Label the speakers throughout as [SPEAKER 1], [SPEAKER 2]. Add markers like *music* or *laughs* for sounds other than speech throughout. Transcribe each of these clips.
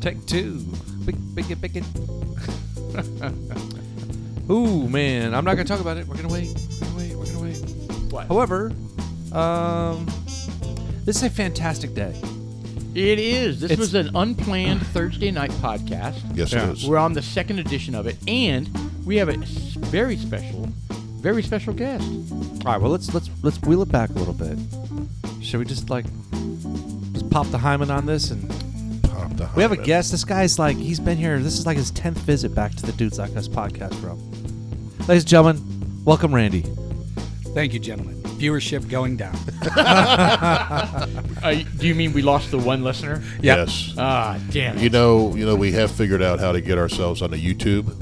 [SPEAKER 1] Take two. Big, big it, big *laughs* it. Ooh, man. I'm not going to talk about it. We're going to wait. We're going to wait. We're going to wait.
[SPEAKER 2] What?
[SPEAKER 1] However, um, this is a fantastic day.
[SPEAKER 2] It is. This
[SPEAKER 1] It's-
[SPEAKER 2] was an unplanned Thursday night podcast.
[SPEAKER 3] Yes,
[SPEAKER 1] Yeah.
[SPEAKER 3] it is.
[SPEAKER 2] We're on the second edition of it, and we have a s- very special, very special guest.
[SPEAKER 1] All right, well let's let's let's wheel it back a little bit. Should we just like just pop the hymen on this and
[SPEAKER 3] Pop the
[SPEAKER 4] Oh,
[SPEAKER 1] we have a
[SPEAKER 3] hymen.
[SPEAKER 1] guest. This guy's like he's been here. This is like his tenth visit back to the Dudes Like Us podcast, bro. Ladies and gentlemen, welcome Randy.
[SPEAKER 4] Thank you, gentlemen. Viewership going down.
[SPEAKER 2] Uh, do you mean we lost the one listener?
[SPEAKER 3] Yes.
[SPEAKER 2] Ah, damn
[SPEAKER 3] You
[SPEAKER 2] it.
[SPEAKER 3] know, you know, we have figured out how to get ourselves onto YouTube.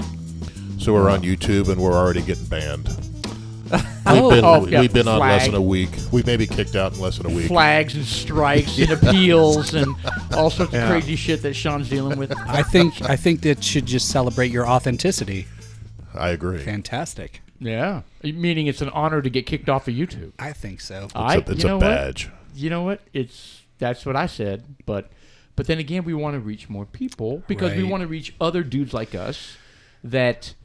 [SPEAKER 3] So we're on YouTube and we're already
[SPEAKER 1] *laughs*
[SPEAKER 3] getting banned. We've been,
[SPEAKER 2] oh, yeah,
[SPEAKER 3] we've been on less
[SPEAKER 2] flag.
[SPEAKER 3] than a week. We may be kicked out in less than a week.
[SPEAKER 2] Flags and strikes and appeals
[SPEAKER 3] *laughs*
[SPEAKER 2] and all sorts of crazy shit that Sean's dealing with.
[SPEAKER 4] I think I think that should just celebrate your authenticity.
[SPEAKER 3] I agree.
[SPEAKER 4] Fantastic.
[SPEAKER 2] Yeah. Meaning it's an honor to get kicked off of YouTube.
[SPEAKER 4] I think so.
[SPEAKER 2] I,
[SPEAKER 3] It's a, it's
[SPEAKER 2] you
[SPEAKER 3] a
[SPEAKER 2] know what?
[SPEAKER 3] badge.
[SPEAKER 2] you know what? It's that's what I said, but but then again, we want to reach more people because we
[SPEAKER 4] Right.
[SPEAKER 2] want to reach other dudes like us that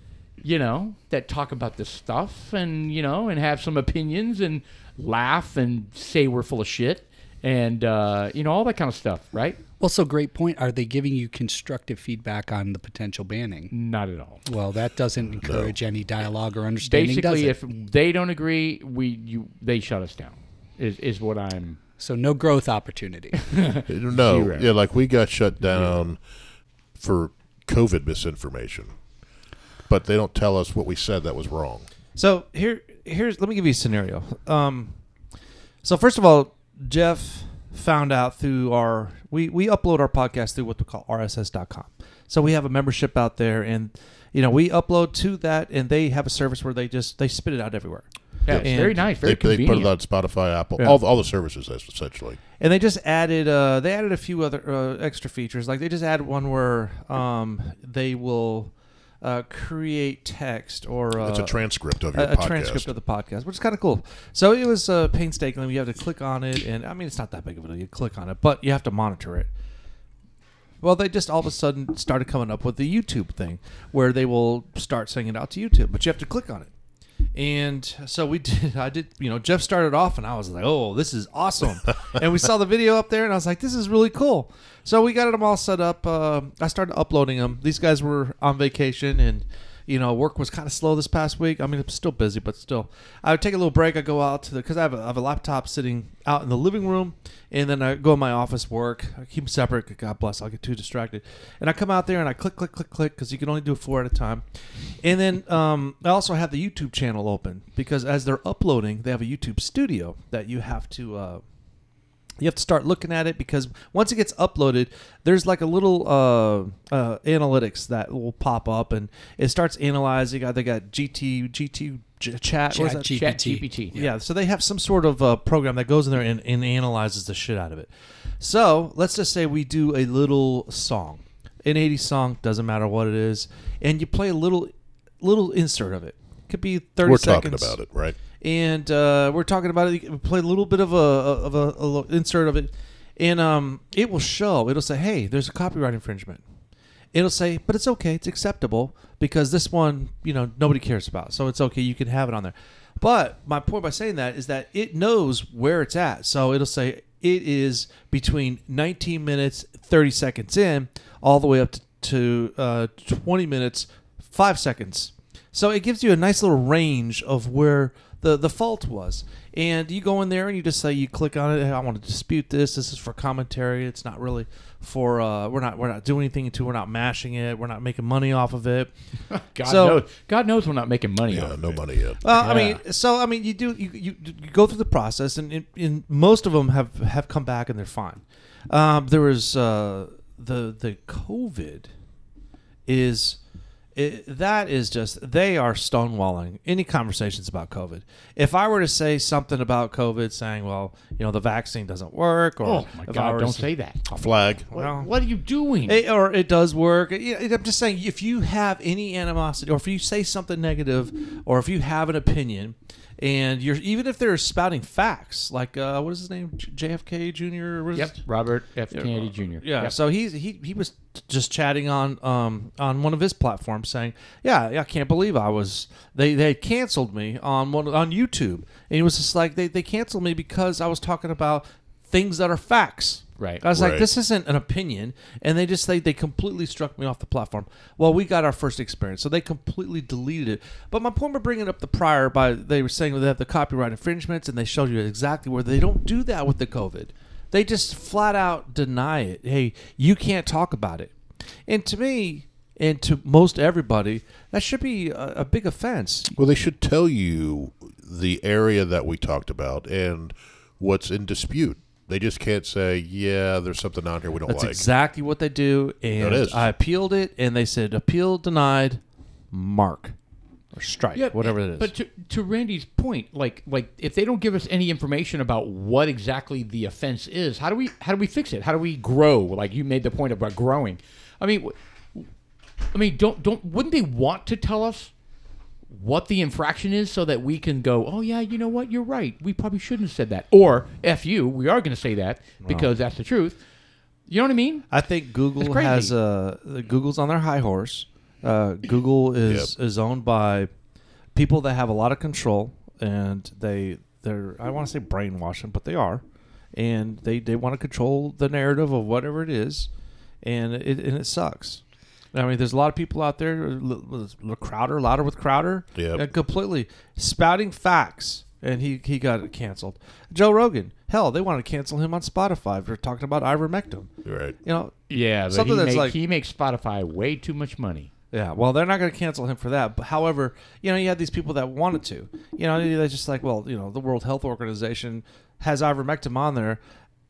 [SPEAKER 2] you know that talk about this stuff and you know and have some opinions and laugh and say we're full of shit and uh, you know all that kind of stuff, right?
[SPEAKER 4] Well, so great point. Are they giving you constructive feedback on the potential banning?
[SPEAKER 2] Not at all.
[SPEAKER 4] Well, that doesn't encourage any dialogue or understanding,
[SPEAKER 2] Basically,
[SPEAKER 4] does it?
[SPEAKER 2] if they don't agree, we you they shut us down. Is is what I'm.
[SPEAKER 4] so no
[SPEAKER 2] *laughs*
[SPEAKER 4] growth opportunity.
[SPEAKER 3] No,
[SPEAKER 2] Zero.
[SPEAKER 3] yeah, like we got shut down for COVID misinformation, but they don't tell us what we said that was wrong.
[SPEAKER 1] So here, here's let me give you a scenario. Um, so first of all, Jeff found out through our we we upload our podcast through what we call RSS.com. So we have a membership out there, and you know we upload to that, and they have a service where they just they spit it out everywhere.
[SPEAKER 2] Yeah, it's
[SPEAKER 1] And-
[SPEAKER 2] very nice, very
[SPEAKER 3] they, they put
[SPEAKER 2] convenient.
[SPEAKER 3] it on Spotify, Apple,
[SPEAKER 1] Yeah.
[SPEAKER 3] all, all the services essentially.
[SPEAKER 1] and they just added uh, they added a few other uh, extra features like they just add one where um, they will uh, create text or uh,
[SPEAKER 3] It's a transcript of your
[SPEAKER 1] a, a
[SPEAKER 3] podcast.
[SPEAKER 1] transcript of the podcast which is kind of cool so it was uh, painstakingly you have to click on it and i mean it's not that big of a deal you click on it but you have to monitor it well, they just all of a sudden started coming up with the YouTube thing where they will start sending it out to YouTube, but you have to click on it. And so we *laughs* did, I did, you know, Jeff started off and I was like, oh, this is awesome. and we saw the video up there and I was like, this is really cool. So we got them all set up. Uh, I started uploading them. These guys were on vacation and, you know, work was kind of slow this past week. I mean, I'm still busy, but still. I would take a little break. I go out to the, because I, have a- I have a laptop sitting out in the living room and then I go in my office work. I keep them separate. 'cause God bless. I'll get too distracted. And I come out there and I click, click, click, click because you can only do four at a time. And then um, I also have the YouTube channel open because as they're uploading, they have a YouTube studio that you have to. Uh, you have to start looking at it because once it gets uploaded, there's like a little uh, uh, analytics that will pop up and it starts analyzing. uh, They got GT, GT j- chat, what is
[SPEAKER 4] Chat
[SPEAKER 1] that?
[SPEAKER 4] G-
[SPEAKER 2] Chat
[SPEAKER 4] GPT.
[SPEAKER 2] GPT.
[SPEAKER 1] Yeah. so they have some sort of uh, program that goes in there and, and analyzes the shit out of it. So let's just say we do a little song, an 80s song, doesn't matter what it is, and you play a little little insert of it. Could be 30
[SPEAKER 3] We're
[SPEAKER 1] seconds.
[SPEAKER 3] talking about it, right?
[SPEAKER 1] And uh, we're talking about it. You can play a little bit of a of a, a little insert of it, and um, it will show. It'll say, "Hey, there's a copyright infringement." It'll say, "But it's okay. It's acceptable because this one, you know, nobody cares about. So it's okay. You can have it on there." But my point by saying that is that it knows where it's at. So it'll say it is between 19 minutes 30 seconds in, all the way up to, to uh, 20 minutes five seconds. So it gives you a nice little range of where the, the fault was. And you go in there and you just say you click on it. "Hey, I want to dispute this. This is for commentary. It's not really for uh, we're not we're not doing anything to. We're not mashing it. We're not making money off of it.
[SPEAKER 2] God
[SPEAKER 1] So-
[SPEAKER 2] knows. God knows we're not making money. off
[SPEAKER 3] Yeah,
[SPEAKER 2] it.
[SPEAKER 3] no money yet.
[SPEAKER 1] Well, I
[SPEAKER 2] Yeah.
[SPEAKER 1] mean, so I mean, you do you, you, you go through the process, and, and, and most of them have have come back and they're fine. Um, there was uh, the the COVID is it, that is just they are stonewalling any conversations about COVID. If I were to say something about COVID, saying, well, you know, the vaccine doesn't work, or
[SPEAKER 2] Oh my
[SPEAKER 1] if I
[SPEAKER 2] God!
[SPEAKER 1] were to
[SPEAKER 2] Don't
[SPEAKER 1] say-
[SPEAKER 2] say that.
[SPEAKER 3] Flag.
[SPEAKER 1] Well-
[SPEAKER 2] What, what are you doing?
[SPEAKER 1] it, or it does work. Yeah, I'm just saying, if you have any animosity, or if you say something negative, or if you have an opinion, and you're even if they're spouting facts, like uh, what is his name, J- JFK Jr. or what is
[SPEAKER 2] Yep.
[SPEAKER 1] his-
[SPEAKER 2] Robert F. Kennedy Jr.
[SPEAKER 1] Yeah.
[SPEAKER 2] Yep.
[SPEAKER 1] So he's he he was just chatting on um on one of his platforms saying, yeah, yeah, I can't believe I was they they canceled me on one on YouTube, and he was just like they they canceled me because I was talking about things that are facts.
[SPEAKER 2] Right.
[SPEAKER 1] I was like,
[SPEAKER 3] Right.
[SPEAKER 1] this isn't an opinion, and they just they they completely struck me off the platform. Well, we got our first experience, so they completely deleted it. But my point by bringing up the prior by they were saying that the copyright infringements, and they showed you exactly where they don't do that with the COVID. They just flat out deny it. Hey, you can't talk about it. And to me, and to most everybody, that should be a, a big offense.
[SPEAKER 3] Well, they should tell you the area that we talked about and what's in dispute. They just can't say, "Yeah, there's something on here we don't
[SPEAKER 1] That's
[SPEAKER 3] like."
[SPEAKER 1] exactly what they do. And
[SPEAKER 3] It is.
[SPEAKER 1] I appealed it, and they said appeal denied. Mark or strike,
[SPEAKER 2] Yeah,
[SPEAKER 1] whatever it is.
[SPEAKER 2] But to, to Randy's point, like like if they don't give us any information about what exactly the offense is, how do we how do we fix it? How do we grow? Like you made the point about growing. I mean, w- I mean, don't don't wouldn't they want to tell us what the infraction is so that we can go, oh yeah, you know what, you're right. We probably shouldn't have said that. Or f you, we are going to say that because that's the truth. You know what I mean?
[SPEAKER 1] I think
[SPEAKER 2] It's
[SPEAKER 1] Google
[SPEAKER 2] crazy.
[SPEAKER 1] has uh the Google's on their high horse. Uh, Google is is owned by people that have a lot of control and they they're I want to say brainwashing, but they are, and they they want to control the narrative of whatever it is, and it and it sucks. I mean, there's a lot of people out there, uh, L- L- Crowder, louder with Crowder,
[SPEAKER 3] Yep.
[SPEAKER 1] uh, completely spouting facts, and he he got canceled. Joe Rogan, hell, they wanted to cancel him on Spotify for talking about ivermectin.
[SPEAKER 3] Right.
[SPEAKER 1] You know,
[SPEAKER 2] Yeah, but
[SPEAKER 1] Something
[SPEAKER 2] he,
[SPEAKER 1] that's
[SPEAKER 2] make-
[SPEAKER 1] like-
[SPEAKER 2] he makes Spotify way too much money.
[SPEAKER 1] Yeah, well, they're not going to cancel him for that. But however, you know, you had these people that wanted to. You know, they're just like, well, you know, the World Health Organization has ivermectin on there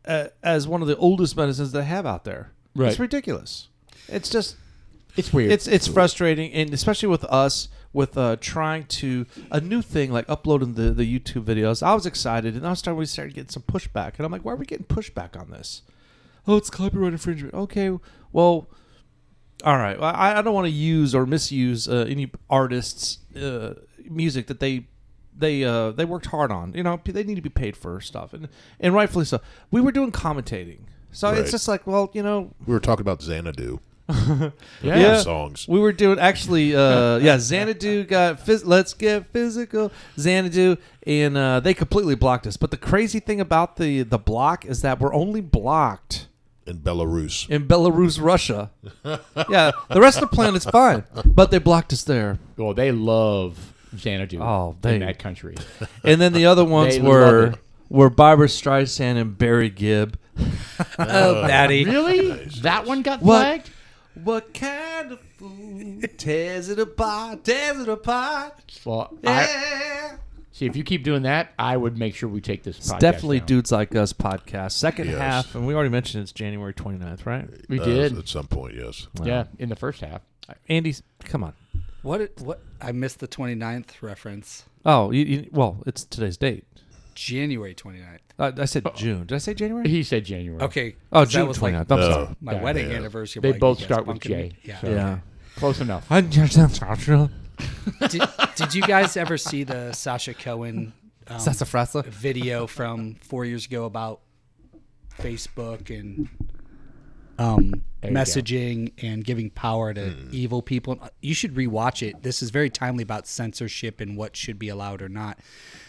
[SPEAKER 1] uh, as one of the oldest medicines they have out there.
[SPEAKER 2] Right.
[SPEAKER 1] It's ridiculous. It's just
[SPEAKER 2] It's weird.
[SPEAKER 1] it's it's frustrating, and especially with us with uh, trying to a new thing like uploading the, the YouTube videos. I was excited, and I started we started getting some pushback, and I'm like, why are we getting pushback on this? Oh, it's copyright infringement. Okay, well, all right. Well, I, I don't want to use or misuse uh, any artists' uh, music that they they uh, they worked hard on. You know, they need to be paid for stuff, and and rightfully so. We were doing commentating, so
[SPEAKER 3] Right.
[SPEAKER 1] it's just like, well, you know,
[SPEAKER 3] We were talking about Xanadu
[SPEAKER 2] yeah.
[SPEAKER 1] yeah.
[SPEAKER 3] songs.
[SPEAKER 1] we were doing actually, *laughs* uh, yeah. Xanadu got phys- let's get physical. Xanadu, and uh, they completely blocked us. But the crazy thing about the the block is that we're only blocked
[SPEAKER 3] in Belarus.
[SPEAKER 1] in Belarus, *laughs* Russia. yeah, the rest of the planet's fine, but they blocked us there.
[SPEAKER 2] Well, they love Xanadu
[SPEAKER 1] Oh,
[SPEAKER 2] in
[SPEAKER 1] they-
[SPEAKER 2] that country.
[SPEAKER 1] And then the other ones
[SPEAKER 2] They love
[SPEAKER 1] were
[SPEAKER 2] it.
[SPEAKER 1] were Barbara Streisand and Barry
[SPEAKER 2] *laughs*
[SPEAKER 1] Gibb. oh, Maddie.
[SPEAKER 2] really? *laughs* that one got
[SPEAKER 1] What?
[SPEAKER 2] flagged?
[SPEAKER 1] What kind of fool tears it apart? Tears it apart.
[SPEAKER 2] Well, I,
[SPEAKER 1] Yeah.
[SPEAKER 2] see, if you keep doing that, I would make sure we take this podcast
[SPEAKER 1] definitely
[SPEAKER 2] down.
[SPEAKER 1] dudes like us podcast second
[SPEAKER 3] Yes.
[SPEAKER 1] half and we already mentioned it's january 29th right
[SPEAKER 2] We
[SPEAKER 3] Uh,
[SPEAKER 2] did.
[SPEAKER 3] at some point, yes.
[SPEAKER 2] yeah, in the first half.
[SPEAKER 1] andy come on
[SPEAKER 4] What? it- What? I missed the 29th reference.
[SPEAKER 1] oh you, you, well it's today's date
[SPEAKER 4] January 29th.
[SPEAKER 1] uh, i said june did i say january
[SPEAKER 2] He said January.
[SPEAKER 4] Okay.
[SPEAKER 1] oh
[SPEAKER 4] 'cause that
[SPEAKER 1] june
[SPEAKER 4] was
[SPEAKER 1] 29th
[SPEAKER 4] Like
[SPEAKER 1] i'm
[SPEAKER 3] No.
[SPEAKER 1] sorry
[SPEAKER 4] my
[SPEAKER 2] Yeah.
[SPEAKER 4] wedding
[SPEAKER 3] Yeah.
[SPEAKER 4] anniversary. I'm
[SPEAKER 2] They
[SPEAKER 4] like,
[SPEAKER 2] both
[SPEAKER 4] you guys
[SPEAKER 2] start with
[SPEAKER 4] bunking me?
[SPEAKER 2] J,
[SPEAKER 4] Yeah.
[SPEAKER 2] so-
[SPEAKER 1] yeah
[SPEAKER 2] Close enough.
[SPEAKER 4] did, did you guys ever see the Sasha Cohen um,
[SPEAKER 1] Sassafrasa?
[SPEAKER 4] video from four years ago about Facebook and um,
[SPEAKER 2] you go.
[SPEAKER 4] messaging and giving power to evil people? You should rewatch it. This is very timely about censorship and what should be allowed or not.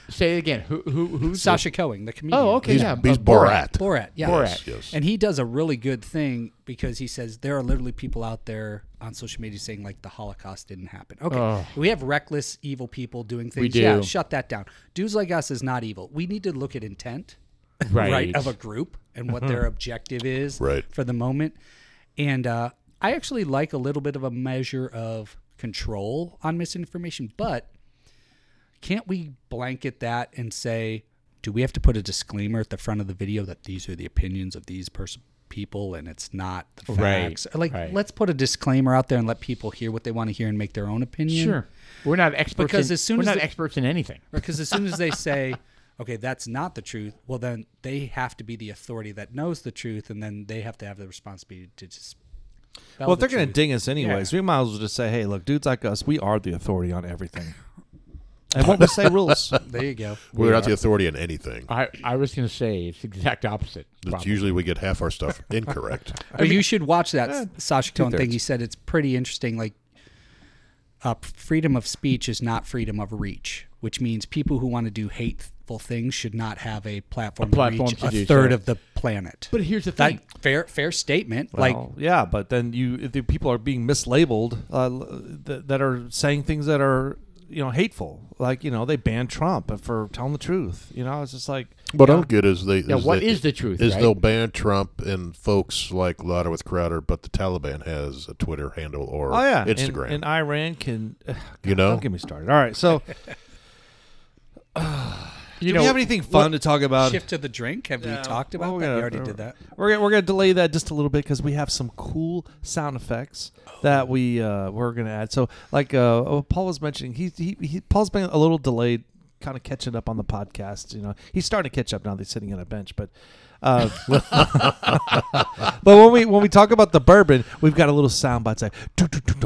[SPEAKER 2] Say it again. Who? Who? Who's
[SPEAKER 4] Sasha Cohen, the comedian.
[SPEAKER 2] Oh, okay.
[SPEAKER 3] He's,
[SPEAKER 2] yeah.
[SPEAKER 3] he's
[SPEAKER 2] uh,
[SPEAKER 3] Borat.
[SPEAKER 4] Borat, yeah.
[SPEAKER 2] Borat.
[SPEAKER 3] Yes.
[SPEAKER 4] And he does a really good thing because he says there are literally people out there on social media saying like the Holocaust didn't happen. Okay. We have reckless evil people doing things.
[SPEAKER 2] do.
[SPEAKER 4] Yeah, shut that down. Dudes like us is not evil. We need to look at intent *laughs*
[SPEAKER 2] Right.
[SPEAKER 4] of a group and what their objective is
[SPEAKER 3] Right.
[SPEAKER 4] for the moment. And uh, I actually like a little bit of a measure of control on misinformation, but can't we blanket that and say, do we have to put a disclaimer at the front of the video that these are the opinions of these pers- people and it's not the
[SPEAKER 2] Right,
[SPEAKER 4] facts? Like,
[SPEAKER 2] right.
[SPEAKER 4] let's put a disclaimer out there and let people hear what they want to hear and make their own opinion.
[SPEAKER 2] Sure. We're not experts.
[SPEAKER 4] Because
[SPEAKER 2] in,
[SPEAKER 4] as soon
[SPEAKER 2] we're
[SPEAKER 4] as
[SPEAKER 2] not
[SPEAKER 4] the-
[SPEAKER 2] experts in anything.
[SPEAKER 4] Because as soon as they say, *laughs* okay, that's not the truth, well, then they have to be the authority that knows the truth, and then they have to have the responsibility to just.
[SPEAKER 1] well if they're
[SPEAKER 4] *laughs*
[SPEAKER 1] gonna ding us anyways we might as well just say hey look dudes like us we are the authority on everything And what we say rules.
[SPEAKER 4] There you go.
[SPEAKER 3] We're not the authority on anything.
[SPEAKER 2] I, I was going to say it's the exact opposite.
[SPEAKER 3] It's
[SPEAKER 2] probably.
[SPEAKER 3] usually we get half our stuff incorrect.
[SPEAKER 4] But you should watch that Sasha Cohen thing. He said it's pretty interesting. Like, uh, freedom of speech is not freedom of reach, which means people who want to do hateful things should not have a platform,
[SPEAKER 2] platform
[SPEAKER 4] to reach
[SPEAKER 2] to
[SPEAKER 4] a
[SPEAKER 2] do
[SPEAKER 4] third
[SPEAKER 2] so.
[SPEAKER 4] of the planet.
[SPEAKER 2] But here's the thing.
[SPEAKER 4] that fair fair statement. like,
[SPEAKER 1] Well, yeah, but then you if the people are being mislabeled uh, l- th- that are saying things that are you know hateful. Like you know they banned Trump for telling the truth. You know it's just like
[SPEAKER 3] What I'm good is they.
[SPEAKER 2] Now,
[SPEAKER 3] is
[SPEAKER 2] what
[SPEAKER 3] they-
[SPEAKER 2] is the truth?
[SPEAKER 3] Is
[SPEAKER 2] right?
[SPEAKER 3] they'll ban Trump and folks like Lauder with Crowder, but the Taliban has a Twitter handle or
[SPEAKER 1] oh yeah, and-
[SPEAKER 3] Instagram.
[SPEAKER 1] and, Iran can *sighs*
[SPEAKER 3] you know,
[SPEAKER 1] don't get me started. All right, so *sighs*
[SPEAKER 2] you
[SPEAKER 1] do
[SPEAKER 2] know,
[SPEAKER 1] we have anything fun to talk
[SPEAKER 2] uh,
[SPEAKER 1] about?
[SPEAKER 4] shift to the drink. Have we talked about
[SPEAKER 1] Well,
[SPEAKER 4] that?
[SPEAKER 1] gonna-
[SPEAKER 4] we already did that.
[SPEAKER 1] We're gonna, we're gonna delay that just a little bit because we have some cool sound effects that we uh, we're gonna add. So like uh, oh, Paul was mentioning, he, he he Paul's been a little delayed, kind of catching up on the podcast. You know, he's starting to catch up now. That he's sitting on a bench, but. Uh, *laughs* but when we when we talk about the bourbon, we've got a little sound bite. Like,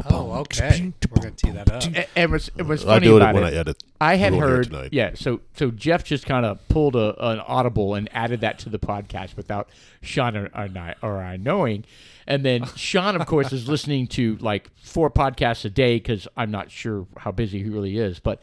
[SPEAKER 4] Oh,
[SPEAKER 1] *laughs*
[SPEAKER 4] okay. We're gonna tee that
[SPEAKER 2] *laughs*
[SPEAKER 4] up.
[SPEAKER 2] a- and what's, and what's
[SPEAKER 3] I
[SPEAKER 2] funny
[SPEAKER 3] do it
[SPEAKER 2] about
[SPEAKER 3] when
[SPEAKER 2] E, it,
[SPEAKER 3] I edit.
[SPEAKER 2] I had
[SPEAKER 3] We won't hear it
[SPEAKER 2] heard,
[SPEAKER 3] tonight.
[SPEAKER 2] yeah. So, so Jeff just kind of pulled a, an audible and added that to the podcast without Sean or, or, I, or I knowing, and then Sean, of course, is listening to like four podcasts a day because I'm not sure how busy he really is. But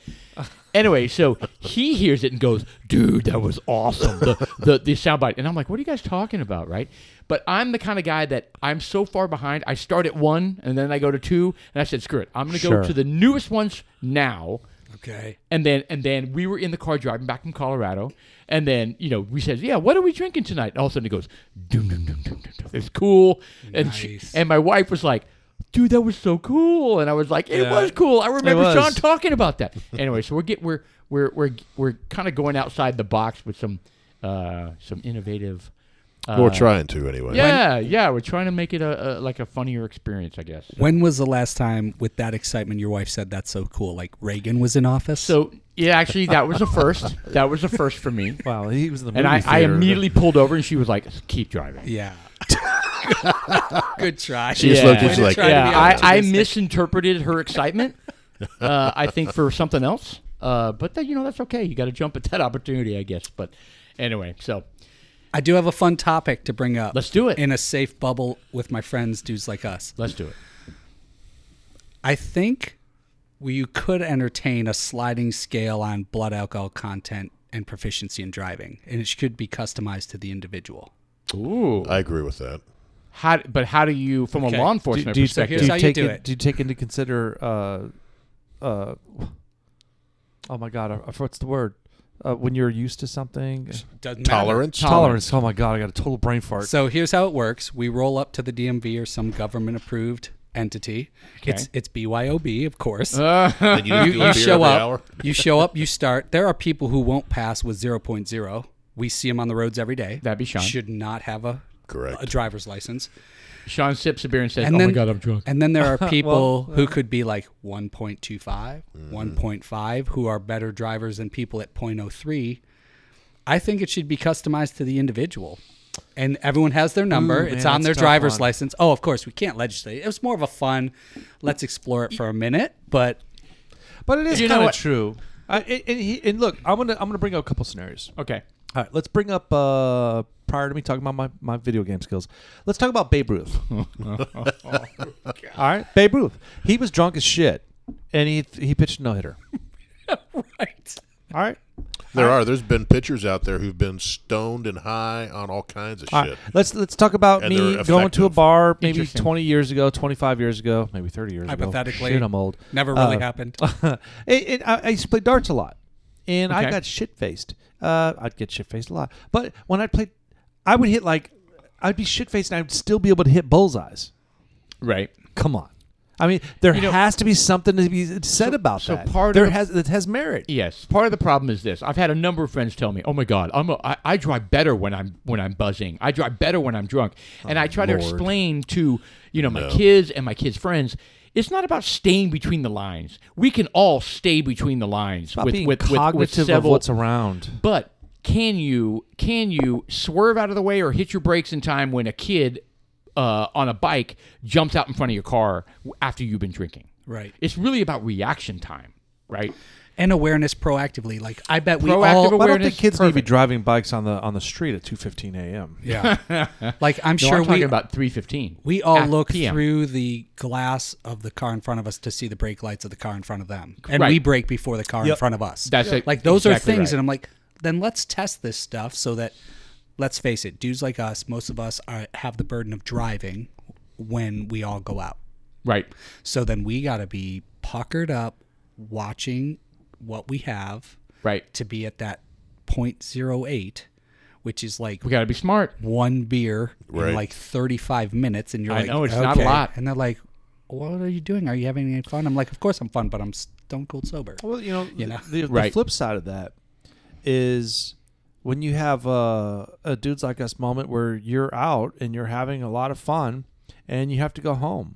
[SPEAKER 2] anyway, so he hears it and goes, "Dude, that was awesome!" The the, the soundbite, and I'm like, "What are you guys talking about?" Right? But I'm the kind of guy that I'm so far behind. I start at one and then I go to two, and I said, "Screw it! I'm going to
[SPEAKER 1] Sure.
[SPEAKER 2] go to the newest ones now."
[SPEAKER 4] Okay.
[SPEAKER 2] And then and then we were in the car driving back from Colorado, and then you know we said, "Yeah, what are we drinking tonight?" And all of a sudden it goes, "Doom doom doom doom doom." doom. It's cool, and she,
[SPEAKER 4] Nice.
[SPEAKER 2] and my wife was like, "Dude, that was so cool," and I was like, "It
[SPEAKER 1] Yeah.
[SPEAKER 2] was cool. I remember
[SPEAKER 1] was.
[SPEAKER 2] Sean talking about that." *laughs* anyway, so we're get we're we're we're we're kind of going outside the box with some uh some innovative. Uh,
[SPEAKER 3] We're trying to anyway.
[SPEAKER 2] yeah, yeah, we're trying to make it a, a like a funnier experience, I guess.
[SPEAKER 4] When was the last time, with that excitement, your wife said that's so cool? Like Reagan was in office.
[SPEAKER 2] So yeah, actually, that was a first. that was a first for me.
[SPEAKER 1] Wow, he was in the
[SPEAKER 2] And I,
[SPEAKER 1] movie
[SPEAKER 2] I
[SPEAKER 1] theater.
[SPEAKER 2] immediately pulled over, and she was like, "Keep driving."
[SPEAKER 4] yeah. *laughs* Good try.
[SPEAKER 3] She just
[SPEAKER 2] Yeah.
[SPEAKER 3] looked at
[SPEAKER 2] Way
[SPEAKER 3] us
[SPEAKER 2] to
[SPEAKER 3] like,
[SPEAKER 4] try to be
[SPEAKER 3] "Yeah."
[SPEAKER 2] I, I misinterpreted her excitement. *laughs* uh, I think for something else, uh, but that, you know that's okay. You got to jump at that opportunity, I guess. But anyway, so
[SPEAKER 4] I do have a fun topic to bring up.
[SPEAKER 2] Let's do it.
[SPEAKER 4] In a safe bubble with my friends, dudes like us.
[SPEAKER 2] let's do it.
[SPEAKER 4] I think we, you could entertain a sliding scale on blood alcohol content and proficiency in driving, and it could be customized to the individual.
[SPEAKER 2] Ooh,
[SPEAKER 3] I agree with that.
[SPEAKER 2] how? But how do you, from
[SPEAKER 4] Okay.
[SPEAKER 2] a law
[SPEAKER 1] Do,
[SPEAKER 2] enforcement
[SPEAKER 1] do you, so
[SPEAKER 2] perspective?
[SPEAKER 1] do you
[SPEAKER 4] how you
[SPEAKER 1] take
[SPEAKER 4] do
[SPEAKER 1] in-
[SPEAKER 4] it.
[SPEAKER 1] do you take into consider? Uh, uh, oh my God, I- I- what's the word? Uh, when you're used to something,
[SPEAKER 4] Doesn't matter.
[SPEAKER 3] Tolerance.
[SPEAKER 1] tolerance. Oh my God, I got a total brain fart.
[SPEAKER 4] So here's how it works: we roll up to the DMV or some government-approved entity. It's it's BYOB, of course.
[SPEAKER 3] Oh, And you,
[SPEAKER 4] you,
[SPEAKER 3] do a
[SPEAKER 4] you
[SPEAKER 3] beer
[SPEAKER 4] show
[SPEAKER 3] every
[SPEAKER 4] up.
[SPEAKER 3] hour?
[SPEAKER 4] You show up. You start. There are people who won't pass with 0.0. We see them on the roads every day.
[SPEAKER 2] That'd be Sean.
[SPEAKER 4] Should not have a
[SPEAKER 3] Correct.
[SPEAKER 4] a driver's license.
[SPEAKER 2] Sean sips a beer and says,
[SPEAKER 4] And
[SPEAKER 2] "Oh
[SPEAKER 4] then
[SPEAKER 2] my god, I'm drunk." uh,
[SPEAKER 4] And then
[SPEAKER 2] *laughs*
[SPEAKER 4] there are people who could be like 1.25, 1.5, who are better drivers than people at 0.03. I think it should be customized to the individual. And everyone has their number.
[SPEAKER 1] Ooh,
[SPEAKER 2] Mm,
[SPEAKER 4] it's
[SPEAKER 1] man,
[SPEAKER 4] on
[SPEAKER 1] that's
[SPEAKER 4] their
[SPEAKER 1] a tough
[SPEAKER 4] driver's
[SPEAKER 1] one.
[SPEAKER 4] license. Oh, of course, we can't legislate. It was more of a fun, let's explore it for a minute.
[SPEAKER 2] *laughs*
[SPEAKER 4] But
[SPEAKER 1] but it is
[SPEAKER 2] You know
[SPEAKER 1] kind of
[SPEAKER 2] what-
[SPEAKER 1] true. I, and, and he- and look, I'm gonna I'm gonna bring up a couple scenarios.
[SPEAKER 2] Okay,
[SPEAKER 1] All right, let's bring up uh, prior to me talking about my, my video game skills. Let's talk about Babe Ruth.
[SPEAKER 4] *laughs*
[SPEAKER 1] All right, Babe Ruth. He was drunk as shit, and he he pitched a no hitter.
[SPEAKER 4] right.
[SPEAKER 1] All right,
[SPEAKER 3] There are. There's been pitchers out there who've been stoned and high on all kinds of
[SPEAKER 1] All
[SPEAKER 3] shit.
[SPEAKER 1] right, let's let's talk about
[SPEAKER 3] And
[SPEAKER 1] me
[SPEAKER 3] they're
[SPEAKER 1] going to a
[SPEAKER 3] effective.
[SPEAKER 1] bar maybe
[SPEAKER 2] Interesting.
[SPEAKER 1] 20 years ago, 25 years ago, maybe 30 years
[SPEAKER 4] Hypothetically.
[SPEAKER 1] ago. Shit, I'm old.
[SPEAKER 4] Never really
[SPEAKER 1] Uh,
[SPEAKER 4] happened.
[SPEAKER 1] *laughs* it, it, I, I used to play darts a lot, and I
[SPEAKER 2] Okay.
[SPEAKER 1] got shit faced. Uh, I'd get shit faced a lot, but when I played, I would hit like I'd be shit faced, and I'd still be able to hit bullseyes.
[SPEAKER 2] right.
[SPEAKER 1] Come on. I mean, there
[SPEAKER 2] know-
[SPEAKER 1] has to be something to be said about
[SPEAKER 2] so
[SPEAKER 1] that.
[SPEAKER 2] part of
[SPEAKER 1] there
[SPEAKER 2] the-
[SPEAKER 1] has that has merit.
[SPEAKER 2] Yes. Part of the problem is this. I've had a number of friends tell me, "Oh my God, I'm a, I, I drive better when I'm when I'm buzzing. I drive better when I'm drunk."
[SPEAKER 1] Oh,
[SPEAKER 2] And I try to explain to you know my kids and my kids' friends, it's not about staying between the lines. We can all stay between the lines
[SPEAKER 1] About
[SPEAKER 2] with
[SPEAKER 1] being
[SPEAKER 2] with, with, with
[SPEAKER 1] cognitive of
[SPEAKER 2] several.
[SPEAKER 1] what's around.
[SPEAKER 2] but can you can you swerve out of the way or hit your brakes in time when a kid uh, on a bike jumps out in front of your car after you've been drinking?
[SPEAKER 4] Right.
[SPEAKER 2] It's really about reaction time, right?
[SPEAKER 4] and awareness proactively. Like I bet
[SPEAKER 2] Proactive
[SPEAKER 4] we all
[SPEAKER 1] Why don't the
[SPEAKER 2] Awareness,
[SPEAKER 1] kids need to be
[SPEAKER 2] perfect.
[SPEAKER 1] driving bikes on the on the street at two fifteen a.m.?
[SPEAKER 4] yeah.
[SPEAKER 2] *laughs*
[SPEAKER 4] like I'm
[SPEAKER 2] No,
[SPEAKER 4] sure
[SPEAKER 2] I'm talking
[SPEAKER 4] we
[SPEAKER 2] about 315.
[SPEAKER 4] we all
[SPEAKER 2] Ah,
[SPEAKER 4] look
[SPEAKER 2] PM.
[SPEAKER 4] through the glass of the car in front of us to see the brake lights of the car in front of them, and we
[SPEAKER 2] Right.
[SPEAKER 4] brake before the car in front of us.
[SPEAKER 2] That's it.
[SPEAKER 4] Like those
[SPEAKER 2] Exactly
[SPEAKER 4] are things,
[SPEAKER 2] right.
[SPEAKER 4] and I'm like, then let's test this stuff so that, let's face it, dudes like us, most of us are, have the burden of driving when we all go out.
[SPEAKER 2] Right.
[SPEAKER 4] So then we got to be puckered up, watching what we have
[SPEAKER 2] Right.
[SPEAKER 4] to be at that 0.08, which is like
[SPEAKER 2] We got to be smart.
[SPEAKER 4] one beer
[SPEAKER 3] Right.
[SPEAKER 4] in like 35 minutes, and you're
[SPEAKER 2] I
[SPEAKER 4] like,
[SPEAKER 2] know, it's not a
[SPEAKER 4] "Okay."
[SPEAKER 2] lot.
[SPEAKER 4] And they're like, "What are you doing? Are you having any fun?" I'm like, "Of course I'm fun, but I'm stone cold sober."
[SPEAKER 1] Well, you know, th-
[SPEAKER 4] know?
[SPEAKER 1] The, the
[SPEAKER 2] Right.
[SPEAKER 1] flip side of that is when you have a, a dudes like us moment where you're out and you're having a lot of fun and you have to go home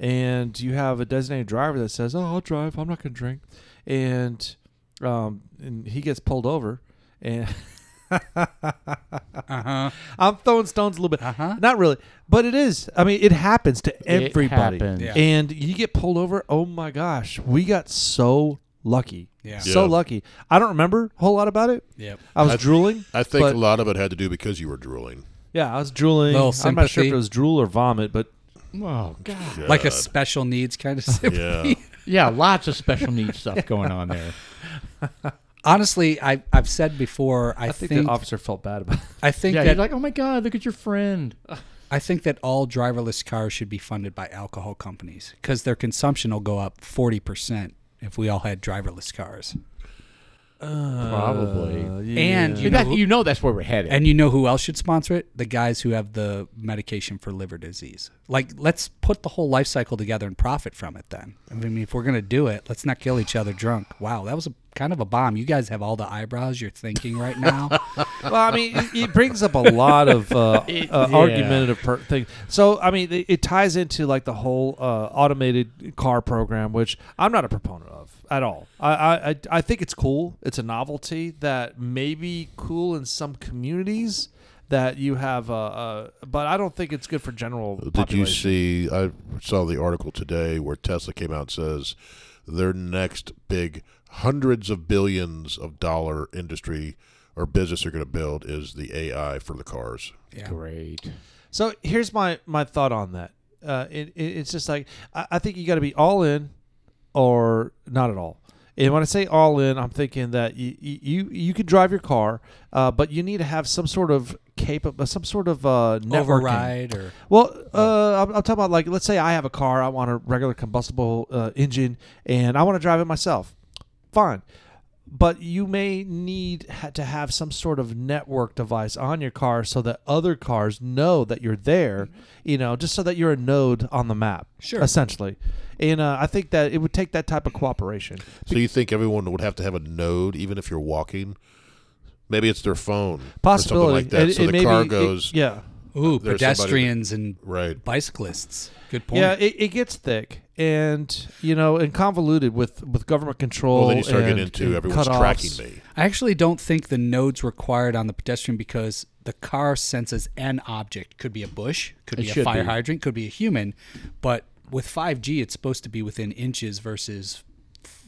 [SPEAKER 1] and you have a designated driver that says, "Oh, I'll drive. I'm not going to drink," and um, and he gets pulled over and. *laughs* I'm throwing stones a little bit.
[SPEAKER 4] Uh-huh.
[SPEAKER 1] Not really, but it is. I mean, it happens to
[SPEAKER 2] It
[SPEAKER 1] everybody.
[SPEAKER 2] happens.
[SPEAKER 4] Yeah.
[SPEAKER 1] And you get pulled over. Oh my gosh, we got so lucky.
[SPEAKER 4] Yeah.
[SPEAKER 1] So
[SPEAKER 3] Yeah.
[SPEAKER 1] lucky. I don't remember a whole lot about it.
[SPEAKER 4] Yep.
[SPEAKER 1] I was
[SPEAKER 3] I-
[SPEAKER 1] drooling.
[SPEAKER 3] I think
[SPEAKER 1] But-
[SPEAKER 3] a lot of it had to do because you were drooling.
[SPEAKER 1] Yeah, I was drooling.
[SPEAKER 4] Little
[SPEAKER 1] I'm not sure
[SPEAKER 4] sympathy.
[SPEAKER 1] if it was drool or vomit, but
[SPEAKER 2] Oh God.
[SPEAKER 4] Like a
[SPEAKER 3] God.
[SPEAKER 4] special needs kind of.
[SPEAKER 2] *laughs*
[SPEAKER 3] *laughs*
[SPEAKER 4] symptom.
[SPEAKER 3] yeah.
[SPEAKER 2] Yeah, lots of special needs
[SPEAKER 4] *laughs*
[SPEAKER 2] stuff going on there.
[SPEAKER 4] Honestly, I, I've said before. I,
[SPEAKER 1] I
[SPEAKER 4] think,
[SPEAKER 1] think, the officer felt bad about it.
[SPEAKER 4] I think
[SPEAKER 2] Yeah,
[SPEAKER 4] that Uh,
[SPEAKER 2] you're like, oh my God, look at your friend.
[SPEAKER 4] I think that all driverless cars should be funded by alcohol companies because their consumption will go up forty percent if we all had driverless cars.
[SPEAKER 2] Probably.
[SPEAKER 1] Uh, yeah.
[SPEAKER 4] And you
[SPEAKER 2] you,
[SPEAKER 4] know
[SPEAKER 2] that,
[SPEAKER 4] who-
[SPEAKER 2] you know that's where we're headed.
[SPEAKER 4] And you know who else should sponsor it? The guys who have the medication for liver disease. Like, let's put the whole life cycle together and profit from it. Then, I mean, if we're gonna do it, let's not kill each other drunk. Wow, that was a kind of a bomb. You guys have all the eyebrows you're thinking right
[SPEAKER 3] *laughs*
[SPEAKER 4] now.
[SPEAKER 1] well, I mean, it, it brings up a lot of uh,
[SPEAKER 2] *laughs* It-
[SPEAKER 1] uh,
[SPEAKER 2] yeah.
[SPEAKER 1] argumentative per- things. So, I mean, it, it ties into like the whole uh, automated car program, which I'm not a proponent of at all. I, I, I- I think it's cool. It's a novelty that may be cool in some communities that you have, uh, uh, but I don't think it's good for general.
[SPEAKER 3] Did you
[SPEAKER 1] population.
[SPEAKER 3] see? I saw the article today where Tesla came out and says their next big hundreds of billions of dollar industry or business they're going to build is the AI for the cars.
[SPEAKER 4] Yeah.
[SPEAKER 2] Great.
[SPEAKER 1] So here's my my thought on that. Uh, it, it, it's just like I, I think you got to be all in or not at all. And when I say all in, I'm thinking that you you you can drive your car, uh, but you need to have some sort of capable, some sort of uh, networking.
[SPEAKER 4] Override or
[SPEAKER 1] Well, uh, I'm, I'm talking about like, let's say I have a car, I want a regular combustible uh, engine, and I want to drive it myself. Fine, but you may need ha- to have some sort of network device on your car so that other cars know that you're there. You know, just so that you're a node on the map,
[SPEAKER 4] Sure.
[SPEAKER 1] essentially. And uh, I think that it would take that type of cooperation.
[SPEAKER 3] So you think everyone would have to have a node, even if you're walking? Maybe it's their phone, or something
[SPEAKER 1] Possibility
[SPEAKER 3] like that.
[SPEAKER 1] It-
[SPEAKER 3] so
[SPEAKER 1] it
[SPEAKER 3] the
[SPEAKER 1] may
[SPEAKER 3] car
[SPEAKER 1] be- it-
[SPEAKER 3] goes
[SPEAKER 1] yeah.
[SPEAKER 3] There's
[SPEAKER 4] ooh,
[SPEAKER 3] somebody-
[SPEAKER 4] pedestrians and
[SPEAKER 3] right.
[SPEAKER 4] bicyclists. Good point.
[SPEAKER 1] Yeah, it, it gets thick and you know and convoluted with with government control.
[SPEAKER 3] Well, then you start
[SPEAKER 1] and,
[SPEAKER 3] getting into
[SPEAKER 1] and
[SPEAKER 3] everyone's
[SPEAKER 1] cutoffs.
[SPEAKER 3] tracking me.
[SPEAKER 4] I actually don't think the nodes required on the pedestrian because the car senses an object. Could be a bush, could
[SPEAKER 2] It
[SPEAKER 4] be a
[SPEAKER 2] should
[SPEAKER 4] fire
[SPEAKER 2] be.
[SPEAKER 4] hydrant, could be a human. But with 5G, it's supposed to be within inches versus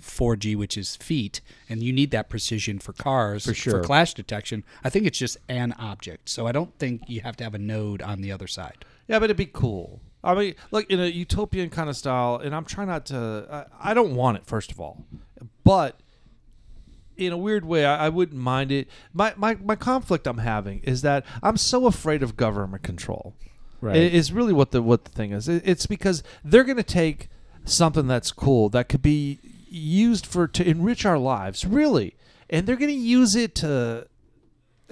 [SPEAKER 4] 4G, which is feet. And you need that precision for cars for,
[SPEAKER 2] sure.
[SPEAKER 4] clash detection. I think it's just an object. So I don't think you have to have a node on the other side.
[SPEAKER 1] Yeah, but it'd be cool. I mean, look in a utopian kind of style, and I'm trying not to. I, I don't want it, first of all, but in a weird way, I, I wouldn't mind it. My, my my conflict I'm having is that I'm so afraid of government control.
[SPEAKER 2] Right.
[SPEAKER 1] It- Is really what the what the thing is. It- it's because they're going to take something that's cool that could be used for to enrich our lives, really, and they're going to use it to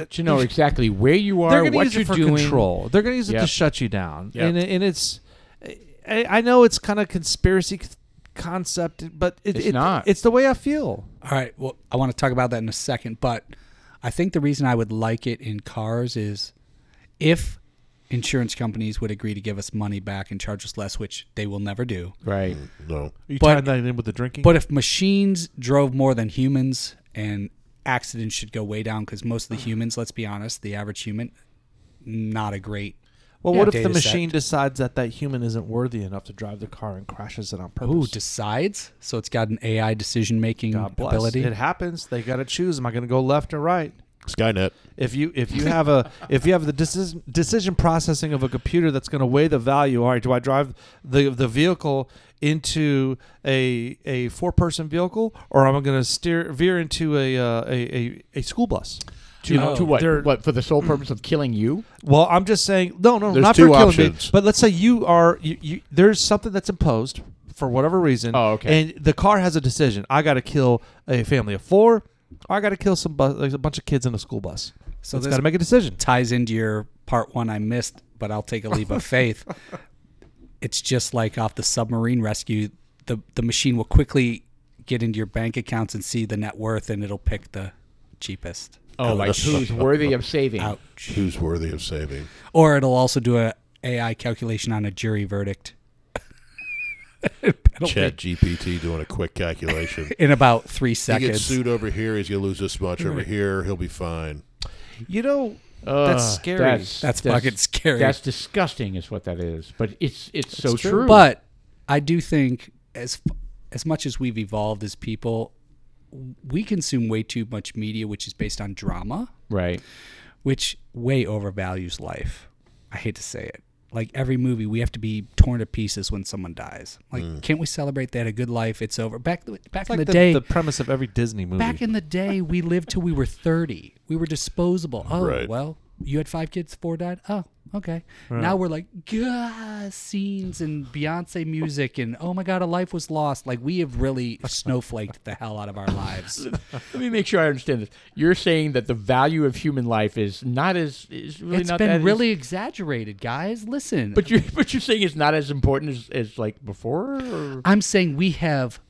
[SPEAKER 2] To know exactly where you
[SPEAKER 1] they're
[SPEAKER 2] are,
[SPEAKER 1] gonna
[SPEAKER 2] what
[SPEAKER 1] use
[SPEAKER 2] you're
[SPEAKER 1] it for
[SPEAKER 2] doing.
[SPEAKER 1] control. They're going to use it to
[SPEAKER 2] Yep.
[SPEAKER 1] shut you down.
[SPEAKER 2] Yep.
[SPEAKER 1] And and it's, I, I know it's kind of conspiracy c- concept, but it,
[SPEAKER 2] It's
[SPEAKER 1] it-
[SPEAKER 2] not.
[SPEAKER 1] It's the way I feel.
[SPEAKER 4] All right. Well, I want to talk about that in a second, but I think the reason I would like it in cars is if insurance companies would agree to give us money back and charge us less, which they will never do.
[SPEAKER 2] Right.
[SPEAKER 3] No,
[SPEAKER 1] You
[SPEAKER 4] But-
[SPEAKER 1] tie that in with the drinking.
[SPEAKER 4] But if machines drove more than humans and accidents should go way down because most of the humans, let's be honest, the average human, not a great
[SPEAKER 1] Well,
[SPEAKER 4] Yeah,
[SPEAKER 1] what if the
[SPEAKER 4] data set.
[SPEAKER 1] machine decides that that human isn't worthy enough to drive the car and crashes it on purpose?
[SPEAKER 4] Ooh, decides. So it's got an AI decision making
[SPEAKER 1] God bless.
[SPEAKER 4] ability.
[SPEAKER 1] It happens. They got to choose. Am I going to go left or right?
[SPEAKER 3] Skynet.
[SPEAKER 1] If you if you have a if you have the decision decision processing of a computer that's going to weigh the value. All right, do I drive the the vehicle into a a four person vehicle or am I going to steer veer into a uh, a, a a school bus?
[SPEAKER 2] To, to what?
[SPEAKER 1] they're-
[SPEAKER 2] What for the
[SPEAKER 4] *clears throat*
[SPEAKER 2] sole purpose of killing you?
[SPEAKER 1] Well, I'm just saying no, no,
[SPEAKER 3] There's
[SPEAKER 1] not
[SPEAKER 3] two
[SPEAKER 1] for killing me.
[SPEAKER 3] options.
[SPEAKER 1] But let's say you are you, you there's something that's imposed for whatever reason.
[SPEAKER 2] Oh, okay.
[SPEAKER 1] And the car has a decision. I got to kill a family of four. Or I got to kill some bu- like a bunch of kids in a school bus.
[SPEAKER 4] So
[SPEAKER 1] So it's
[SPEAKER 4] this-
[SPEAKER 1] got to make a decision.
[SPEAKER 4] ties into your part one I missed, but I'll take a leap of faith. It's just like off the submarine rescue, the the machine will quickly get into your bank accounts and see the net worth, and it'll pick the cheapest.
[SPEAKER 2] Oh, like who's worthy of saving?
[SPEAKER 4] Ouch.
[SPEAKER 3] Who's worthy of saving?
[SPEAKER 4] Or it'll also do a AI calculation on a jury verdict
[SPEAKER 3] Chat GPT doing a quick calculation.
[SPEAKER 4] in about three
[SPEAKER 3] he gets
[SPEAKER 4] seconds.
[SPEAKER 3] sued over here. He's gonna lose this much over here. He'll be fine.
[SPEAKER 1] You know,
[SPEAKER 2] Ugh,
[SPEAKER 1] that's scary.
[SPEAKER 4] That's fucking scary.
[SPEAKER 2] That's disgusting, is what that is. But it's it's, so
[SPEAKER 1] true.
[SPEAKER 2] true.
[SPEAKER 4] But I do think as as much as we've evolved as people, we consume way too much media, which is based on drama.
[SPEAKER 2] right,
[SPEAKER 4] which way overvalues life. I hate to say it. Like every movie, we have to be torn to pieces when someone dies. Like, can't we celebrate they had a good life? It's over. Back back in
[SPEAKER 1] like
[SPEAKER 4] the, day,
[SPEAKER 1] the premise of every Disney movie.
[SPEAKER 4] back in the day, we lived till we were thirty. We were disposable. Oh
[SPEAKER 3] Right.
[SPEAKER 4] well, you had five kids, four died. Oh okay. Now we're like, gah, scenes and Beyonce music and oh my god, a life was lost. Like we have really snowflaked the hell out of our lives.
[SPEAKER 2] *laughs* let me make sure I understand this. You're saying that the value of human life is not as is really
[SPEAKER 4] it's
[SPEAKER 2] not
[SPEAKER 4] been
[SPEAKER 2] that-
[SPEAKER 4] really exagged, guys. Listen,
[SPEAKER 2] but you're *laughs* but you're saying it's not as important as, as like before. Or?
[SPEAKER 4] I'm saying we have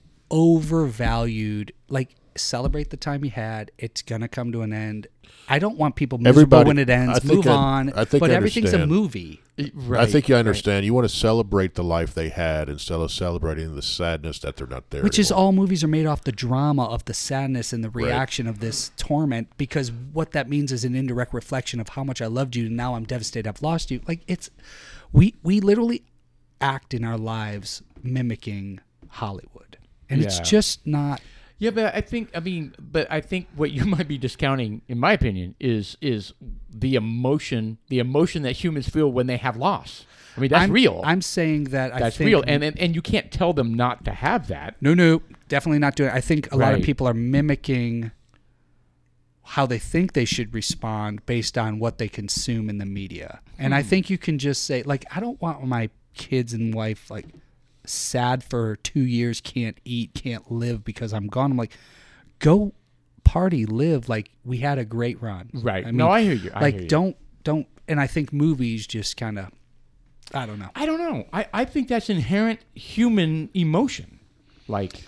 [SPEAKER 4] overvalued like celebrate the time you had. It's gonna come to an end. I don't want people miserable
[SPEAKER 3] Everybody-
[SPEAKER 4] when it ends.
[SPEAKER 3] I think
[SPEAKER 4] Move
[SPEAKER 3] I-
[SPEAKER 4] on.
[SPEAKER 3] I think
[SPEAKER 4] but
[SPEAKER 3] I
[SPEAKER 4] everything's a
[SPEAKER 3] understand.
[SPEAKER 4] movie.
[SPEAKER 2] Right.
[SPEAKER 3] I think you understand. You want to celebrate the life they had instead of celebrating the sadness that they're not there.
[SPEAKER 4] Which is
[SPEAKER 3] anymore.
[SPEAKER 4] all movies are made off the drama of the sadness and the reaction of this torment because what that means is an indirect reflection of how much I loved you and now I'm devastated I've lost you. Like it's we we literally act in our lives mimicking Hollywood. And it's
[SPEAKER 2] Yeah.
[SPEAKER 4] just not
[SPEAKER 2] Yeah, but I think I mean, but I think what you *laughs* might be discounting, in my opinion, is is the emotion, the emotion that humans feel when they have loss. I mean, that's
[SPEAKER 4] I'm,
[SPEAKER 2] real.
[SPEAKER 4] I'm saying that I
[SPEAKER 2] that's
[SPEAKER 4] think
[SPEAKER 2] real, and, and and you can't tell them not to have that.
[SPEAKER 4] No, no, definitely not doing. It. I think a lot of
[SPEAKER 2] Right.
[SPEAKER 4] people are mimicking how they think they should respond based on what they consume in the media. And
[SPEAKER 2] Hmm.
[SPEAKER 4] I think you can just say, like, I don't want my kids and wife like sad for two years, can't eat, can't live because I'm gone. I'm like, go party, live. Like we had a great run.
[SPEAKER 2] Right. No, I hear you. I
[SPEAKER 4] like,
[SPEAKER 2] hear you.
[SPEAKER 4] don't, don't. And I think movies just kind of, I don't know.
[SPEAKER 2] I don't know. I, I think that's inherent human emotion. Like,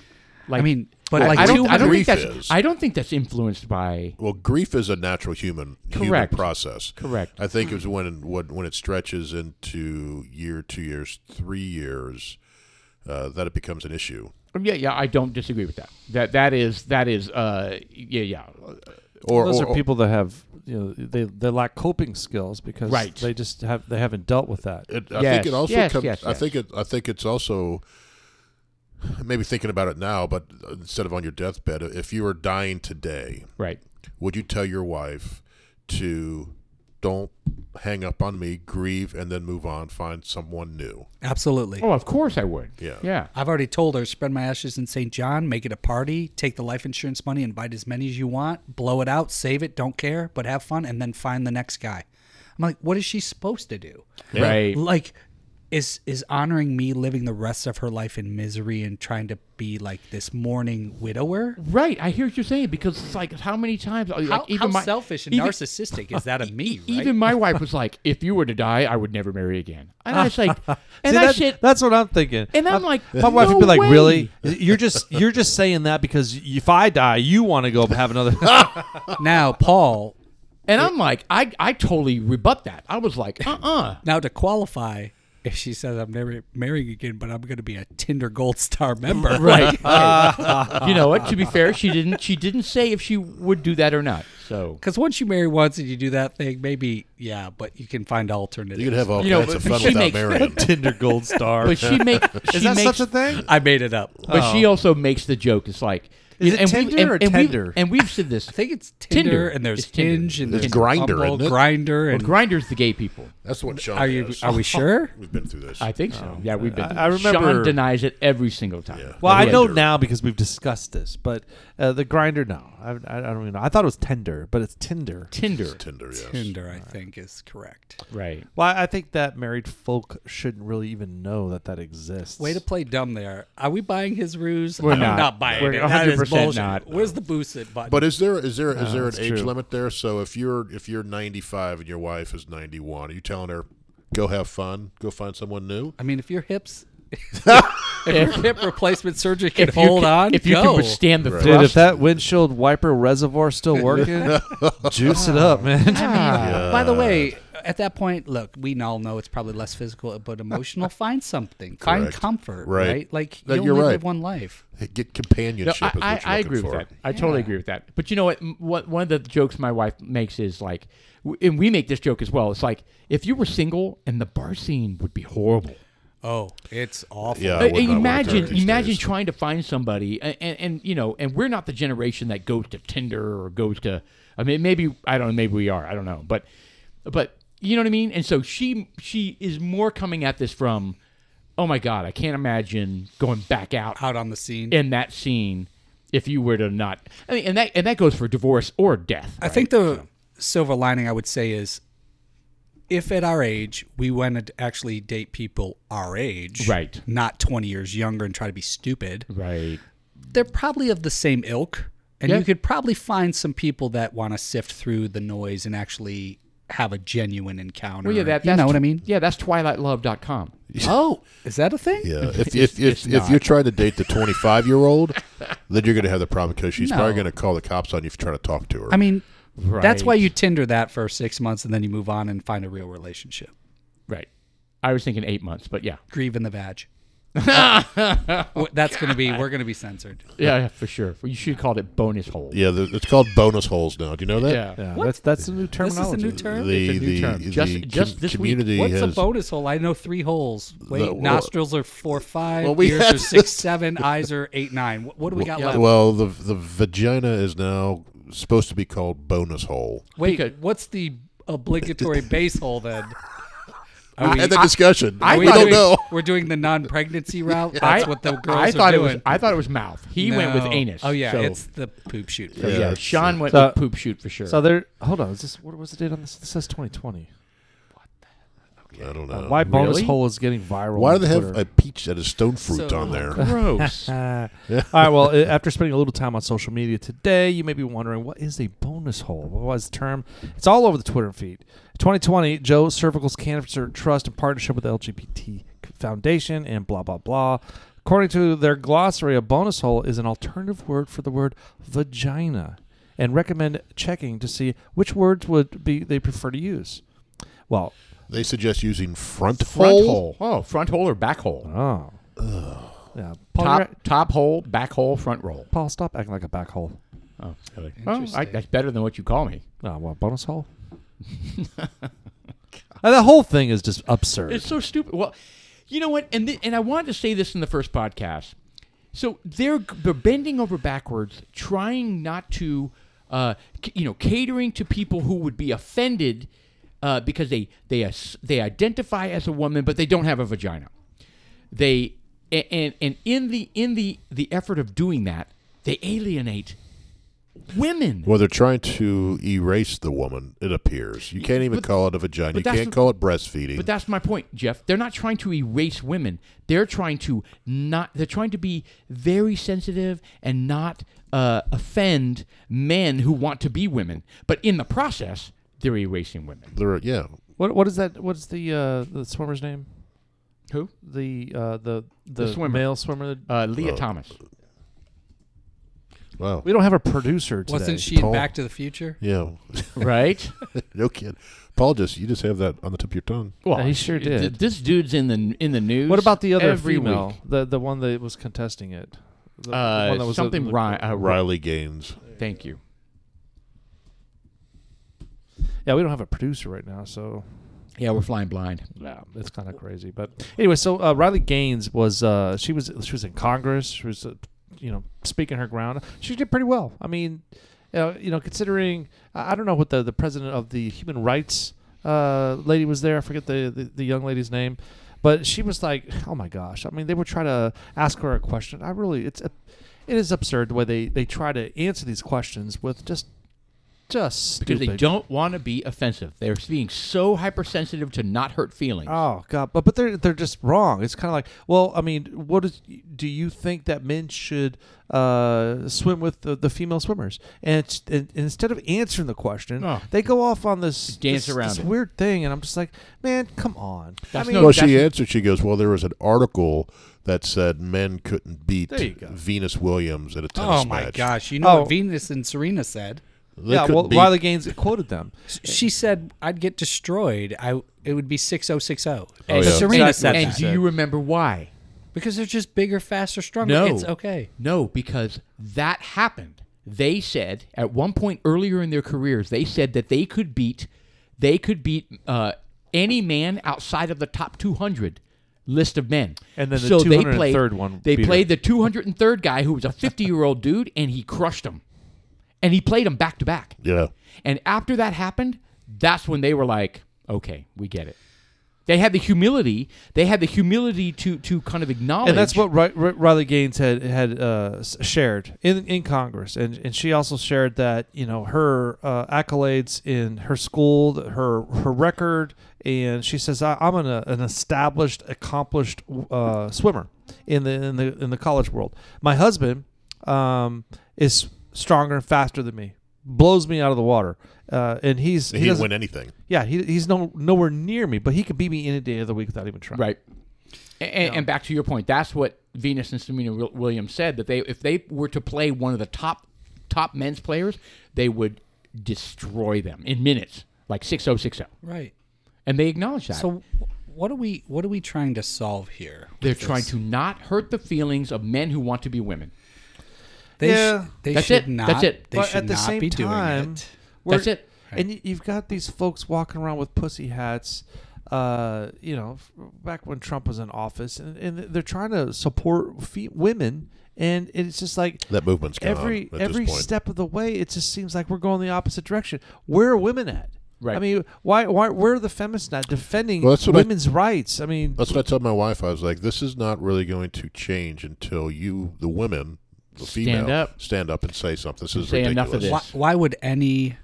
[SPEAKER 2] like
[SPEAKER 4] I mean, but
[SPEAKER 2] I-
[SPEAKER 4] like
[SPEAKER 2] I
[SPEAKER 4] two
[SPEAKER 2] don't, I don't
[SPEAKER 3] grief
[SPEAKER 2] think that's
[SPEAKER 3] is.
[SPEAKER 2] I don't think that's influenced by
[SPEAKER 3] Well, grief is a natural human human
[SPEAKER 2] Correct.
[SPEAKER 3] process.
[SPEAKER 2] Correct.
[SPEAKER 3] I think it's when when when it stretches into year, two years, three years, uh, that it becomes an issue.
[SPEAKER 2] yeah yeah I don't disagree with that that that is that is uh yeah yeah
[SPEAKER 3] Or,
[SPEAKER 1] Those
[SPEAKER 3] or-
[SPEAKER 1] are people that have you know they they lack coping skills because
[SPEAKER 2] Right.
[SPEAKER 1] they just have they haven't dealt with that.
[SPEAKER 3] It, I
[SPEAKER 2] Yes,
[SPEAKER 3] think it also
[SPEAKER 2] yes,
[SPEAKER 3] comes.
[SPEAKER 2] yes,
[SPEAKER 3] I think it. I think it's also maybe thinking about it now, but instead of on your deathbed, if you were dying today,
[SPEAKER 2] right
[SPEAKER 3] would you tell your wife to don't hang up on me, grieve, and then move on, find someone new?
[SPEAKER 4] absolutely.
[SPEAKER 2] oh of course I would
[SPEAKER 3] Yeah.
[SPEAKER 2] yeah
[SPEAKER 4] I've already told her, spread my ashes in St. John, make it a party, take the life insurance money, invite as many as you want, blow it out, save it, don't care, but have fun, and then find the next guy. I'm like, what is she supposed to do?
[SPEAKER 2] right
[SPEAKER 4] Like, is is honoring me living the rest of her life in misery and trying to be like this mourning widower?
[SPEAKER 2] Right, I hear what you're saying because it's like how many times like,
[SPEAKER 4] How,
[SPEAKER 2] even
[SPEAKER 4] how
[SPEAKER 2] my-
[SPEAKER 4] selfish and
[SPEAKER 2] even-
[SPEAKER 4] narcissistic is that of me?
[SPEAKER 2] *laughs*
[SPEAKER 4] Right?
[SPEAKER 2] Even my wife was like, "If you were to die, I would never marry again." And I was
[SPEAKER 4] *laughs*
[SPEAKER 2] like, and
[SPEAKER 1] See,
[SPEAKER 2] I
[SPEAKER 1] that-
[SPEAKER 2] said,
[SPEAKER 1] that's what I'm thinking.
[SPEAKER 2] and I'm
[SPEAKER 1] I-
[SPEAKER 2] like,
[SPEAKER 1] my wife
[SPEAKER 2] "No
[SPEAKER 1] would be like,
[SPEAKER 2] way."
[SPEAKER 1] "Really? You're just you're just saying that because if I die, you want to go have *laughs* another."
[SPEAKER 4] now, Paul. *laughs*
[SPEAKER 2] And I'm like, I I totally rebut that. I was like, uh uh
[SPEAKER 4] Now to qualify, if she says I'm never marrying again, but I'm going to be a Tinder Gold Star member. *laughs*
[SPEAKER 2] Right. Hey, *laughs* you know what? To be fair, she didn't. She didn't say if she would do that or not. So
[SPEAKER 4] Because once you marry once and you do that thing, maybe yeah, but you can find alternatives.
[SPEAKER 3] You can have all
[SPEAKER 2] You know,
[SPEAKER 3] kinds of
[SPEAKER 2] but
[SPEAKER 3] fun
[SPEAKER 2] she
[SPEAKER 3] without
[SPEAKER 2] makes- *laughs*
[SPEAKER 3] marrying.
[SPEAKER 1] Tinder gold
[SPEAKER 4] *laughs*
[SPEAKER 1] star.
[SPEAKER 2] But she make
[SPEAKER 1] *laughs*
[SPEAKER 2] she
[SPEAKER 1] Is that
[SPEAKER 2] makes,
[SPEAKER 1] such a thing? Oh.
[SPEAKER 4] I made it up.
[SPEAKER 2] but she also makes the joke. It's like
[SPEAKER 1] Is it
[SPEAKER 2] and we-
[SPEAKER 1] Tinder
[SPEAKER 2] and-
[SPEAKER 1] or
[SPEAKER 2] and we've-
[SPEAKER 1] Tinder?
[SPEAKER 2] And we've said this.
[SPEAKER 4] I think it's Tinder,
[SPEAKER 2] Tinder.
[SPEAKER 4] and there's
[SPEAKER 2] It's Tinder.
[SPEAKER 4] Hinge and
[SPEAKER 3] There's
[SPEAKER 4] there's
[SPEAKER 3] Grindr,
[SPEAKER 4] Bumble,
[SPEAKER 3] isn't it?
[SPEAKER 4] Grinder and
[SPEAKER 2] Grinders the gay people.
[SPEAKER 3] That's what Sean
[SPEAKER 4] are you
[SPEAKER 3] does.
[SPEAKER 4] are we sure?
[SPEAKER 3] *laughs* We've been through this.
[SPEAKER 2] I think so. yeah, we've been.
[SPEAKER 1] Oh, I- I remember-
[SPEAKER 2] Sean denies it every single time.
[SPEAKER 3] Yeah.
[SPEAKER 1] Well, I
[SPEAKER 3] Every
[SPEAKER 1] know
[SPEAKER 3] Tinder.
[SPEAKER 1] now because we've discussed this, but uh, the grinder, no, I, I, I don't even know. I thought it was Tinder, but it's Tinder.
[SPEAKER 2] Tinder.
[SPEAKER 3] Tinder, yes.
[SPEAKER 4] Tinder, I think, is correct.
[SPEAKER 2] Right.
[SPEAKER 1] Well, I think that married folk shouldn't really even know that that exists.
[SPEAKER 4] Way to play dumb there. Are we buying his ruse?
[SPEAKER 2] We're
[SPEAKER 4] I'm
[SPEAKER 2] not.
[SPEAKER 4] buying
[SPEAKER 2] We're
[SPEAKER 4] it. That is
[SPEAKER 2] 100%
[SPEAKER 4] bullshit.
[SPEAKER 2] not.
[SPEAKER 4] Where's the boost it button?
[SPEAKER 3] But is there is there
[SPEAKER 2] Ah,
[SPEAKER 3] is there an
[SPEAKER 1] that's
[SPEAKER 3] age
[SPEAKER 1] true.
[SPEAKER 3] limit there? So if you're if you're 95 and your wife is 91, are you telling her go have fun, go find someone new?
[SPEAKER 4] I mean, if your hips, *laughs*
[SPEAKER 2] *laughs*
[SPEAKER 4] if your hip replacement surgery can
[SPEAKER 2] you
[SPEAKER 4] hold
[SPEAKER 2] can-
[SPEAKER 4] on,
[SPEAKER 2] if you
[SPEAKER 4] go.
[SPEAKER 2] can withstand the
[SPEAKER 3] Right.
[SPEAKER 1] Dude, if
[SPEAKER 2] thrust.
[SPEAKER 1] that windshield wiper reservoir still working, *laughs* juice it up, man.
[SPEAKER 2] *laughs*
[SPEAKER 3] Ah.
[SPEAKER 4] By the way, at that point, look, we all know it's probably less physical
[SPEAKER 3] *laughs*
[SPEAKER 4] but emotional. Find something, find
[SPEAKER 3] Correct.
[SPEAKER 4] comfort,
[SPEAKER 3] Right.
[SPEAKER 4] right? Like
[SPEAKER 3] No,
[SPEAKER 4] you only
[SPEAKER 3] you're right.
[SPEAKER 4] live one life.
[SPEAKER 3] Get
[SPEAKER 2] No,
[SPEAKER 3] companionship.
[SPEAKER 2] I,
[SPEAKER 3] is what
[SPEAKER 2] I-
[SPEAKER 3] you're
[SPEAKER 2] I
[SPEAKER 3] looking
[SPEAKER 2] agree
[SPEAKER 3] for.
[SPEAKER 2] with that. I totally agree with that. But you know what? M- what one of the jokes my wife makes is like, w- and we make this joke as well. It's like if you were single and the bar scene would be horrible.
[SPEAKER 4] Oh, it's awful.
[SPEAKER 3] Yeah. I
[SPEAKER 2] Uh,
[SPEAKER 3] would not want to do
[SPEAKER 2] imagine
[SPEAKER 3] it these
[SPEAKER 2] imagine
[SPEAKER 3] days.
[SPEAKER 2] trying to find somebody a- and, and you know and we're not the generation that goes to tinder or goes to i mean maybe i don't know maybe we are i don't know but but you know what i mean and so she she is more coming at this from oh my god i can't imagine going back out
[SPEAKER 4] Out on the scene.
[SPEAKER 2] in that scene if you were to not i mean and that and that goes for divorce or death
[SPEAKER 4] I think the silver lining I would say is if at our age we went to actually date people our age,
[SPEAKER 2] Right.
[SPEAKER 4] not 20 years younger and try to be stupid,
[SPEAKER 2] right
[SPEAKER 4] they're probably of the same ilk. And
[SPEAKER 2] Yeah.
[SPEAKER 4] you could probably find some people that want to sift through the noise and actually have a genuine encounter.
[SPEAKER 2] well yeah that,
[SPEAKER 4] you
[SPEAKER 2] that's
[SPEAKER 4] know what I mean?
[SPEAKER 2] yeah that's twilightlove.com
[SPEAKER 4] Oh, is that a thing?
[SPEAKER 3] Yeah, if if if, if you're trying to date the 25 year old, then you're going to have the problem because she's probably
[SPEAKER 4] No.
[SPEAKER 3] going to call the cops on you for trying to talk to her.
[SPEAKER 4] I mean, that's why
[SPEAKER 2] Right.
[SPEAKER 4] you Tinder that for six months and then you move on and find a real relationship.
[SPEAKER 2] right i was thinking eight months but yeah
[SPEAKER 4] Grieve in the *laughs* vag. Well, that's going to be, we're going to be censored.
[SPEAKER 2] Yeah, yeah, for sure. You should have called it bonus hole.
[SPEAKER 3] yeah, the, it's called bonus holes now. Do you know that?
[SPEAKER 2] Yeah.
[SPEAKER 1] Yeah, that's that's a new
[SPEAKER 4] This is a
[SPEAKER 1] terminology.
[SPEAKER 4] new term.
[SPEAKER 3] The
[SPEAKER 2] It's a new
[SPEAKER 3] the,
[SPEAKER 2] term.
[SPEAKER 3] the
[SPEAKER 2] Just-
[SPEAKER 3] com-
[SPEAKER 2] just this week.
[SPEAKER 3] community
[SPEAKER 4] What's a
[SPEAKER 3] has
[SPEAKER 4] bonus hole? I know three holes. Wait,
[SPEAKER 3] well-
[SPEAKER 4] nostrils are four five,
[SPEAKER 3] Well, we
[SPEAKER 4] ears
[SPEAKER 3] had *laughs*
[SPEAKER 4] are six seven, eyes are eight nine. What, what do we got left?
[SPEAKER 3] well the the vagina is now supposed to be called bonus hole.
[SPEAKER 4] Wait,
[SPEAKER 2] Because-
[SPEAKER 4] what's the
[SPEAKER 2] *laughs*
[SPEAKER 4] obligatory base hole then? Are
[SPEAKER 3] We had that discussion.
[SPEAKER 4] are
[SPEAKER 3] we
[SPEAKER 4] we
[SPEAKER 3] don't
[SPEAKER 4] doing-
[SPEAKER 3] know.
[SPEAKER 4] We're doing
[SPEAKER 2] *laughs*
[SPEAKER 4] the non-pregnancy route. That's
[SPEAKER 2] I-
[SPEAKER 4] what the girls
[SPEAKER 2] I
[SPEAKER 4] are
[SPEAKER 2] thought it
[SPEAKER 4] doing.
[SPEAKER 2] was. I thought it was mouth. He went with
[SPEAKER 4] No.
[SPEAKER 2] anus.
[SPEAKER 4] Oh yeah,
[SPEAKER 2] so,
[SPEAKER 4] it's the poop shoot.
[SPEAKER 2] so, yeah.
[SPEAKER 3] Yeah, it's-
[SPEAKER 2] Sean went
[SPEAKER 1] So-
[SPEAKER 2] with poop shoot for sure.
[SPEAKER 1] So there, hold on. Is this what was the date on this? This says 2020.
[SPEAKER 3] I don't know.
[SPEAKER 1] Why bonus
[SPEAKER 2] really?
[SPEAKER 1] hole is getting viral?
[SPEAKER 3] Uh, Why do
[SPEAKER 1] on
[SPEAKER 3] they have
[SPEAKER 1] Twitter. *laughs*
[SPEAKER 3] a peach that is stone fruit
[SPEAKER 4] So-
[SPEAKER 3] on there?
[SPEAKER 2] *laughs* *laughs* gross.
[SPEAKER 1] Uh, All right. Well, uh, after spending a little time on social media today, you may be wondering what is a bonus hole? What was the term? It's all over the Twitter feed. 2020, Joe Cervical's Cancer Trust in partnership with the LGBT Foundation and blah blah blah. According to their glossary, a bonus hole is an alternative word for the word vagina, and recommend checking to see which words would be they prefer to use. Well,
[SPEAKER 3] They suggest using front,
[SPEAKER 2] front
[SPEAKER 3] hole.
[SPEAKER 2] hole. Oh, front hole or back hole?
[SPEAKER 1] oh, yeah. Paul,
[SPEAKER 2] Top
[SPEAKER 1] you're-
[SPEAKER 2] top hole, back hole, front roll.
[SPEAKER 1] Paul, stop acting like a back hole.
[SPEAKER 2] Oh, really? Oh, I, that's better than what you call me.
[SPEAKER 1] Oh, what bonus
[SPEAKER 2] *laughs*
[SPEAKER 1] hole? And the whole thing is just absurd.
[SPEAKER 2] It's so stupid. Well, you know what? And th- and I wanted to say this in the first podcast. So they're they're bending over backwards, trying not to, uh, c- you know, catering to people who would be offended uh, because they they as- they identify as a woman but they don't have a vagina. They a- and and in the in the the effort of doing that, they alienate women.
[SPEAKER 3] Well, they're trying to erase the woman. It appears you can't even
[SPEAKER 2] But-
[SPEAKER 3] call it a vagina. You
[SPEAKER 2] that's
[SPEAKER 3] can't
[SPEAKER 2] the-
[SPEAKER 3] call it breastfeeding.
[SPEAKER 2] But that's my point, Jeff. They're not trying to erase women. They're trying to not. They're trying to be very sensitive and not uh, offend men who want to be women. But in the process, they're erasing women.
[SPEAKER 3] They're- yeah,
[SPEAKER 1] what what is that? What's the uh, the swimmer's name?
[SPEAKER 2] Who?
[SPEAKER 1] The uh, the the,
[SPEAKER 2] swimmer. *laughs*
[SPEAKER 1] male swimmer.
[SPEAKER 2] Uh, Leah Thomas.
[SPEAKER 3] Wow.
[SPEAKER 1] We don't have a producer today.
[SPEAKER 4] Wasn't she in
[SPEAKER 3] Paul-
[SPEAKER 4] Back to the Future?
[SPEAKER 3] Yeah. *laughs*
[SPEAKER 2] *laughs* right?
[SPEAKER 3] no kid. Paul just you just have that on the tip of your tongue.
[SPEAKER 1] Well, he sure
[SPEAKER 2] th-
[SPEAKER 1] did.
[SPEAKER 2] This dude's in the in the news.
[SPEAKER 1] What about the other
[SPEAKER 2] every
[SPEAKER 1] female?
[SPEAKER 2] week.
[SPEAKER 1] The the one that was contesting it. The- the
[SPEAKER 2] Uh,
[SPEAKER 1] one that was
[SPEAKER 2] something
[SPEAKER 1] in the-
[SPEAKER 2] Ry- uh, Ry-
[SPEAKER 3] Riley Gaines.
[SPEAKER 2] Thank you.
[SPEAKER 1] Yeah, we don't have a producer right now, so
[SPEAKER 2] Yeah, we're flying blind.
[SPEAKER 1] yeah, it's kind of crazy. But anyway, so uh, Riley Gaines was uh, she was she was in Congress. She was uh, you know speaking her ground. She did pretty well. I mean, uh, you know, considering I I don't know what the the president of the human rights uh, lady was there. I forget the, the the young lady's name, but she was like, oh my gosh. I mean, they were trying to ask her a question. I really, it's it is absurd the way they they try to answer these questions with just just
[SPEAKER 2] Because
[SPEAKER 1] stupid
[SPEAKER 2] they don't want to be offensive. They're being so hypersensitive to not hurt feelings.
[SPEAKER 1] Oh god, but but they're they're just wrong. It's kind of like, well, I mean, what is? Do you think that men should uh, swim with the, the female swimmers? And, it's, and and instead of answering the question,
[SPEAKER 2] Oh.
[SPEAKER 1] they go off on this
[SPEAKER 2] Dance
[SPEAKER 1] this-
[SPEAKER 2] around
[SPEAKER 1] this
[SPEAKER 2] it.
[SPEAKER 1] weird thing, and I'm just like, man, come on.
[SPEAKER 2] That's
[SPEAKER 1] I mean,
[SPEAKER 2] no-
[SPEAKER 3] well, she
[SPEAKER 2] that's-
[SPEAKER 3] answered. She goes, "Well, there was an article that said men couldn't beat
[SPEAKER 1] There you go.
[SPEAKER 3] Venus Williams at a tennis
[SPEAKER 4] Oh
[SPEAKER 3] match.
[SPEAKER 4] my gosh! You know
[SPEAKER 1] Oh.
[SPEAKER 4] what Venus and Serena said?
[SPEAKER 3] They
[SPEAKER 1] yeah.
[SPEAKER 3] couldn't
[SPEAKER 1] Well,
[SPEAKER 3] beat-
[SPEAKER 1] Riley Gaines quoted them.
[SPEAKER 4] She said, "I'd get destroyed. I it would be six oh six oh."
[SPEAKER 3] Oh, yeah.
[SPEAKER 4] Serena said
[SPEAKER 2] and
[SPEAKER 4] that
[SPEAKER 2] do you remember why?
[SPEAKER 4] because they're just bigger, faster, stronger.
[SPEAKER 2] No.
[SPEAKER 4] It's okay.
[SPEAKER 2] No, because that happened. They said at one point earlier in their careers, they said that they could beat, they could beat uh, any man outside of the top 200 list of men.
[SPEAKER 1] And then the
[SPEAKER 2] so they
[SPEAKER 1] 203rd
[SPEAKER 2] played,
[SPEAKER 1] one
[SPEAKER 2] They
[SPEAKER 1] beat her.
[SPEAKER 2] played the 203rd guy who was a 50 year old *laughs* dude, and he crushed him, and he played him back to back.
[SPEAKER 3] Yeah.
[SPEAKER 2] And after that happened, that's when they were like, okay, we get it. They had the humility. They had the humility to to kind of acknowledge.
[SPEAKER 1] And that's what Ri- Ri- Riley Gaines had had uh, s- shared in in Congress, and and she also shared that you know her uh, accolades in her school, th- her her record, and she says I, I'm an uh, an established, accomplished uh, swimmer in the in the in the college world. My husband um, is stronger and faster than me, blows me out of the water, uh, and he's
[SPEAKER 3] He, didn't
[SPEAKER 1] doesn't-
[SPEAKER 3] win anything.
[SPEAKER 1] Yeah, he, he's no nowhere near me, but he could beat me any day of the week without even trying.
[SPEAKER 2] Right. A- And, and back to your point, that's what Venus and Serena Wil- Williams said that they, if they were to play one of the top top men's players, they would destroy them in minutes, like 6-0-6-0.
[SPEAKER 4] Right.
[SPEAKER 2] oh. and they acknowledge that.
[SPEAKER 4] So, wh- what are we what are we trying to solve here?
[SPEAKER 2] they're trying to not hurt the feelings of men who want to be women.
[SPEAKER 4] They
[SPEAKER 1] Yeah.
[SPEAKER 4] sh- they
[SPEAKER 2] That's
[SPEAKER 4] should
[SPEAKER 2] it.
[SPEAKER 4] not.
[SPEAKER 2] That's it.
[SPEAKER 4] They
[SPEAKER 1] but
[SPEAKER 4] should
[SPEAKER 1] at the
[SPEAKER 4] not
[SPEAKER 1] same
[SPEAKER 4] be
[SPEAKER 1] time,
[SPEAKER 4] doing it.
[SPEAKER 1] we're-
[SPEAKER 2] That's it.
[SPEAKER 1] And y- you've got these folks walking around with pussy hats. Uh, you know, f- back when Trump was in office, and, and they're trying to support fe- women, and it's just like
[SPEAKER 3] That movement's gone
[SPEAKER 1] every
[SPEAKER 3] at this
[SPEAKER 1] every
[SPEAKER 3] point.
[SPEAKER 1] step of the way. It just seems like we're going the opposite direction. Where are women at?
[SPEAKER 2] Right.
[SPEAKER 1] I mean, why why where are the feminists at defending
[SPEAKER 3] Well, that's what I-
[SPEAKER 1] women's rights? I mean,
[SPEAKER 3] That's what I told my wife. I was like, "This is not really going to change until you, the women, the
[SPEAKER 2] Stand
[SPEAKER 3] female,
[SPEAKER 2] up.
[SPEAKER 3] stand up and say something. This is
[SPEAKER 2] Say
[SPEAKER 3] ridiculous."
[SPEAKER 2] enough of
[SPEAKER 4] Why,
[SPEAKER 2] Yes.
[SPEAKER 4] why would any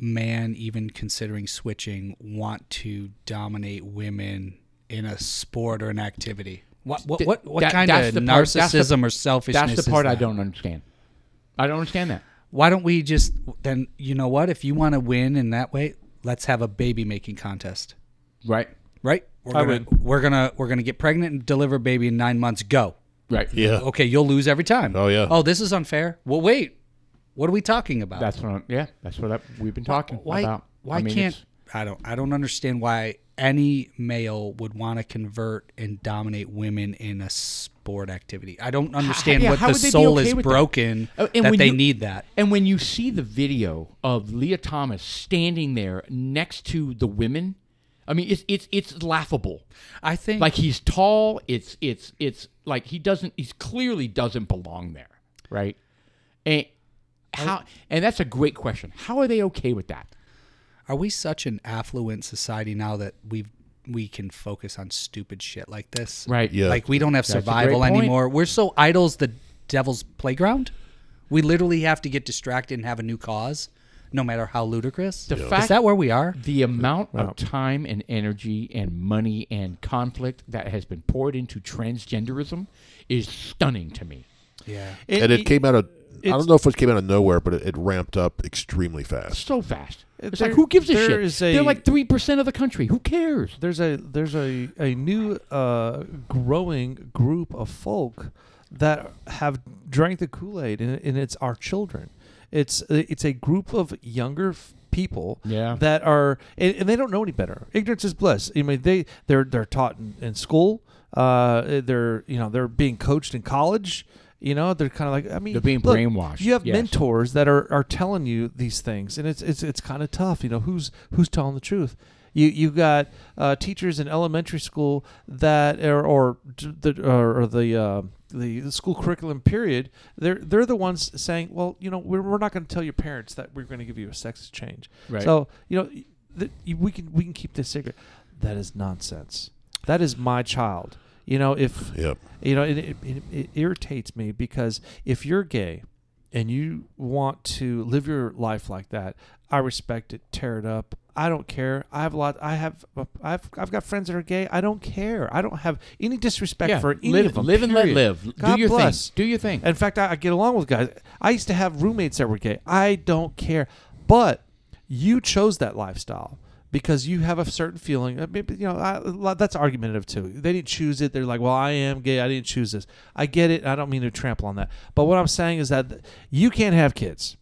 [SPEAKER 4] man even considering switching want to dominate women in a sport or an activity? What what
[SPEAKER 2] Th-
[SPEAKER 4] what, what
[SPEAKER 2] that-
[SPEAKER 4] kind
[SPEAKER 2] that's
[SPEAKER 4] of
[SPEAKER 2] the part- that's the-
[SPEAKER 4] narcissism or selfishness?
[SPEAKER 2] That's
[SPEAKER 4] is
[SPEAKER 2] the part I
[SPEAKER 4] that?
[SPEAKER 2] don't understand. I don't understand that.
[SPEAKER 4] Why don't we just then? You know what? If you want to win in that way, let's have a baby making contest.
[SPEAKER 2] Right.
[SPEAKER 4] Right? We're
[SPEAKER 1] I
[SPEAKER 4] gonna, we're gonna we're gonna get pregnant and deliver a baby in nine months. Go.
[SPEAKER 2] Right.
[SPEAKER 3] Yeah.
[SPEAKER 4] Okay, you'll lose every time.
[SPEAKER 3] Oh, yeah.
[SPEAKER 4] Oh, this is unfair. Well, wait. What are we talking about?
[SPEAKER 2] That's what. I'm, yeah. That's what I, we've been talking
[SPEAKER 4] why
[SPEAKER 2] about.
[SPEAKER 4] why
[SPEAKER 2] I mean,
[SPEAKER 4] can't
[SPEAKER 2] it's-
[SPEAKER 4] I don't I don't understand why any male would want to convert and dominate women in a sport activity. I don't understand
[SPEAKER 2] yeah,
[SPEAKER 4] what
[SPEAKER 2] how
[SPEAKER 4] the
[SPEAKER 2] would they be
[SPEAKER 4] soul
[SPEAKER 2] okay
[SPEAKER 4] is
[SPEAKER 2] with that?
[SPEAKER 4] broken
[SPEAKER 2] Oh,
[SPEAKER 4] that,
[SPEAKER 2] and when
[SPEAKER 4] they
[SPEAKER 2] you-
[SPEAKER 4] need that.
[SPEAKER 2] And when you see the video of Leah Thomas standing there next to the women, I mean, it's it's it's laughable.
[SPEAKER 4] I think
[SPEAKER 2] Like he's tall. It's it's it's like he doesn't. He clearly doesn't belong there, right? And how? And that's a great question. How are they okay with that?
[SPEAKER 4] are we such an affluent society now that we've we can focus on stupid shit like this?
[SPEAKER 2] Right.
[SPEAKER 3] Yeah.
[SPEAKER 4] Like we don't have
[SPEAKER 2] That's a great
[SPEAKER 4] survival
[SPEAKER 2] point.
[SPEAKER 4] anymore. We're so idols the devil's playground. We literally have to get distracted and have a new cause, no matter how ludicrous.
[SPEAKER 2] The
[SPEAKER 4] is
[SPEAKER 2] fact-
[SPEAKER 4] that where we are?
[SPEAKER 2] The amount of time and energy and money and conflict that has been poured into transgenderism is stunning to me.
[SPEAKER 4] Yeah.
[SPEAKER 3] and it, came out of. I
[SPEAKER 1] it's-
[SPEAKER 3] don't know if it came out of nowhere, but it, it ramped up extremely fast.
[SPEAKER 2] So fast. It's
[SPEAKER 1] There-
[SPEAKER 2] like who gives a
[SPEAKER 1] there
[SPEAKER 2] shit?
[SPEAKER 1] is a-
[SPEAKER 2] They're like three percent of the country. Who cares?
[SPEAKER 1] there's a there's a a new uh, growing group of folk that have drank the Kool Aid, and, and it's our children. It's it's a group of younger f- people
[SPEAKER 2] Yeah.
[SPEAKER 1] that are and, and they don't know any better. Ignorance is bliss. I mean, they they're they're taught in, in school. Uh, they're you know they're being coached in college. You know, they're kind of like I mean,
[SPEAKER 2] They're being
[SPEAKER 1] look,
[SPEAKER 2] brainwashed.
[SPEAKER 1] You have
[SPEAKER 2] Yes.
[SPEAKER 1] mentors that are, are telling you these things, and it's it's it's kind of tough. You know, who's who's telling the truth? You you got uh, teachers in elementary school that are, or d- the or, or the. Uh, the, the school curriculum period, they're they're the ones saying, well, you know, we're, we're not going to tell your parents that we're going to give you a sex change.
[SPEAKER 2] Right.
[SPEAKER 1] So you know, th- you- we can we can keep this secret. That is nonsense. That is my child. You know, if
[SPEAKER 3] Yep.
[SPEAKER 1] you know, it, it, it, it irritates me because if you're gay and you want to live your life like that, I respect it. Tear it up. I don't care. I have a lot. I have. I've. I've got friends that are gay. I don't care. I don't have any disrespect for any
[SPEAKER 2] live,
[SPEAKER 1] of them.
[SPEAKER 2] live and let
[SPEAKER 1] period.
[SPEAKER 2] live.
[SPEAKER 1] God
[SPEAKER 2] Do your
[SPEAKER 1] bless.
[SPEAKER 2] thing. Do your thing.
[SPEAKER 1] In fact, I, I get along with guys. I used to have roommates that were gay. I don't care. But you chose that lifestyle because you have a certain feeling. uh, Maybe you know I, a lot- that's argumentative too. They didn't choose it. They're like, well, I am gay. I didn't choose this. I get it. I don't mean to trample on that. But what I'm saying is that th- you can't have kids.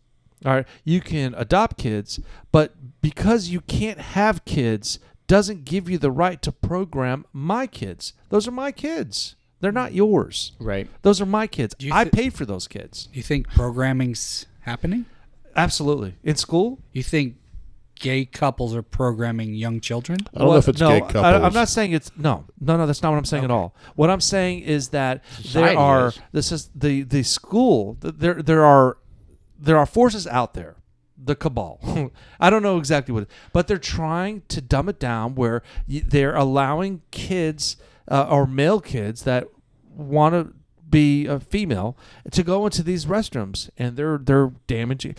[SPEAKER 1] All right, you can adopt kids, but because you can't have kids doesn't give you the right to program my kids. Those are my kids. They're not yours.
[SPEAKER 2] Right.
[SPEAKER 1] Those are my kids.
[SPEAKER 4] you
[SPEAKER 1] I
[SPEAKER 4] thi-
[SPEAKER 1] paid for those kids.
[SPEAKER 4] You think programming's happening?
[SPEAKER 1] Absolutely. In school?
[SPEAKER 4] You think gay couples are programming young children?
[SPEAKER 3] I don't know
[SPEAKER 1] Well,
[SPEAKER 3] if it's
[SPEAKER 1] no,
[SPEAKER 3] gay
[SPEAKER 1] I-
[SPEAKER 3] couples.
[SPEAKER 1] I, am not saying it's no, no, no. That's not what I'm saying at all. What I'm saying is that
[SPEAKER 2] Society
[SPEAKER 1] there are
[SPEAKER 2] is.
[SPEAKER 1] this is the the school. th- There there are there are forces out there, the cabal. *laughs* I don't know exactly what, it, but they're trying to dumb it down where y- they're allowing kids uh, or male kids that want to be a female to go into these restrooms and they're they're damaging.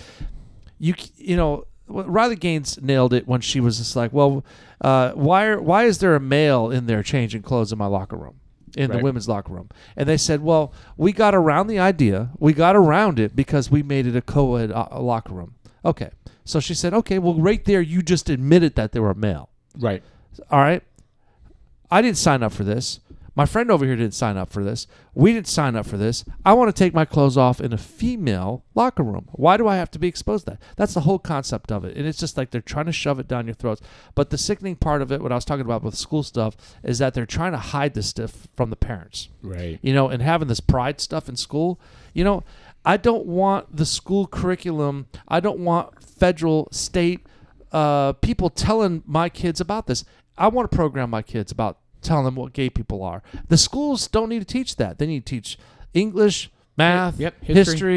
[SPEAKER 1] you c- you know wh- Riley Gaines nailed it when she was just like, well, uh, why are, why is there a male in there changing clothes in my locker room? In the
[SPEAKER 2] Right.
[SPEAKER 1] women's locker room, and they said, "Well, we got around the idea. We got around it because we made it a co-ed uh, locker room." Okay, so she said, "Okay, well, right there, you just admitted that they were male.
[SPEAKER 2] Right.
[SPEAKER 1] All right, I didn't sign up for this. My friend over here didn't sign up for this. We didn't sign up for this. I want to take my clothes off in a female locker room. Why do I have to be exposed to that? That's the whole concept of it. And it's just like they're trying to shove it down your throats. But the sickening part of it, what I was talking about with school stuff, is that they're trying to hide this stuff from the parents
[SPEAKER 2] Right.
[SPEAKER 1] you know, and having this pride stuff in school, you know, I don't want the school curriculum, I don't want federal, state uh, people telling my kids about this. I want to program my kids about telling them what gay people are. The schools don't need to teach that. They need to teach English, math,
[SPEAKER 2] Yep,
[SPEAKER 1] history,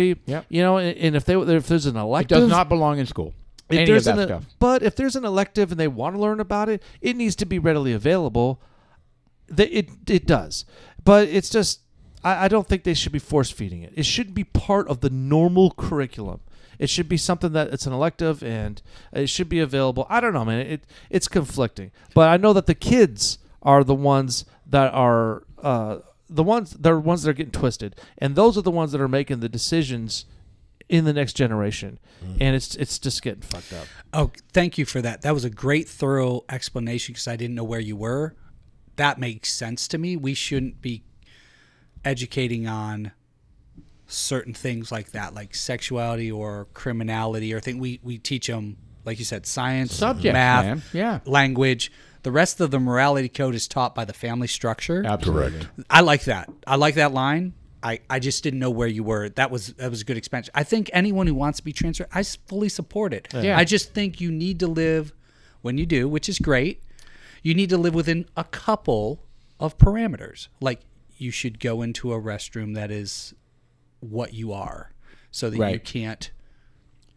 [SPEAKER 2] history. Yep.
[SPEAKER 1] you know, and, and if they if there's an
[SPEAKER 2] It
[SPEAKER 1] elective
[SPEAKER 2] does not belong in school.
[SPEAKER 1] if
[SPEAKER 2] Any of
[SPEAKER 1] there's
[SPEAKER 2] that
[SPEAKER 1] an, e
[SPEAKER 2] stuff.
[SPEAKER 1] But if there's an elective and they want to learn about it, it needs to be readily available. Th- It it does, but it's just I, I don't think they should be force feeding it. It should be part of the normal curriculum. It should be something that it's an elective and it should be available. I don't know, man. It it's conflicting, but I know that the kids are the ones that are uh, the ones they're the ones that are getting twisted, and those are the ones that are making the decisions in the next generation, and it's it's just getting fucked up.
[SPEAKER 4] Oh, thank you for that. That was a great, thorough explanation because I didn't know where you were. That makes sense to me. We shouldn't be educating on certain things like that, like sexuality or criminality or thing. We we teach them, like you said, science,
[SPEAKER 2] Subjects,
[SPEAKER 4] math,
[SPEAKER 2] man. Yeah.
[SPEAKER 4] language. The rest of the morality code is taught by the family structure.
[SPEAKER 2] Absolutely.
[SPEAKER 3] Correct.
[SPEAKER 4] I like that. I like that line. I, I just didn't know where you were. That was that was a good expansion. I think anyone who wants to be transferred, I s- fully support it.
[SPEAKER 2] Yeah.
[SPEAKER 4] I just think you need to live when you do, which is great. You need to live within a couple of parameters. Like you should go into a restroom that is what you are, so that you
[SPEAKER 2] Right.
[SPEAKER 4] can't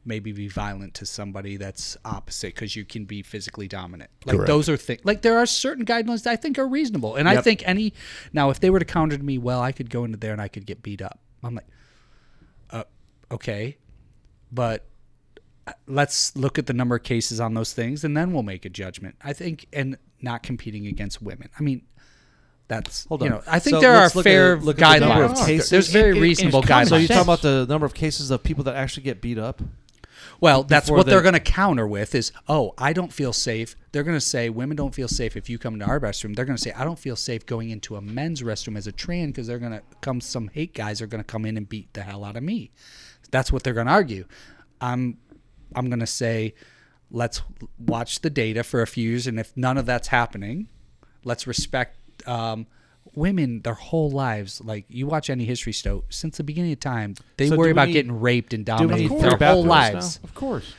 [SPEAKER 4] maybe be violent to somebody that's opposite because you can be physically dominant. Like
[SPEAKER 3] Correct.
[SPEAKER 4] those are things. Like there are certain guidelines that I think are reasonable, and I
[SPEAKER 2] Yep.
[SPEAKER 4] think any now if they were to counter to me, well, I could go into there and I could get beat up. I'm like, uh, okay, but uh, let's look at the number of cases on those things, and then we'll make a judgment. I think, and not competing against women. I mean. That's
[SPEAKER 1] Hold
[SPEAKER 4] you
[SPEAKER 1] on.
[SPEAKER 4] know. I think
[SPEAKER 1] So
[SPEAKER 4] there are
[SPEAKER 1] let's look at
[SPEAKER 4] fair
[SPEAKER 1] the- look at the number of
[SPEAKER 4] guidelines.
[SPEAKER 1] cases.
[SPEAKER 4] There's
[SPEAKER 2] It-
[SPEAKER 4] very
[SPEAKER 2] it- it's
[SPEAKER 4] reasonable
[SPEAKER 2] common
[SPEAKER 4] guidelines.
[SPEAKER 1] So you're
[SPEAKER 2] sense.
[SPEAKER 1] talking about the number of cases of people that actually get beat up?
[SPEAKER 4] Well, that's
[SPEAKER 1] Before
[SPEAKER 4] what
[SPEAKER 1] they-
[SPEAKER 4] they're going to counter with is, oh, I don't feel safe. They're going to say women don't feel safe if you come to our restroom. They're going to say I don't feel safe going into a men's restroom as a trans because they're going to come. Some hate guys are going to come in and beat the hell out of me. That's what they're going to argue. I'm, I'm going to say, let's watch the data for a few years, and if none of that's happening, let's respect um, women their whole lives. Like you watch any history show, since the beginning of time, they
[SPEAKER 1] So do
[SPEAKER 4] worry
[SPEAKER 1] we
[SPEAKER 4] about
[SPEAKER 1] need-
[SPEAKER 4] getting raped and
[SPEAKER 1] we
[SPEAKER 4] dominated
[SPEAKER 1] need
[SPEAKER 4] their
[SPEAKER 1] three
[SPEAKER 4] whole
[SPEAKER 1] bathrooms
[SPEAKER 4] lives.
[SPEAKER 2] Of course.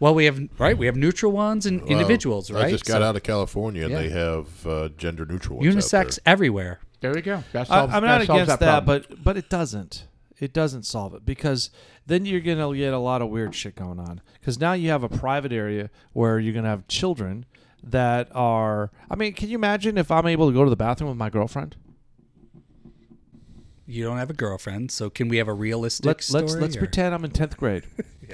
[SPEAKER 4] Well, we have right. We have neutral ones and
[SPEAKER 3] Wow.
[SPEAKER 4] individuals, right?
[SPEAKER 3] I just got
[SPEAKER 4] So
[SPEAKER 3] out of California and
[SPEAKER 4] Yeah.
[SPEAKER 3] they have uh, gender neutral ones. out
[SPEAKER 4] unisex
[SPEAKER 3] there.
[SPEAKER 4] everywhere.
[SPEAKER 2] There we go. That
[SPEAKER 1] I,
[SPEAKER 2] solves,
[SPEAKER 1] I'm
[SPEAKER 2] that
[SPEAKER 1] not
[SPEAKER 2] solves
[SPEAKER 1] against that,
[SPEAKER 2] problem.
[SPEAKER 1] but but it doesn't. It doesn't solve it because then you're gonna get a lot of weird shit going on. Because now you have a private area where you're gonna have children that are. I mean, can you imagine if I'm able to go to the bathroom with my girlfriend?
[SPEAKER 4] You don't have a girlfriend, so can we have a realistic
[SPEAKER 1] Let's
[SPEAKER 4] story?
[SPEAKER 1] let's let's
[SPEAKER 4] or-
[SPEAKER 1] pretend I'm in tenth
[SPEAKER 2] *laughs*
[SPEAKER 1] grade.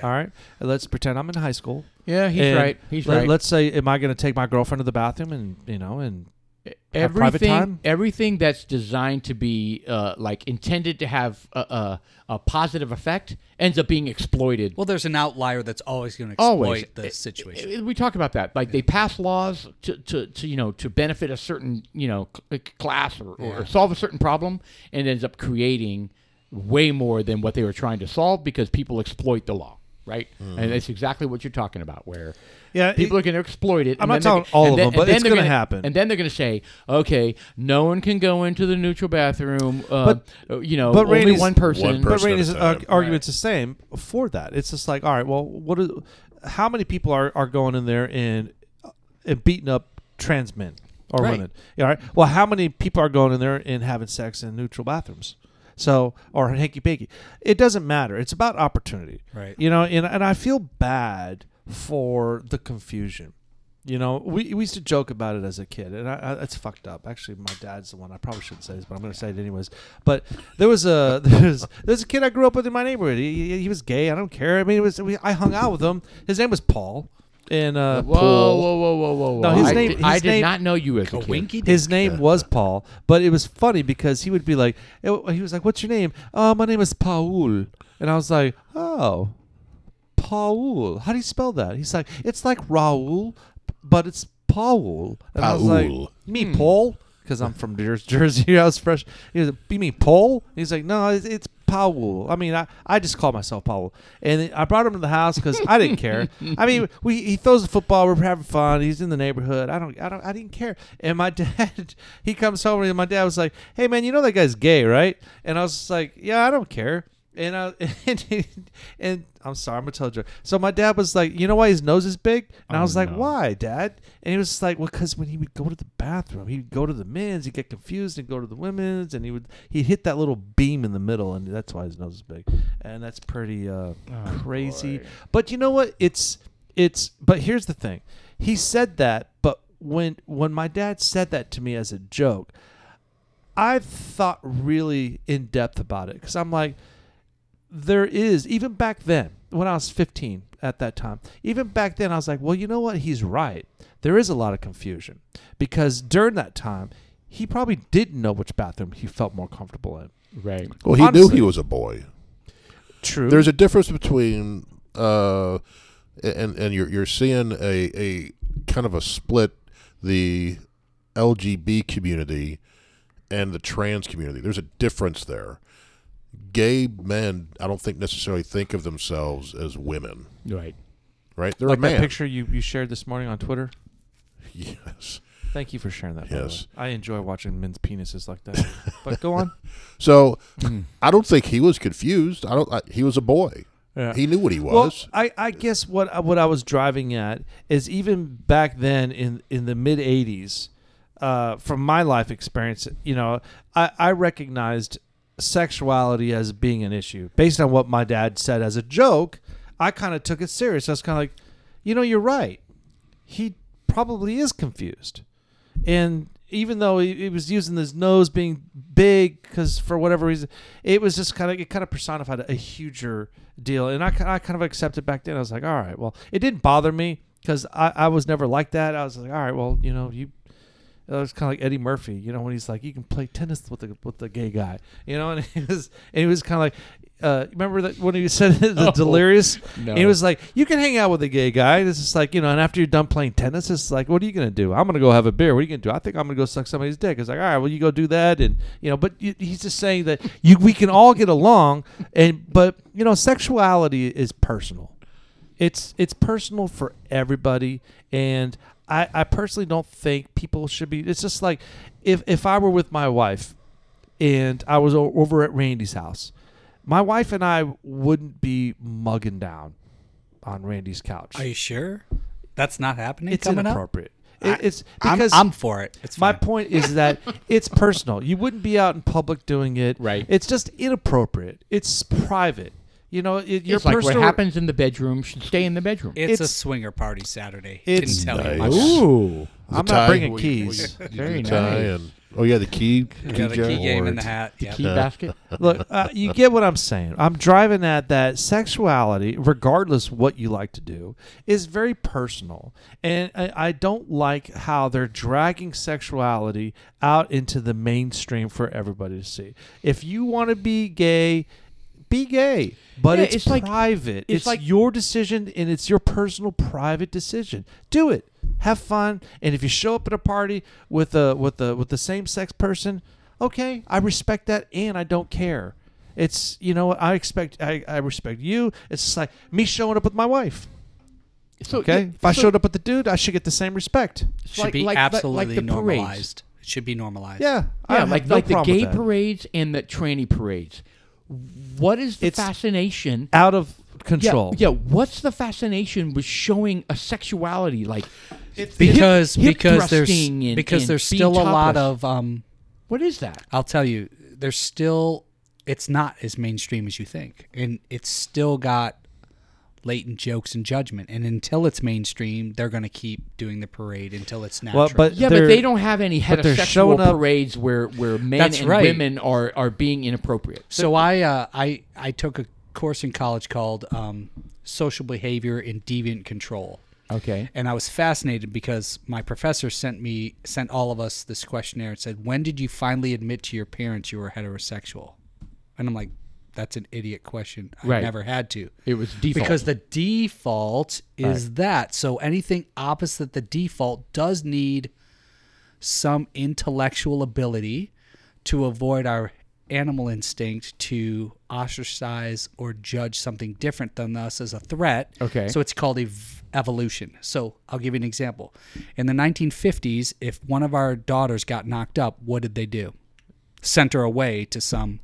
[SPEAKER 1] All right, And let's pretend I'm in high school.
[SPEAKER 2] yeah, he's
[SPEAKER 1] And
[SPEAKER 2] right. He's
[SPEAKER 1] let,
[SPEAKER 2] right.
[SPEAKER 1] Let's say, am I gonna take my girlfriend to the bathroom and you know and have private
[SPEAKER 2] everything
[SPEAKER 1] time?
[SPEAKER 2] everything that's designed to be uh, like intended to have a, a, a positive effect ends up being exploited
[SPEAKER 4] Well, there's an outlier that's always going to exploit
[SPEAKER 2] always
[SPEAKER 4] the situation.
[SPEAKER 2] I- I- Uh, we talk about that like they pass laws to, to, to you know to benefit a certain you know c- c- class or, or solve a certain problem and ends up creating way more than what they were trying to solve because people exploit the law right and that's exactly what you're talking about where
[SPEAKER 1] Yeah,
[SPEAKER 2] people
[SPEAKER 1] it-
[SPEAKER 2] are going to exploit it
[SPEAKER 1] I'm
[SPEAKER 2] and
[SPEAKER 1] not
[SPEAKER 2] then they're-
[SPEAKER 1] talking all
[SPEAKER 2] and
[SPEAKER 1] of
[SPEAKER 2] then-
[SPEAKER 1] them, but
[SPEAKER 2] and then
[SPEAKER 1] it's
[SPEAKER 2] they're
[SPEAKER 1] gonna
[SPEAKER 2] gonna-
[SPEAKER 1] happen.
[SPEAKER 2] and then they're going to say, okay, no one can go into the neutral bathroom. Uh, but you know,
[SPEAKER 1] but
[SPEAKER 2] only
[SPEAKER 1] Randy's-
[SPEAKER 2] one person.
[SPEAKER 3] One
[SPEAKER 1] But
[SPEAKER 3] person
[SPEAKER 1] Rainey's
[SPEAKER 3] at a
[SPEAKER 1] uh,
[SPEAKER 3] time.
[SPEAKER 1] argument's the same for that. It's just like, all right, well, what is, how many people are, are going in there and, uh, and beating up trans men or
[SPEAKER 4] Right.
[SPEAKER 1] women? All right. Well, how many people are going in there and having sex in neutral bathrooms? So, or hanky panky. It doesn't matter. It's about opportunity.
[SPEAKER 4] Right.
[SPEAKER 1] You know, and, and I feel bad for the confusion. You know, we, we used to joke about it as a kid, and I, I, it's fucked up. Actually, my dad's the one. I probably shouldn't say this, but I'm going to say it anyways. But there was a *laughs* there's there's a kid I grew up with in my neighborhood. He, he, he was gay. I don't care. I mean, it was we, I hung out with him. His name was Paul. And uh,
[SPEAKER 2] Whoa,
[SPEAKER 1] Paul.
[SPEAKER 2] whoa, whoa, whoa, whoa, whoa!
[SPEAKER 1] No, his
[SPEAKER 2] I
[SPEAKER 1] name-
[SPEAKER 2] did,
[SPEAKER 1] his
[SPEAKER 2] I did
[SPEAKER 1] name-
[SPEAKER 2] not know you as a kid.
[SPEAKER 4] Kawinky
[SPEAKER 1] His name was Paul, but it was funny because he would be like, it- he was like, "What's your name?" "Uh, my name is Paul," and I was like, "Oh, Paul. How do you spell that?" He's like, "It's like Raul, but it's Paul." And I was like, "You
[SPEAKER 3] Paul.
[SPEAKER 1] mean Paul?" Because I'm from Jer- Jersey, *laughs* I was fresh. He was like, "You mean Paul?" And he's like, "No, it's, it's Paul. I mean, I, I just call myself Paul." And I brought him to the house because I didn't care. I mean, we he throws the football, we're having fun. He's in the neighborhood. I don't, I don't, I didn't care. And my *laughs* dad, he comes home and my dad was like, "Hey man, you know that guy's gay, right?" And I was just like, "Yeah, I don't care." And I *laughs* and, and I'm sorry, I'm gonna tell a joke. So my dad was like, "You know why his nose is big?" And I was like,
[SPEAKER 2] no.
[SPEAKER 1] "Why, Dad?" And he was just like, "Well, because when he would go to the bathroom, he'd go to the men's, he'd get confused and go to the women's, and he would he hit that little beam in the middle, and that's why his nose is big, and that's pretty uh, crazy." But you know what? It's it's. But here's the thing: he said that, but when when my dad said that to me as a joke, I've thought really in depth about it because I'm like, there is even back then when I was 15 at that time. Even back then, I was like, well, you know what? He's right. There is a lot of confusion because during that time, he probably didn't know which bathroom he felt more comfortable in.
[SPEAKER 2] Right.
[SPEAKER 3] Well, he knew
[SPEAKER 1] Honestly.
[SPEAKER 3] he was a boy.
[SPEAKER 1] True.
[SPEAKER 3] There's a difference between uh, and and you're you're seeing a a kind of a split the LGB community and the trans community. There's a difference there. Gay men, I don't think necessarily think of themselves as women,
[SPEAKER 2] Right.
[SPEAKER 3] right? They're
[SPEAKER 1] like
[SPEAKER 3] a man.
[SPEAKER 1] that picture you, you shared this morning on Twitter.
[SPEAKER 3] *laughs* Yes.
[SPEAKER 1] Thank you for sharing that. by the
[SPEAKER 3] Yes.
[SPEAKER 1] way. I enjoy watching men's penises like that. but go on.
[SPEAKER 3] So
[SPEAKER 1] Hmm.
[SPEAKER 3] I don't think he was confused. I don't. I, he was a boy.
[SPEAKER 1] *laughs* Yeah.
[SPEAKER 3] He knew what he was.
[SPEAKER 1] Uh, Well, I, I guess what I- what I was driving at is even back then in in the mid '80s, uh, from my life experience, you know, I, I recognized sexuality as being an issue based on what my dad said as a joke. I kind of took it serious. I was kind of like, you know, you're right. He probably is confused, and even though he, he was using his nose being big because for whatever reason it was just kind of it kind of personified a, huger deal and I, ki- I kind of accepted back then i was like all right well it didn't bother me because I, I was never like that i was like all right well you know you it was kind of like Eddie *laughs* Murphy, you know, when he's like, "You can play tennis with the with the gay guy," you know, and he was and he was kind of like, uh, remember that when he said *laughs* the
[SPEAKER 2] Oh,
[SPEAKER 1] delirious?
[SPEAKER 2] no.
[SPEAKER 1] He was like, you can hang out with a gay guy. And it's just like, you know, and after you're done playing tennis, it's like, what are you going to do? I'm going to go have a beer. What are you going to do? I think I'm going to go suck somebody's dick. It's like, all right, well, you go do that. And, you know, but you, he's just saying that you we can all get along. And, but, you know, sexuality is personal it's it's personal for everybody and I, I personally don't think people should be it's just like if if I were with my wife and I was o- over at Randy's house my wife and I wouldn't be mugging down on Randy's couch
[SPEAKER 4] Are you sure that's not happening?
[SPEAKER 1] it's
[SPEAKER 4] coming up.
[SPEAKER 1] inappropriate It- it's
[SPEAKER 4] I'm,
[SPEAKER 1] because
[SPEAKER 4] I'm for it. It's
[SPEAKER 1] my
[SPEAKER 4] fine.
[SPEAKER 1] point is that it's personal. You wouldn't be out in public doing it.
[SPEAKER 2] Right.
[SPEAKER 1] It's just inappropriate. It's private. You know, it, your
[SPEAKER 2] it's like what
[SPEAKER 1] personal
[SPEAKER 2] happens in the bedroom should stay in the bedroom.
[SPEAKER 4] It's, a
[SPEAKER 1] it's-
[SPEAKER 4] swinger party Saturday.
[SPEAKER 1] It's
[SPEAKER 4] Couldn't tell you
[SPEAKER 3] nice.
[SPEAKER 4] much.
[SPEAKER 2] Ooh.
[SPEAKER 1] I'm
[SPEAKER 3] The
[SPEAKER 1] not
[SPEAKER 3] tie,
[SPEAKER 1] bringing
[SPEAKER 3] will you- *laughs*
[SPEAKER 1] keys.
[SPEAKER 3] will you do
[SPEAKER 2] Very
[SPEAKER 3] the tie
[SPEAKER 2] nice.
[SPEAKER 3] and- oh yeah, the key.
[SPEAKER 4] You got a
[SPEAKER 3] jar?
[SPEAKER 4] key game in the
[SPEAKER 3] Or-
[SPEAKER 4] hat. Yep.
[SPEAKER 2] Key basket.
[SPEAKER 1] Look, uh, you get what I'm saying. I'm driving at that sexuality, regardless what you like to do, is very personal, and I, I don't like how they're dragging sexuality out into the mainstream for everybody to see. If you want to be gay, be gay, but
[SPEAKER 2] Yeah,
[SPEAKER 1] it's,
[SPEAKER 2] it's like-
[SPEAKER 1] private.
[SPEAKER 2] it's
[SPEAKER 1] It's,
[SPEAKER 2] like-
[SPEAKER 1] your decision, and it's your personal, private decision. Do it. Have fun, and if you show up at a party with a with a with the same sex person, okay, I respect that, and I don't care. It's you know what I expect. I, I respect you. It's just like me showing up with my wife.
[SPEAKER 2] So,
[SPEAKER 1] Okay,
[SPEAKER 2] Oh, yeah,
[SPEAKER 1] if I
[SPEAKER 2] so
[SPEAKER 1] showed up with the dude, I should get the same respect.
[SPEAKER 2] it's
[SPEAKER 4] Should
[SPEAKER 2] like-
[SPEAKER 4] be
[SPEAKER 2] like- like- like
[SPEAKER 4] absolutely
[SPEAKER 2] the parades.
[SPEAKER 4] normalized. It should be normalized.
[SPEAKER 1] Yeah, I
[SPEAKER 2] Yeah,
[SPEAKER 1] have
[SPEAKER 2] like
[SPEAKER 1] no
[SPEAKER 2] like the
[SPEAKER 1] problem with
[SPEAKER 2] gay
[SPEAKER 1] that.
[SPEAKER 2] parades and the tranny parades. What is the
[SPEAKER 1] It's-
[SPEAKER 2] fascination?
[SPEAKER 1] out of
[SPEAKER 2] Yeah,
[SPEAKER 1] control.
[SPEAKER 2] Yeah, what's the fascination with showing a sexuality like hip-
[SPEAKER 4] Because
[SPEAKER 2] hip
[SPEAKER 4] because there's
[SPEAKER 2] thrusting and-
[SPEAKER 4] because
[SPEAKER 2] and
[SPEAKER 4] there's
[SPEAKER 2] being
[SPEAKER 4] still a lot
[SPEAKER 2] topless?
[SPEAKER 4] of um
[SPEAKER 2] what is that?
[SPEAKER 4] I'll tell you, there's still it's not as mainstream as you think. And it's still got latent jokes and judgment. And until it's mainstream, they're gonna keep doing the parade until it's natural.
[SPEAKER 1] Well, but
[SPEAKER 2] Yeah,
[SPEAKER 1] they're-
[SPEAKER 2] but they don't have any
[SPEAKER 1] but they're
[SPEAKER 2] heterosexual
[SPEAKER 1] showing up-
[SPEAKER 2] parades where, where men
[SPEAKER 4] That's
[SPEAKER 2] and
[SPEAKER 4] right.
[SPEAKER 2] women are, are being inappropriate.
[SPEAKER 4] So I uh, I I took a course in college called um, social behavior and deviant control,
[SPEAKER 2] Okay.
[SPEAKER 4] and I was fascinated because my professor sent me sent all of us this questionnaire and said, "When did you finally admit to your parents you were heterosexual?" And I'm like, "That's an idiot question. I
[SPEAKER 2] Right.
[SPEAKER 4] never had to."
[SPEAKER 2] It was default.
[SPEAKER 4] Because the default is that. So anything opposite the default does need some intellectual ability to avoid our animal instinct to ostracize or judge something different than us as a threat.
[SPEAKER 2] Okay.
[SPEAKER 4] So it's called ev- evolution. So I'll give you an example. In the 1950s, if one of our daughters got knocked up, what did they do? Sent her away to some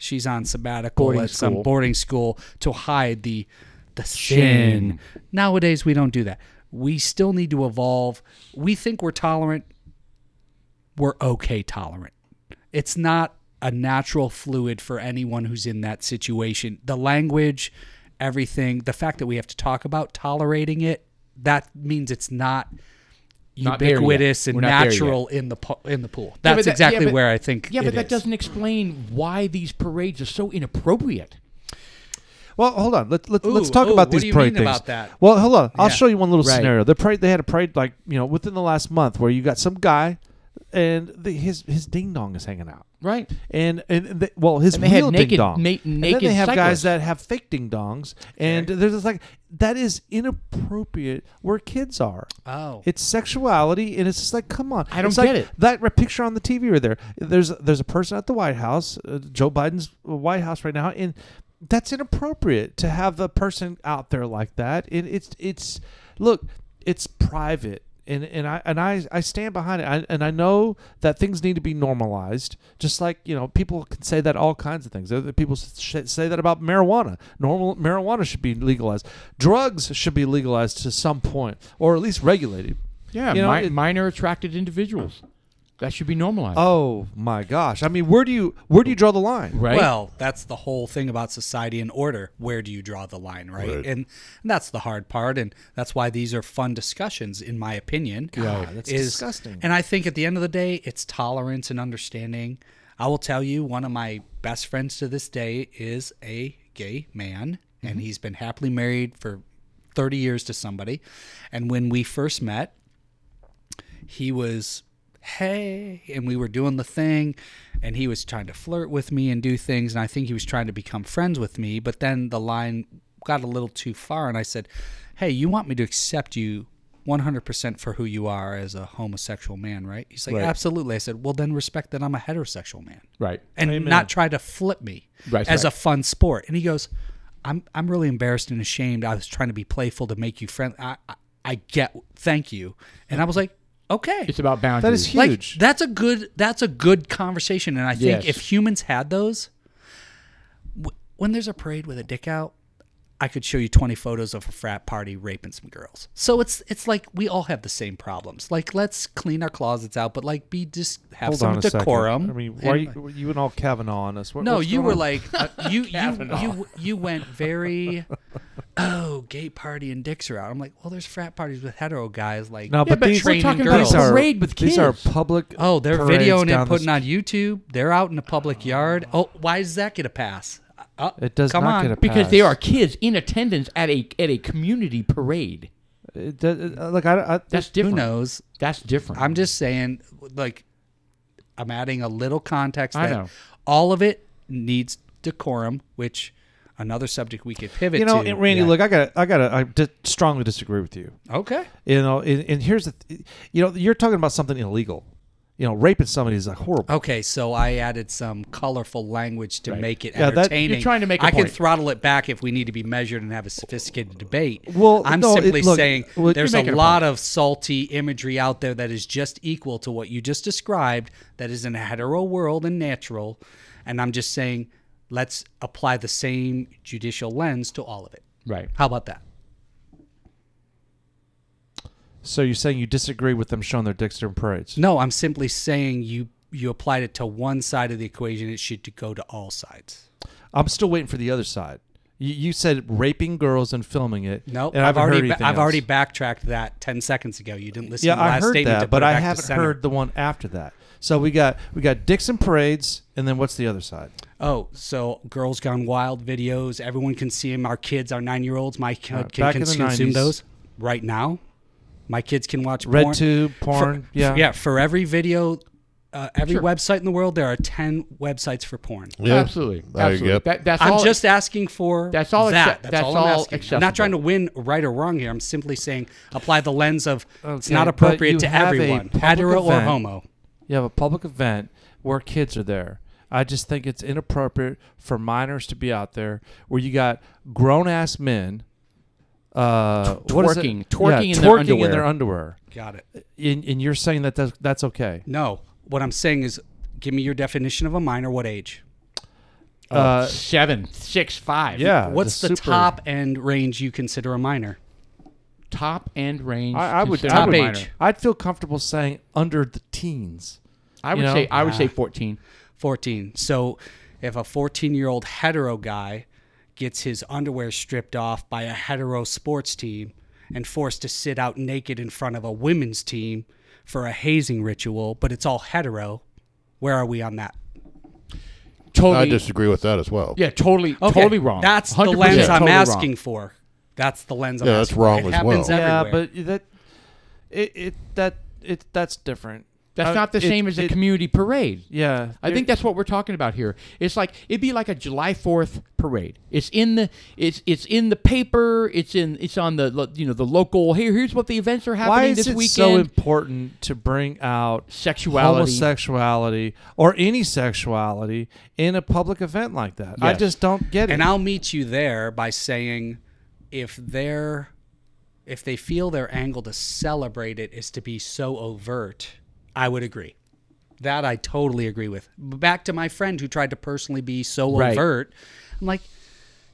[SPEAKER 4] she's on sabbatical
[SPEAKER 2] Boarding
[SPEAKER 4] at some
[SPEAKER 2] school.
[SPEAKER 4] boarding school to hide the the
[SPEAKER 2] Sin.
[SPEAKER 4] sin. Nowadays we don't do that. We still need to evolve. We think we're tolerant. We're okay tolerant. It's not a natural fluid for anyone who's in that situation. The language, everything, the fact that we have to talk about tolerating it, that means it's not
[SPEAKER 2] Not there yet.
[SPEAKER 4] ubiquitous and
[SPEAKER 2] We're not there yet.
[SPEAKER 4] natural in the po- in the
[SPEAKER 2] Yeah,
[SPEAKER 4] pool.
[SPEAKER 2] but
[SPEAKER 4] That's
[SPEAKER 2] that- yeah,
[SPEAKER 4] exactly
[SPEAKER 2] but-
[SPEAKER 4] where I think.
[SPEAKER 2] Yeah, but
[SPEAKER 4] it
[SPEAKER 2] that
[SPEAKER 4] is.
[SPEAKER 2] doesn't explain why these parades are so inappropriate.
[SPEAKER 1] Well, hold on. Let's let's, let's
[SPEAKER 4] Ooh,
[SPEAKER 1] talk
[SPEAKER 4] ooh,
[SPEAKER 1] about
[SPEAKER 4] what
[SPEAKER 1] these
[SPEAKER 4] do you
[SPEAKER 1] parade
[SPEAKER 4] mean
[SPEAKER 1] things.
[SPEAKER 4] about that?
[SPEAKER 1] Well, hold on. I'll
[SPEAKER 4] Yeah.
[SPEAKER 1] show you one little
[SPEAKER 2] Right.
[SPEAKER 1] scenario. The parade they had a parade like you know within the last month where you got some guy and the, his his ding dong is hanging out.
[SPEAKER 2] Right.
[SPEAKER 1] And and they, well, his
[SPEAKER 2] And they had
[SPEAKER 1] real
[SPEAKER 2] naked-
[SPEAKER 1] ding dong.
[SPEAKER 2] na-
[SPEAKER 1] and then
[SPEAKER 2] naked
[SPEAKER 1] they have
[SPEAKER 2] cyclists.
[SPEAKER 1] guys that have fake ding dongs, and they're just like that is inappropriate where kids are.
[SPEAKER 4] Oh.
[SPEAKER 1] It's sexuality, and it's just like, come on.
[SPEAKER 2] I don't
[SPEAKER 1] It's like
[SPEAKER 2] get it.
[SPEAKER 1] That re- picture on the TV right there. There's there's a person at the White House, uh, Joe Biden's White House right now, and that's inappropriate to have a person out there like that. It, it's it's look, it's private. And, and I and I, I stand behind it. I, and I know that things need to be normalized. Just like you know, people can say that all kinds of things. Other People sh- say that about marijuana. Normal marijuana should be legalized. Drugs should be legalized to some point, or at least regulated.
[SPEAKER 2] Yeah,
[SPEAKER 1] You know,
[SPEAKER 2] mi-
[SPEAKER 1] it-
[SPEAKER 2] minor attracted individuals. That should be normalized.
[SPEAKER 1] Oh my gosh! I mean, where do you where do you draw the line?
[SPEAKER 2] right?
[SPEAKER 4] Well, that's the whole thing about society and order. Where do you draw the line, right?
[SPEAKER 3] Right.
[SPEAKER 4] And, and that's the hard part, and that's why these are fun discussions, in my opinion.
[SPEAKER 1] God, that's disgusting.
[SPEAKER 4] And I think at the end of the day, it's tolerance and understanding. I will tell you, one of my best friends to this day is a gay man, and he's been happily married for 30 years to somebody. And when we first met, he was hey and we were doing the thing and he was trying to flirt with me and do things and I think he was trying to become friends with me but then the line got a little too far and I said hey you want me to accept you 100% for who you are as a homosexual man right he's like
[SPEAKER 2] Right.
[SPEAKER 4] absolutely I said well then respect that I'm a heterosexual man
[SPEAKER 2] Right.
[SPEAKER 4] and not try to flip me
[SPEAKER 2] Right,
[SPEAKER 4] as
[SPEAKER 2] right.
[SPEAKER 4] a fun sport. And he goes, I'm I'm really embarrassed and ashamed. I was trying to be playful to make you friend. I I, I get thank you. And I was like, okay.
[SPEAKER 2] It's about boundaries.
[SPEAKER 1] That is
[SPEAKER 4] Like
[SPEAKER 1] huge.
[SPEAKER 4] that's a good that's a good conversation. And I think
[SPEAKER 2] Yes.
[SPEAKER 4] if humans had those, w- when there's a parade with a dick out, I could show you 20 photos of a frat party raping some girls. So it's it's like we all have the same problems. Like let's clean our closets out, but like be just have
[SPEAKER 1] Hold
[SPEAKER 4] some
[SPEAKER 1] on a second.
[SPEAKER 4] decorum.
[SPEAKER 1] I mean, why are
[SPEAKER 4] and-
[SPEAKER 1] you, were you and all Kavanaugh on us? What-
[SPEAKER 4] no,
[SPEAKER 1] what's
[SPEAKER 4] you
[SPEAKER 1] going
[SPEAKER 4] were
[SPEAKER 1] on?
[SPEAKER 4] like
[SPEAKER 1] *laughs*
[SPEAKER 4] uh, you you you you went very oh gay party and dicks are out. I'm like, well, there's frat parties with hetero guys like
[SPEAKER 1] no,
[SPEAKER 2] Yeah,
[SPEAKER 1] but,
[SPEAKER 2] but
[SPEAKER 1] these
[SPEAKER 2] we're
[SPEAKER 1] these
[SPEAKER 2] talking
[SPEAKER 4] about a
[SPEAKER 1] are-
[SPEAKER 2] parade with
[SPEAKER 1] These are
[SPEAKER 2] kids.
[SPEAKER 1] public.
[SPEAKER 4] oh they're
[SPEAKER 1] parades
[SPEAKER 4] videoing
[SPEAKER 1] down the
[SPEAKER 4] and putting
[SPEAKER 1] s-
[SPEAKER 4] on YouTube. They're out in the public yard. Oh, why does that get a pass? Uh,
[SPEAKER 1] It does
[SPEAKER 4] come
[SPEAKER 1] not
[SPEAKER 4] on.
[SPEAKER 1] get a
[SPEAKER 2] because
[SPEAKER 1] pass.
[SPEAKER 2] they are kids in attendance at a at a community parade.
[SPEAKER 1] It does- it- uh, Look, I, I,
[SPEAKER 2] That's
[SPEAKER 4] Who
[SPEAKER 2] different.
[SPEAKER 4] knows?
[SPEAKER 2] That's different.
[SPEAKER 4] I'm just saying, like, I'm adding a little context.
[SPEAKER 2] I
[SPEAKER 4] That
[SPEAKER 2] know.
[SPEAKER 4] All of it needs decorum, which another subject we could pivot.
[SPEAKER 1] you know,
[SPEAKER 4] to.
[SPEAKER 1] and Randy.
[SPEAKER 4] Yeah.
[SPEAKER 1] Look, I got, I got, I di- strongly disagree with you.
[SPEAKER 4] okay.
[SPEAKER 1] You know, and, and here's the, th- you know, you're talking about something illegal. You know, raping somebody is like horrible.
[SPEAKER 4] Okay, so I added some colorful language to make it
[SPEAKER 1] Yeah, that-
[SPEAKER 4] entertaining.
[SPEAKER 2] You're trying to make a
[SPEAKER 4] I can
[SPEAKER 2] point.
[SPEAKER 4] throttle it back if we need to be measured and have a sophisticated debate.
[SPEAKER 1] Well,
[SPEAKER 4] I'm
[SPEAKER 1] no, it-
[SPEAKER 4] simply
[SPEAKER 1] look,
[SPEAKER 4] saying
[SPEAKER 1] well,
[SPEAKER 4] there's
[SPEAKER 1] you're
[SPEAKER 4] a
[SPEAKER 1] making a
[SPEAKER 4] lot of salty imagery out there that is just equal to what you just described. That is in a hetero world and natural, and I'm just saying let's apply the same judicial lens to all of it.
[SPEAKER 2] right.
[SPEAKER 4] How about that?
[SPEAKER 1] So you're saying you disagree with them showing their dicks during parades?
[SPEAKER 4] No, I'm simply saying you you applied it to one side of the equation. It should go to all sides.
[SPEAKER 1] I'm still waiting for the other side. You, you said raping girls and filming it.
[SPEAKER 4] No,
[SPEAKER 1] and I
[SPEAKER 4] I've
[SPEAKER 1] haven't heard
[SPEAKER 4] already ba-
[SPEAKER 1] anything
[SPEAKER 4] I've
[SPEAKER 1] else.
[SPEAKER 4] already backtracked that ten seconds ago. You didn't listen. to
[SPEAKER 1] Yeah,
[SPEAKER 4] the last
[SPEAKER 1] I heard
[SPEAKER 4] statement
[SPEAKER 1] that,
[SPEAKER 4] to put
[SPEAKER 1] but
[SPEAKER 4] it
[SPEAKER 1] I
[SPEAKER 4] back to
[SPEAKER 1] haven't
[SPEAKER 4] center.
[SPEAKER 1] heard the one after that. So we got we got dicks and parades, and then what's the other side?
[SPEAKER 4] Oh, so girls gone wild videos. Everyone can see them. Our kids, our nine year olds, my kid
[SPEAKER 1] Right,
[SPEAKER 4] can
[SPEAKER 1] back in the
[SPEAKER 4] consume
[SPEAKER 1] 90s.
[SPEAKER 4] those right now. My kids can watch porn.
[SPEAKER 1] RedTube, porn,
[SPEAKER 4] For-
[SPEAKER 1] yeah,
[SPEAKER 4] yeah. For every video, uh, every
[SPEAKER 2] Sure.
[SPEAKER 4] website in the world, there are ten websites for porn.
[SPEAKER 3] Yeah,
[SPEAKER 2] Absolutely.
[SPEAKER 3] there you
[SPEAKER 2] Absolutely.
[SPEAKER 3] go.
[SPEAKER 2] That, that's
[SPEAKER 4] I'm
[SPEAKER 2] all.
[SPEAKER 4] just asking for
[SPEAKER 2] That's all
[SPEAKER 4] That.
[SPEAKER 2] accept- that's
[SPEAKER 4] I'm
[SPEAKER 2] all
[SPEAKER 4] asking. I'm not
[SPEAKER 2] acceptable.
[SPEAKER 4] trying to win right or wrong here. I'm simply saying apply the lens of it's
[SPEAKER 1] Okay,
[SPEAKER 4] not
[SPEAKER 1] but
[SPEAKER 4] appropriate
[SPEAKER 1] you
[SPEAKER 4] to
[SPEAKER 1] have a
[SPEAKER 4] everyone,
[SPEAKER 1] public
[SPEAKER 4] hetero or
[SPEAKER 1] event.
[SPEAKER 4] homo.
[SPEAKER 1] You have a public event where kids are there. I just think it's inappropriate for minors to be out there where you got grown ass men uh, what is it?
[SPEAKER 2] twerking- twerking in
[SPEAKER 1] yeah,
[SPEAKER 2] their
[SPEAKER 1] twerking in their
[SPEAKER 2] underwear.
[SPEAKER 1] underwear.
[SPEAKER 4] Got it.
[SPEAKER 1] And, and you're saying that that's, that's okay.
[SPEAKER 4] No, what I'm saying is, give me your definition of a minor. What age?
[SPEAKER 1] Uh,
[SPEAKER 2] seven, six, five.
[SPEAKER 1] yeah.
[SPEAKER 4] What's
[SPEAKER 1] Uh,
[SPEAKER 4] the,
[SPEAKER 1] super-
[SPEAKER 4] top end range you consider a minor?
[SPEAKER 2] Top end range.
[SPEAKER 1] I, I would
[SPEAKER 2] considered
[SPEAKER 1] I
[SPEAKER 4] Top
[SPEAKER 1] would-
[SPEAKER 2] minor.
[SPEAKER 4] age.
[SPEAKER 1] I'd feel comfortable saying under the teens.
[SPEAKER 2] I would
[SPEAKER 1] You know? Ah.
[SPEAKER 2] say I would say fourteen.
[SPEAKER 4] 14. So, if a 14 year old hetero guy gets his underwear stripped off by a hetero sports team and forced to sit out naked in front of a women's team for a hazing ritual, but it's all hetero, where are we on that?
[SPEAKER 2] Totally.
[SPEAKER 3] I disagree with that as well.
[SPEAKER 2] yeah. Totally.
[SPEAKER 4] Okay,
[SPEAKER 2] Totally wrong.
[SPEAKER 4] That's the
[SPEAKER 2] 100%
[SPEAKER 4] lens I'm
[SPEAKER 2] totally wrong.
[SPEAKER 4] asking for. That's the lens I'm
[SPEAKER 3] Yeah, that's
[SPEAKER 4] asking for.
[SPEAKER 3] wrong
[SPEAKER 4] It
[SPEAKER 3] as
[SPEAKER 4] happens
[SPEAKER 3] well.
[SPEAKER 1] Yeah,
[SPEAKER 4] everywhere.
[SPEAKER 1] but that it, it that it that's different.
[SPEAKER 2] That's
[SPEAKER 1] Uh,
[SPEAKER 2] not the
[SPEAKER 1] it-
[SPEAKER 2] same as a
[SPEAKER 1] it-
[SPEAKER 2] community parade.
[SPEAKER 1] Yeah,
[SPEAKER 2] I think that's what we're talking about here. It's like it'd be like a July Fourth parade. It's in the it's it's in the paper. It's in it's on the lo- you know the local. Here here's what the events are happening
[SPEAKER 1] why is
[SPEAKER 2] this
[SPEAKER 1] it
[SPEAKER 2] weekend.
[SPEAKER 1] so important to bring out
[SPEAKER 2] Sexuality.
[SPEAKER 1] homosexuality, or any sexuality in a public event like that? I
[SPEAKER 2] Yes.
[SPEAKER 1] just don't get it.
[SPEAKER 4] And I'll meet you there by saying if they're if they feel their angle to celebrate it is to be so overt, I would agree. That I totally agree with. Back to my friend who tried to personally be so
[SPEAKER 2] Right.
[SPEAKER 4] overt. I'm like,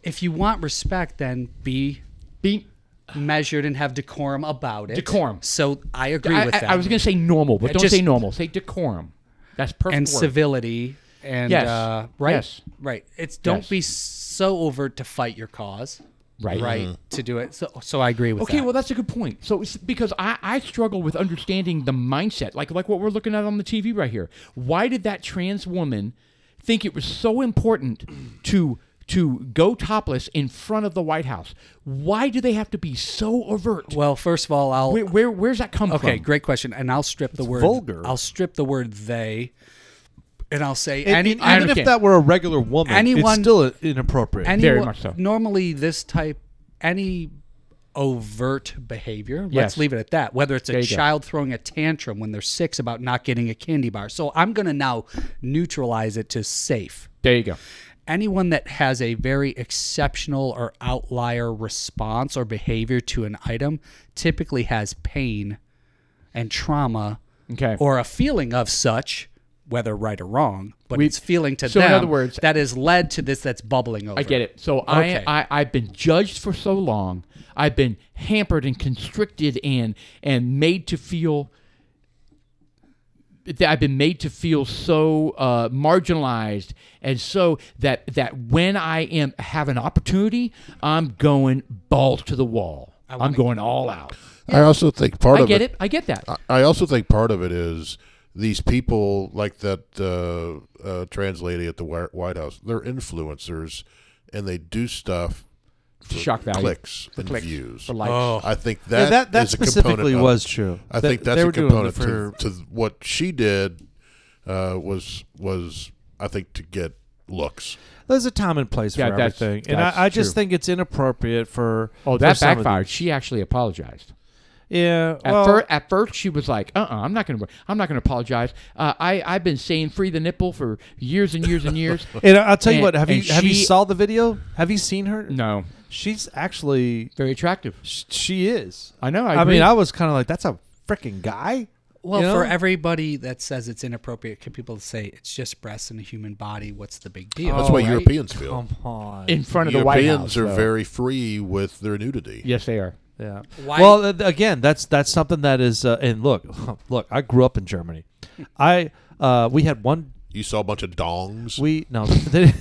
[SPEAKER 4] if you want respect, then be
[SPEAKER 2] Be-
[SPEAKER 4] measured and have decorum about it.
[SPEAKER 2] Decorum.
[SPEAKER 4] So I agree
[SPEAKER 2] I,
[SPEAKER 4] with
[SPEAKER 2] I-
[SPEAKER 4] that.
[SPEAKER 2] I was gonna say normal, but
[SPEAKER 4] It
[SPEAKER 2] don't
[SPEAKER 4] just-
[SPEAKER 2] say normal. Say decorum. That's perfect.
[SPEAKER 4] and
[SPEAKER 2] word.
[SPEAKER 4] civility and
[SPEAKER 2] Yes.
[SPEAKER 4] uh, right,
[SPEAKER 2] Yes.
[SPEAKER 4] right. It's don't
[SPEAKER 2] Yes.
[SPEAKER 4] be so overt to fight your cause.
[SPEAKER 2] Right. Mm-hmm.
[SPEAKER 4] right to do it. So, so I agree with
[SPEAKER 2] Okay,
[SPEAKER 4] that.
[SPEAKER 2] well that's a good point. So it's because I, I struggle with understanding the mindset, like like what we're looking at on the TV right here. Why did that trans woman think it was so important *clears throat* to to go topless in front of the White House? Why do they have to be so overt?
[SPEAKER 4] well, first of all, I'll
[SPEAKER 2] Where, where where's that come from?
[SPEAKER 4] okay, great question, and I'll strip the word
[SPEAKER 1] vulgar.
[SPEAKER 4] I'll strip the word they and I'll say
[SPEAKER 1] And-
[SPEAKER 4] any
[SPEAKER 1] and
[SPEAKER 2] I
[SPEAKER 1] even if
[SPEAKER 2] understand.
[SPEAKER 1] that were a regular woman, it's
[SPEAKER 4] Anyone-
[SPEAKER 1] still inappropriate.
[SPEAKER 4] any
[SPEAKER 2] Very
[SPEAKER 4] wa-
[SPEAKER 2] much so.
[SPEAKER 4] Normally, this type, any overt behavior,
[SPEAKER 2] Yes.
[SPEAKER 4] let's leave it at that. Whether it's
[SPEAKER 2] There
[SPEAKER 4] a
[SPEAKER 2] you go.
[SPEAKER 4] child throwing a tantrum when they're six about not getting a candy bar. So I'm going to now neutralize it to safe.
[SPEAKER 2] There you go.
[SPEAKER 4] Anyone that has a very exceptional or outlier response or behavior to an item typically has pain and trauma
[SPEAKER 2] Okay.
[SPEAKER 4] or a feeling of such, whether right or wrong, but
[SPEAKER 2] We-
[SPEAKER 4] it's feeling to
[SPEAKER 2] so in
[SPEAKER 4] them
[SPEAKER 2] other words-
[SPEAKER 4] that has led to this that's bubbling over.
[SPEAKER 2] I get it. So
[SPEAKER 4] Okay.
[SPEAKER 2] I, I I've been judged for so long. I've been hampered and constricted and and made to feel that I've been made to feel so uh, marginalized and so that that when I am have an opportunity, I'm going balls to the wall. I'm going all out.
[SPEAKER 3] I also think part
[SPEAKER 2] I
[SPEAKER 3] of
[SPEAKER 2] get
[SPEAKER 3] it
[SPEAKER 2] it. I get that.
[SPEAKER 3] I also think part of it is these people, like that uh, uh, trans lady at the Whi- White House, they're influencers, and they do stuff for
[SPEAKER 2] Shock value.
[SPEAKER 3] clicks and views.
[SPEAKER 2] For likes.
[SPEAKER 3] I think that
[SPEAKER 1] Yeah, that that
[SPEAKER 3] is a component
[SPEAKER 1] specifically
[SPEAKER 3] of it.
[SPEAKER 1] was true.
[SPEAKER 3] I
[SPEAKER 1] That-
[SPEAKER 3] think that's
[SPEAKER 1] they
[SPEAKER 3] a
[SPEAKER 1] were doing it
[SPEAKER 3] component
[SPEAKER 1] for-
[SPEAKER 3] to, to what she did uh, was was I think to get looks.
[SPEAKER 1] There's a time and place
[SPEAKER 2] Yeah,
[SPEAKER 1] for
[SPEAKER 2] that's-
[SPEAKER 1] everything, and
[SPEAKER 2] that's
[SPEAKER 1] I, I just
[SPEAKER 2] true.
[SPEAKER 1] think it's inappropriate for.
[SPEAKER 2] Oh,
[SPEAKER 1] for
[SPEAKER 2] that
[SPEAKER 1] some of the-
[SPEAKER 2] backfired. She actually apologized.
[SPEAKER 1] Yeah,
[SPEAKER 2] At,
[SPEAKER 1] well,
[SPEAKER 2] fir- at first, she was like, "Uh, uh-uh, uh, i am not going to. I'm not going to apologize. Uh, I I've been saying free the nipple for years and years and
[SPEAKER 1] *laughs*
[SPEAKER 2] years.
[SPEAKER 1] and I- I'll tell you
[SPEAKER 2] and-
[SPEAKER 1] what. Have you
[SPEAKER 2] and
[SPEAKER 1] have you
[SPEAKER 2] she-
[SPEAKER 1] saw the video? Have you seen her?
[SPEAKER 2] no,
[SPEAKER 1] she's actually
[SPEAKER 2] very attractive.
[SPEAKER 1] sh- she is.
[SPEAKER 2] I know. I,
[SPEAKER 1] I,
[SPEAKER 2] agree.
[SPEAKER 1] mean, I was kind of like, that's a freaking guy.
[SPEAKER 4] Well,
[SPEAKER 1] You
[SPEAKER 4] for
[SPEAKER 1] know?
[SPEAKER 4] everybody that says it's inappropriate, can people say it's just breasts in a human body? What's the big deal?
[SPEAKER 3] That's
[SPEAKER 2] Oh,
[SPEAKER 3] what
[SPEAKER 2] right.
[SPEAKER 3] Europeans feel.
[SPEAKER 1] Come on.
[SPEAKER 2] in front of the White
[SPEAKER 3] Europeans
[SPEAKER 2] House.
[SPEAKER 3] are
[SPEAKER 2] though.
[SPEAKER 3] very free with their nudity.
[SPEAKER 2] Yes, they are.
[SPEAKER 1] Yeah.
[SPEAKER 4] Why-
[SPEAKER 1] Well, th- th- again, that's that's something that is. Uh, and look, *laughs* look, I grew up in
[SPEAKER 2] *laughs*
[SPEAKER 1] Germany. I uh, we had one.
[SPEAKER 3] You saw a bunch of dongs.
[SPEAKER 1] We
[SPEAKER 2] *laughs*
[SPEAKER 1] no. *laughs* They,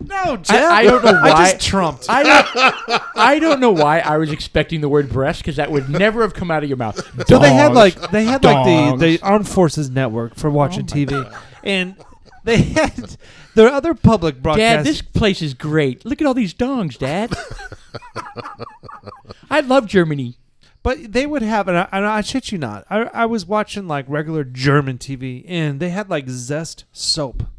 [SPEAKER 4] no, Jeff.
[SPEAKER 2] I, I don't know why.
[SPEAKER 1] *laughs* I just trumped.
[SPEAKER 2] I
[SPEAKER 1] *laughs*
[SPEAKER 2] don't, I don't know why I was expecting the word breast because that would never have come out of your mouth.
[SPEAKER 1] So they had
[SPEAKER 2] Dongs.
[SPEAKER 1] like they had like
[SPEAKER 2] Dongs.
[SPEAKER 1] the the Armed Forces Network for watching
[SPEAKER 2] Oh
[SPEAKER 1] TV, and they had their other public broadcast.
[SPEAKER 2] Dad, this place is great. Look at all these dongs, Dad.
[SPEAKER 1] *laughs*
[SPEAKER 2] I love Germany.
[SPEAKER 1] but they would have, and I, and I shit you not, I, I was watching like regular German TV, and they had like Zest soap. *laughs*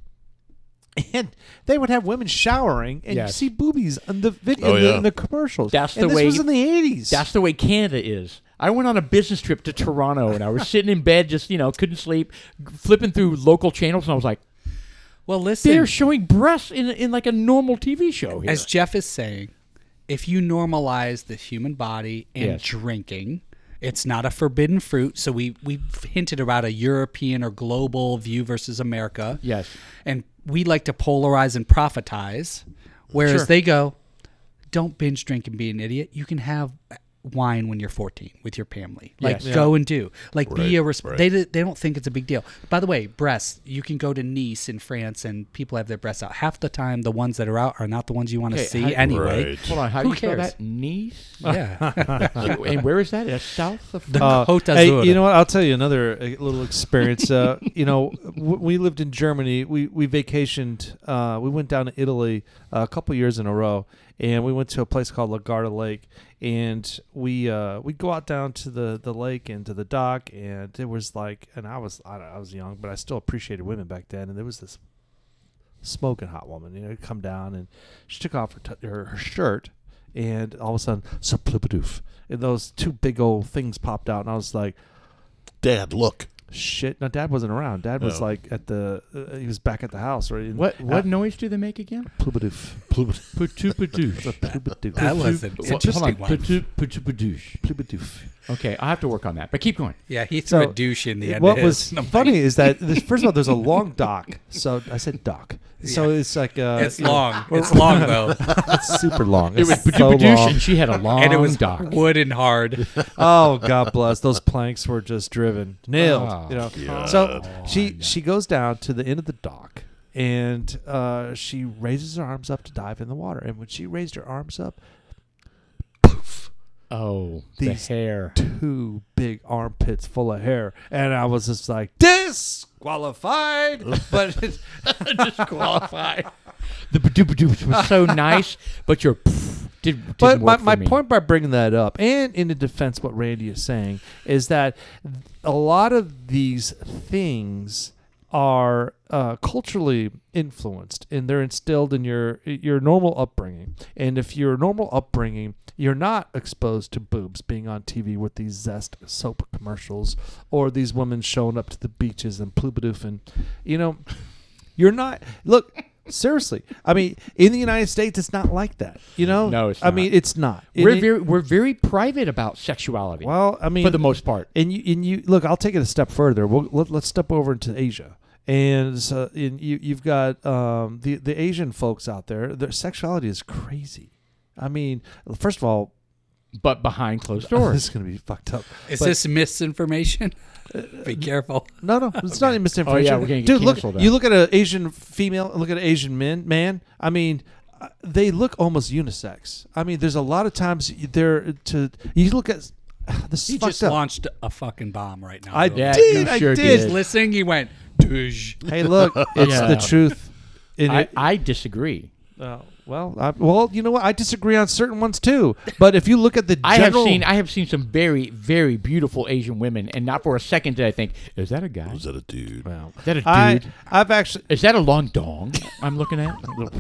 [SPEAKER 1] And they would have women showering, and you
[SPEAKER 2] Yes.
[SPEAKER 1] see boobies on the video,
[SPEAKER 3] Oh,
[SPEAKER 1] in, the,
[SPEAKER 3] yeah.
[SPEAKER 1] in the commercials.
[SPEAKER 2] That's
[SPEAKER 1] and
[SPEAKER 2] the
[SPEAKER 1] this
[SPEAKER 2] way-
[SPEAKER 1] was in the eighties.
[SPEAKER 2] That's the way Canada is. I went on a business trip to Toronto and I was sitting in bed, just, you know, couldn't sleep, flipping through local channels. And I was like,
[SPEAKER 4] well, listen.
[SPEAKER 2] they're showing breasts in, in like a normal TV show here.
[SPEAKER 4] As Jeff is saying, if you normalize the human body and
[SPEAKER 2] Yes.
[SPEAKER 4] drinking, it's not a forbidden fruit. So we we hinted about a European or global view versus America.
[SPEAKER 2] Yes.
[SPEAKER 4] And we like to polarize and profitize, whereas
[SPEAKER 2] Sure.
[SPEAKER 4] they go, "Don't binge drink and be an idiot. You can have." wine when you're 14 with your family like
[SPEAKER 2] Yes.
[SPEAKER 4] go and do like be a
[SPEAKER 3] Right,
[SPEAKER 4] resp-
[SPEAKER 3] right.
[SPEAKER 4] they, they don't think it's a big deal by the way breasts you can go to nice in france and people have their breasts out half the time the ones that are out are not the ones you want to
[SPEAKER 2] Okay,
[SPEAKER 4] see
[SPEAKER 2] how-
[SPEAKER 4] anyway
[SPEAKER 3] Right.
[SPEAKER 2] Hold on, how do
[SPEAKER 4] Who
[SPEAKER 2] you spell
[SPEAKER 4] cares?
[SPEAKER 1] *laughs*
[SPEAKER 2] that? Nice?
[SPEAKER 4] *laughs*
[SPEAKER 2] *laughs*
[SPEAKER 4] yeah
[SPEAKER 2] and where is that? That's south of
[SPEAKER 1] Uh,
[SPEAKER 4] Côte
[SPEAKER 1] hey,
[SPEAKER 4] d'Azur.
[SPEAKER 1] you know what? I'll tell you another uh, little experience.
[SPEAKER 2] *laughs*
[SPEAKER 1] Uh, you know, w- we lived in Germany. We we vacationed. Uh, we went down to Italy uh, a couple years in a row, and we went to a place called Lagarda Lake. And we uh, we go out down to the, the lake and to the dock, and it was like, and I was I, don't- I was young, but I still appreciated women back then. And there was this smoking hot woman, you know, come down, and she took off her t- her, her shirt, and all of a sudden, saplipidoof, and those two big old things popped out, and I was like,
[SPEAKER 3] Dad, look.
[SPEAKER 1] shit. No, Dad wasn't around. Dad
[SPEAKER 4] Oh.
[SPEAKER 1] was
[SPEAKER 3] No.
[SPEAKER 1] like at the, uh, he was back at the house, right? And-
[SPEAKER 2] What what
[SPEAKER 1] Uh,
[SPEAKER 2] noise do they make again?
[SPEAKER 1] plubadoof. *laughs*
[SPEAKER 2] Putupidoosh.
[SPEAKER 1] Plubadoof.
[SPEAKER 4] That was an interesting one.
[SPEAKER 2] Putupidoosh.
[SPEAKER 1] Plubadoof.
[SPEAKER 2] Okay, I'll have to work on that. But keep going.
[SPEAKER 4] yeah he
[SPEAKER 1] So,
[SPEAKER 4] threw a douche in the end
[SPEAKER 1] What
[SPEAKER 4] of
[SPEAKER 1] was
[SPEAKER 4] *laughs* his.
[SPEAKER 1] funny is that this, first of all,
[SPEAKER 4] *laughs*
[SPEAKER 1] there's a long dock. So I said dock. So it's like uh,
[SPEAKER 4] *laughs* it's
[SPEAKER 1] you know,
[SPEAKER 4] long it's long
[SPEAKER 1] *laughs*
[SPEAKER 4] though
[SPEAKER 1] It's super long. It's
[SPEAKER 2] It was
[SPEAKER 1] so
[SPEAKER 2] putupidoosh,
[SPEAKER 1] long.
[SPEAKER 2] and she had a long
[SPEAKER 4] and it was
[SPEAKER 2] dock.
[SPEAKER 4] wood
[SPEAKER 1] *laughs*
[SPEAKER 4] and hard
[SPEAKER 1] oh God bless those planks were just driven nailed.
[SPEAKER 2] Oh,
[SPEAKER 1] you know.
[SPEAKER 3] God.
[SPEAKER 1] So she she goes down to the end of the dock and uh, she raises her arms up to dive in the water. And when she raised her arms up,
[SPEAKER 2] Oh,
[SPEAKER 1] These
[SPEAKER 2] the hair.
[SPEAKER 1] two big armpits full of hair, and I was just like disqualified. but it's, *laughs*
[SPEAKER 2] disqualified. The badoo was so nice, but your Did, did
[SPEAKER 1] But my,
[SPEAKER 2] work for
[SPEAKER 1] my
[SPEAKER 2] me.
[SPEAKER 1] point by bringing that up, and in the defense, what Randy is saying is that a lot of these things are uh, culturally influenced, and they're instilled in your your normal upbringing. And if your normal upbringing, you're not exposed to boobs being on TV with these zest soap commercials or these women showing up to the beaches and ploobadoofing, you know. You're not. Look, seriously. I mean, in the United States, it's not like that. You know.
[SPEAKER 2] No, it's
[SPEAKER 1] I mean,
[SPEAKER 2] not.
[SPEAKER 1] it's not. And
[SPEAKER 2] we're
[SPEAKER 1] it-
[SPEAKER 2] very we're very private about sexuality.
[SPEAKER 1] well. I mean,
[SPEAKER 2] for the most part.
[SPEAKER 1] And you and you look. I'll take it a step further. We'll, let, let's step over into Asia. And so in, you, you've got um, the the Asian folks out there. Their sexuality is crazy. I mean, first of all, *laughs*
[SPEAKER 2] but behind closed
[SPEAKER 1] this
[SPEAKER 2] doors.
[SPEAKER 1] is going to be fucked up.
[SPEAKER 4] Is
[SPEAKER 1] But-
[SPEAKER 4] this misinformation?
[SPEAKER 1] *laughs*
[SPEAKER 4] Be careful.
[SPEAKER 1] No, no, it's not even misinformation.
[SPEAKER 2] Oh, we're gonna get
[SPEAKER 1] Dude, look,
[SPEAKER 2] canceled now.
[SPEAKER 1] you look at an Asian female, look at an Asian man. Man, I mean, uh, they look almost unisex. I mean, there's a lot of times they're to. You look at *sighs* this is
[SPEAKER 4] He
[SPEAKER 1] fucked
[SPEAKER 4] just
[SPEAKER 1] up.
[SPEAKER 4] launched a fucking bomb right now.
[SPEAKER 1] I
[SPEAKER 4] though.
[SPEAKER 2] Yeah,
[SPEAKER 1] did,
[SPEAKER 2] you
[SPEAKER 1] I
[SPEAKER 2] sure
[SPEAKER 1] did.
[SPEAKER 2] did.
[SPEAKER 4] Listening, he went. Doosh.
[SPEAKER 1] Hey,
[SPEAKER 2] *laughs*
[SPEAKER 1] look, it's
[SPEAKER 2] Yeah.
[SPEAKER 1] the truth. And
[SPEAKER 2] I,
[SPEAKER 1] it-
[SPEAKER 2] I disagree.
[SPEAKER 1] uh, well, I, well, you know what? I disagree on certain ones too. But if you look at the
[SPEAKER 2] *laughs* I have
[SPEAKER 1] general,
[SPEAKER 2] seen I have seen some very very beautiful Asian women, and not for a second did I think, is that a guy?
[SPEAKER 3] Was
[SPEAKER 2] Is
[SPEAKER 3] that a dude?
[SPEAKER 1] Wow.
[SPEAKER 2] that a dude?
[SPEAKER 1] I, I've actually,
[SPEAKER 2] is that a long dong I'm looking at?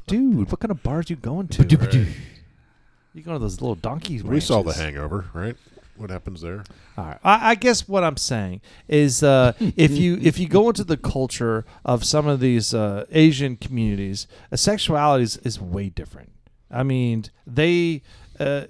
[SPEAKER 1] dude, what kind of bars you going to? You going to those little donkeys?
[SPEAKER 3] We saw the hangover, right? What happens there?
[SPEAKER 1] All right. I, I guess what I'm saying is,
[SPEAKER 2] *laughs*
[SPEAKER 1] uh, if you if you go into the culture of some of these uh, Asian communities, uh, sexuality is, is way different. I mean, they uh,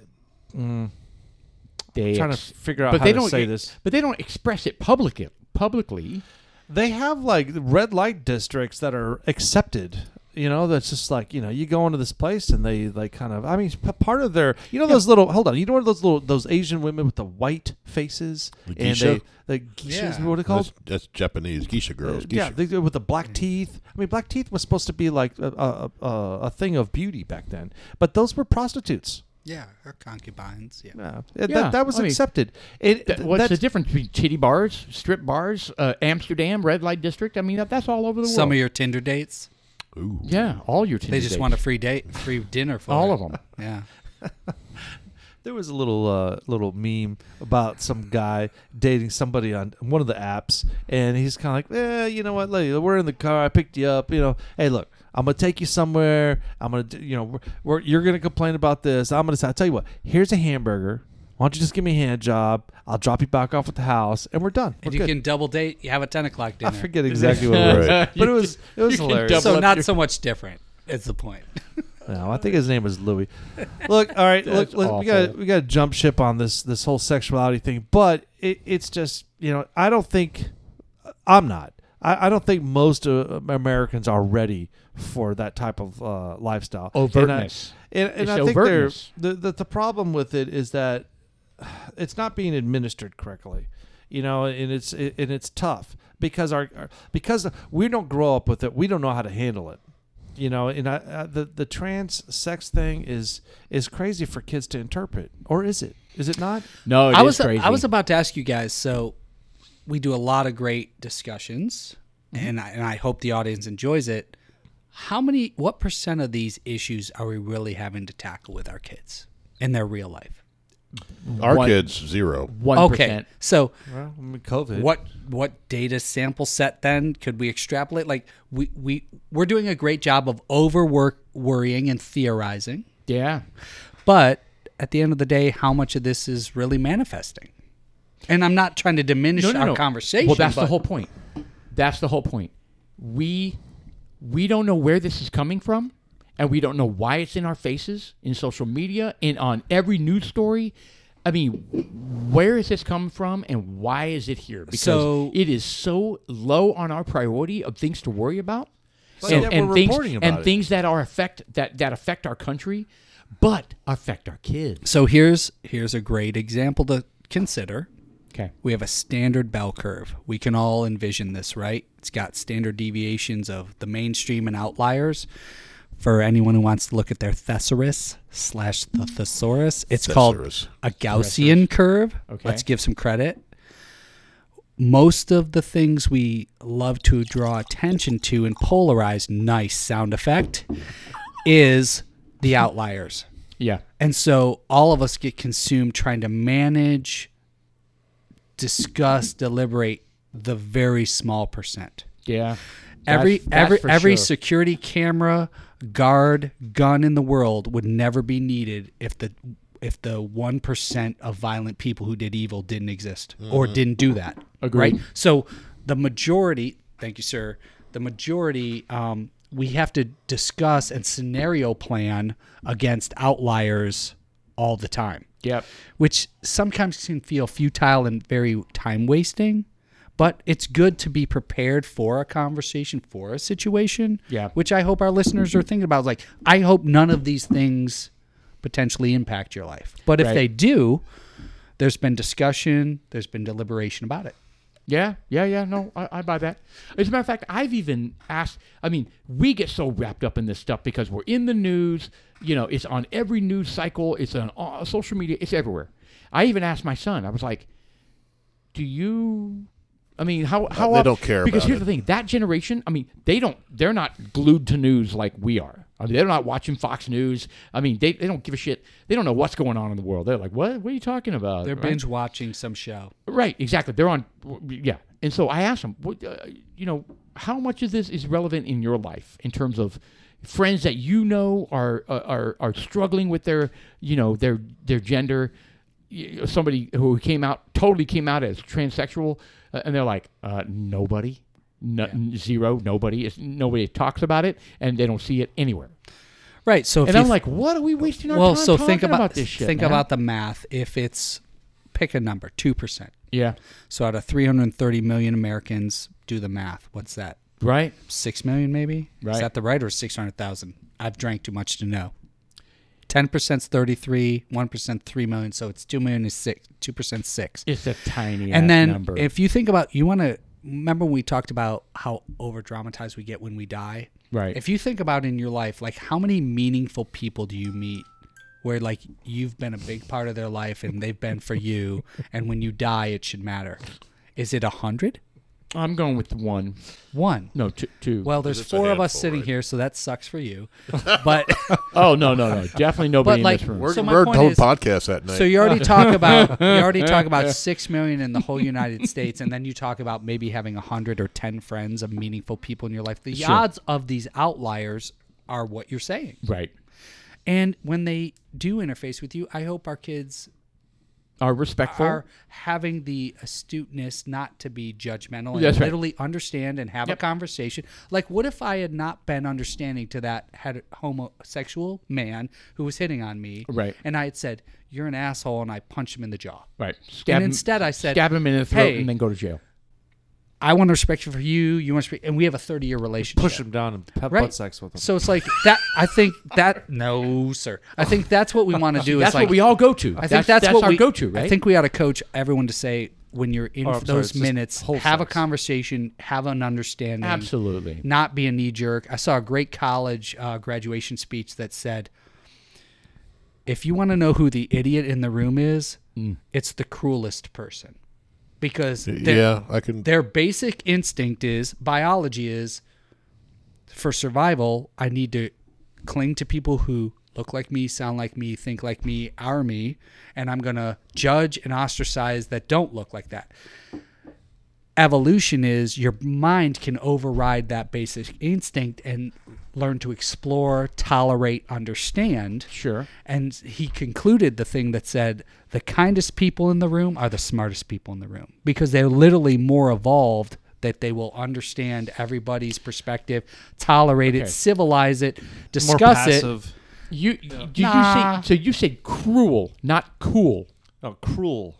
[SPEAKER 1] *laughs*
[SPEAKER 2] They
[SPEAKER 1] trying to
[SPEAKER 2] ex-
[SPEAKER 1] figure out
[SPEAKER 2] but
[SPEAKER 1] how
[SPEAKER 2] they
[SPEAKER 1] to
[SPEAKER 2] don't
[SPEAKER 1] say
[SPEAKER 2] e-
[SPEAKER 1] this.
[SPEAKER 2] But they don't express it publicly. Publicly,
[SPEAKER 1] they have like red light districts that are accepted. You know, that's just like you know, you go into this place and they like kind of. I mean, p- part of their, you know, those little. Hold on, you know those little those Asian women with the white faces
[SPEAKER 3] The
[SPEAKER 1] and
[SPEAKER 3] geisha?
[SPEAKER 1] they the geishas,
[SPEAKER 4] Yeah.
[SPEAKER 1] what are they called?
[SPEAKER 3] That's, that's Japanese geisha girls. Geisha.
[SPEAKER 1] Yeah, they, with the black teeth. I mean, black teeth was supposed to be like a, a, a, a thing of beauty back then, but those were prostitutes.
[SPEAKER 4] Yeah, her concubines. Yeah.
[SPEAKER 1] Yeah, That-
[SPEAKER 2] Yeah,
[SPEAKER 1] that, was
[SPEAKER 2] I mean,
[SPEAKER 1] accepted. It, th-
[SPEAKER 2] Th- what's the
[SPEAKER 1] that's-
[SPEAKER 2] difference between titty bars, strip bars, uh, Amsterdam, red light district? I mean, that, that's all over the
[SPEAKER 4] Some of
[SPEAKER 2] world.
[SPEAKER 4] your Tinder dates,
[SPEAKER 3] Ooh.
[SPEAKER 2] yeah, all your titty
[SPEAKER 4] they just
[SPEAKER 2] dates. *laughs*
[SPEAKER 4] want a free date, free dinner for
[SPEAKER 2] all of
[SPEAKER 4] it.
[SPEAKER 2] them.
[SPEAKER 4] Yeah.
[SPEAKER 1] There was a little uh, little meme about some guy dating somebody on one of the apps, and he's kind of like, "Eh, you know what? Lady, we're in the car. I picked you up. You know, hey, look, I'm gonna take you somewhere. I'm gonna, do- you know, we're, we're, you're gonna complain about this. I'm gonna. say- I'll tell you what. Here's a hamburger. Why don't you just give me a hand job? I'll drop you back off at the house, and we're done. We're
[SPEAKER 4] If you
[SPEAKER 1] good."
[SPEAKER 4] can double date, you have a ten o'clock
[SPEAKER 1] I
[SPEAKER 2] *laughs*
[SPEAKER 4] dinner.
[SPEAKER 1] forget exactly what it was,
[SPEAKER 3] Right.
[SPEAKER 1] but it *laughs* was it was
[SPEAKER 2] You can
[SPEAKER 1] hilarious.
[SPEAKER 2] double
[SPEAKER 1] So-
[SPEAKER 4] So
[SPEAKER 2] up
[SPEAKER 4] not
[SPEAKER 2] your-
[SPEAKER 4] so much different. Is the point.
[SPEAKER 1] No, I think his name was Louis. Look, all
[SPEAKER 2] *laughs*
[SPEAKER 1] right, look,
[SPEAKER 2] That's
[SPEAKER 1] look, we got
[SPEAKER 2] awful.
[SPEAKER 1] we got to jump ship on this this whole sexuality thing, but it, it's just you know I don't think uh, I'm not. I, I don't think most uh, Americans are ready for that type of uh, lifestyle. And I-
[SPEAKER 2] Overtness.
[SPEAKER 1] and, and
[SPEAKER 2] It's
[SPEAKER 1] I think they're,
[SPEAKER 2] overtness.
[SPEAKER 1] the, the the problem with it is that *sighs* it's not being administered correctly, you know, and it's and it's tough because our, our because we don't grow up with it, we don't know how to handle it, you know. And I, uh, the the trans sex thing is is crazy for kids to interpret, or is it? Is it not?
[SPEAKER 2] No, it's
[SPEAKER 4] I was
[SPEAKER 2] Oh, crazy.
[SPEAKER 4] I was about to ask you guys. So we do a lot of great discussions, and I, and I hope the audience enjoys it. How many? What percent of these issues are we really having to tackle with our kids in their real life?
[SPEAKER 3] Our
[SPEAKER 2] One-
[SPEAKER 3] kids zero.
[SPEAKER 2] one
[SPEAKER 4] Okay, so
[SPEAKER 1] Well, I mean, COVID.
[SPEAKER 4] what what data sample set then could we extrapolate? Like we we we're doing a great job of overwork worrying and theorizing,
[SPEAKER 2] Yeah,
[SPEAKER 4] but at the end of the day, how much of this is really manifesting? And I'm not trying to diminish
[SPEAKER 2] no, no,
[SPEAKER 4] our
[SPEAKER 2] no.
[SPEAKER 4] conversation.
[SPEAKER 2] Well, that's the
[SPEAKER 4] but-
[SPEAKER 2] whole point. That's the whole point. We we don't know where this is coming from, and we don't know why it's in our faces, in social media, and on every news story. I mean, where is this coming from, and why is it here? Because
[SPEAKER 4] So-
[SPEAKER 2] it is so low on our priority of things to worry about,
[SPEAKER 1] But yet we're
[SPEAKER 2] things
[SPEAKER 1] reporting about
[SPEAKER 2] and
[SPEAKER 1] it.
[SPEAKER 2] things that are affect that that affect our country, but affect our kids.
[SPEAKER 4] So here's here's a great example to consider.
[SPEAKER 2] Okay.
[SPEAKER 4] We have a standard bell curve. We can all envision this, right? It's got standard deviations of the mainstream and outliers. For anyone who wants to look at their thesaurus slash the thesaurus, it's
[SPEAKER 3] Thesaurus.
[SPEAKER 4] called a Gaussian curve.
[SPEAKER 2] Okay.
[SPEAKER 4] Let's give some credit. Most of the things we love to draw attention to and polarize, nice sound effect, is the outliers.
[SPEAKER 2] Yeah.
[SPEAKER 4] And so all of us get consumed trying to manage, discuss, deliberate the very small percent.
[SPEAKER 2] Yeah.
[SPEAKER 4] Every
[SPEAKER 2] That's- that's
[SPEAKER 4] every
[SPEAKER 2] for
[SPEAKER 4] every
[SPEAKER 2] sure.
[SPEAKER 4] security camera, guard, gun in the world would never be needed if the if the one percent of violent people who did evil didn't exist or didn't do that.
[SPEAKER 2] Agreed.
[SPEAKER 4] Right. So the majority, thank you, sir. The majority, um, we have to discuss and scenario plan against outliers all the time
[SPEAKER 2] Yep.
[SPEAKER 4] which sometimes can feel futile and very time wasting. But it's good to be prepared for a conversation, for a situation.
[SPEAKER 2] Yeah.
[SPEAKER 4] Which I hope our listeners are thinking about. Like, I hope none of these things potentially impact your life. But if
[SPEAKER 2] Right.
[SPEAKER 4] they do, there's been discussion, there's been deliberation about it.
[SPEAKER 2] Yeah, yeah, yeah. No, I, I buy that. As a matter of fact, I've even asked. I mean, we get so wrapped up in this stuff because we're in the news. You know, it's on every news cycle. It's on all, social media. It's everywhere. I even asked my son. I was like, "Do you?" I mean, how how
[SPEAKER 3] Uh, they
[SPEAKER 2] oft-
[SPEAKER 3] don't care
[SPEAKER 2] Because
[SPEAKER 3] about
[SPEAKER 2] here's
[SPEAKER 3] it.
[SPEAKER 2] the thing: that generation. I mean, they don't. They're not glued to news like we are. I mean, they're not watching Fox News. I mean, they, they don't give a shit. They don't know what's going on in the world. They're like, "What? What are you talking about?"
[SPEAKER 4] They're
[SPEAKER 2] right?
[SPEAKER 4] binge watching some show.
[SPEAKER 2] Right, exactly. They're on, yeah. And so I asked them, what, uh, you know, how much of this is relevant in your life in terms of friends that you know are uh, are are struggling with their, you know, their their gender. You- Somebody who came out totally came out as transsexual, uh, and they're like, uh, nobody, no, zero, nobody. It's, nobody talks about it, and they don't see it anywhere.
[SPEAKER 4] Right. So if
[SPEAKER 2] And
[SPEAKER 4] you
[SPEAKER 2] I'm like, what are we wasting our
[SPEAKER 4] well,
[SPEAKER 2] time
[SPEAKER 4] so
[SPEAKER 2] talking
[SPEAKER 4] think about,
[SPEAKER 2] this shit?
[SPEAKER 4] Think
[SPEAKER 2] man?"
[SPEAKER 4] about the math. If it's pick a number, two percent.
[SPEAKER 2] yeah,
[SPEAKER 4] So out of 330 million Americans, do the math. What's that?
[SPEAKER 2] right.
[SPEAKER 4] six million, maybe.
[SPEAKER 2] Right.
[SPEAKER 4] Is that the right or six hundred thousand? I've drank too much to know. Ten percent's thirty-three, one percent three million, so it's two million is six, two percent six.
[SPEAKER 2] It's a tiny ass
[SPEAKER 4] and then
[SPEAKER 2] number.
[SPEAKER 4] if you think about, you want to remember when we talked about how over dramatized we get when we die.
[SPEAKER 2] Right.
[SPEAKER 4] If you think about in your life, like how many meaningful people do you meet? Where like you've been a big part of their life and they've been
[SPEAKER 2] *laughs*
[SPEAKER 4] for you, and when you die, it should matter. Is it a hundred?
[SPEAKER 2] I'm going with one.
[SPEAKER 4] One.
[SPEAKER 2] No, two. two.
[SPEAKER 4] Well, there's
[SPEAKER 3] it's a
[SPEAKER 4] four of us
[SPEAKER 3] handful,
[SPEAKER 4] sitting
[SPEAKER 3] right?
[SPEAKER 4] here, so that sucks
[SPEAKER 2] *laughs*
[SPEAKER 4] for you. But
[SPEAKER 2] oh no, no, no,
[SPEAKER 4] *laughs*
[SPEAKER 2] definitely nobody
[SPEAKER 4] but
[SPEAKER 2] in
[SPEAKER 4] like,
[SPEAKER 2] this room.
[SPEAKER 3] We're,
[SPEAKER 4] so my
[SPEAKER 3] we're
[SPEAKER 4] point
[SPEAKER 3] doing
[SPEAKER 4] is,
[SPEAKER 3] podcasts that night.
[SPEAKER 4] so you already
[SPEAKER 2] *laughs*
[SPEAKER 4] talk about you already talk about six million in the whole United States, and then you talk about maybe having a hundred or ten friends of meaningful people in your life. The odds of these outliers are what you're saying,
[SPEAKER 2] right.
[SPEAKER 4] and when they do interface with you, I hope our kids
[SPEAKER 2] Are respectful.
[SPEAKER 4] are having the astuteness not to be judgmental and
[SPEAKER 2] That's right.
[SPEAKER 4] literally understand and have a conversation. Like, what if I had not been understanding to that het- homosexual man who was hitting on me?
[SPEAKER 2] Right.
[SPEAKER 4] And I had said, You're an asshole, and I punched him in the jaw.
[SPEAKER 2] right. Stab
[SPEAKER 4] and
[SPEAKER 2] him,
[SPEAKER 4] instead, I said,
[SPEAKER 2] stab him in the throat
[SPEAKER 4] "Hey,
[SPEAKER 2] and then go to jail.
[SPEAKER 4] I want to respect you for you. You want to respect, and we have a 30 year relationship.
[SPEAKER 1] Push him down and have butt sex with him.
[SPEAKER 4] So it's like that. I think that no, sir. I think that's what we want to do.
[SPEAKER 2] That's
[SPEAKER 4] is like
[SPEAKER 2] what we all go to.
[SPEAKER 4] I think that's,
[SPEAKER 2] that's
[SPEAKER 4] what
[SPEAKER 2] our
[SPEAKER 4] we,
[SPEAKER 2] go-to, right?
[SPEAKER 4] I think we ought to coach everyone to say when you're in
[SPEAKER 1] I'm sorry,
[SPEAKER 4] those
[SPEAKER 1] it's just
[SPEAKER 4] minutes,
[SPEAKER 1] whole
[SPEAKER 4] have a
[SPEAKER 1] sex.
[SPEAKER 4] conversation, have an understanding,
[SPEAKER 2] absolutely.
[SPEAKER 4] not be a knee jerk. I saw a great college uh, graduation speech that said, "If you want to know who the idiot in the room is, it's the cruelest person," because they're-
[SPEAKER 3] yeah, I can.
[SPEAKER 4] their basic instinct is biology is for survival i need to cling to people who look like me sound like me think like me are me and i'm going to judge and ostracize that don't look like that evolution is your mind can override that basic instinct and learn to explore tolerate understand
[SPEAKER 2] Sure.
[SPEAKER 4] and he concluded the thing that said the kindest people in the room are the smartest people in the room because they're literally more evolved that they will understand everybody's perspective, tolerate it, civilize it,
[SPEAKER 1] More
[SPEAKER 4] discuss it.
[SPEAKER 1] passive.
[SPEAKER 2] You did
[SPEAKER 4] Nah.
[SPEAKER 2] you say so? You said cruel, not cool.
[SPEAKER 1] Oh, cruel.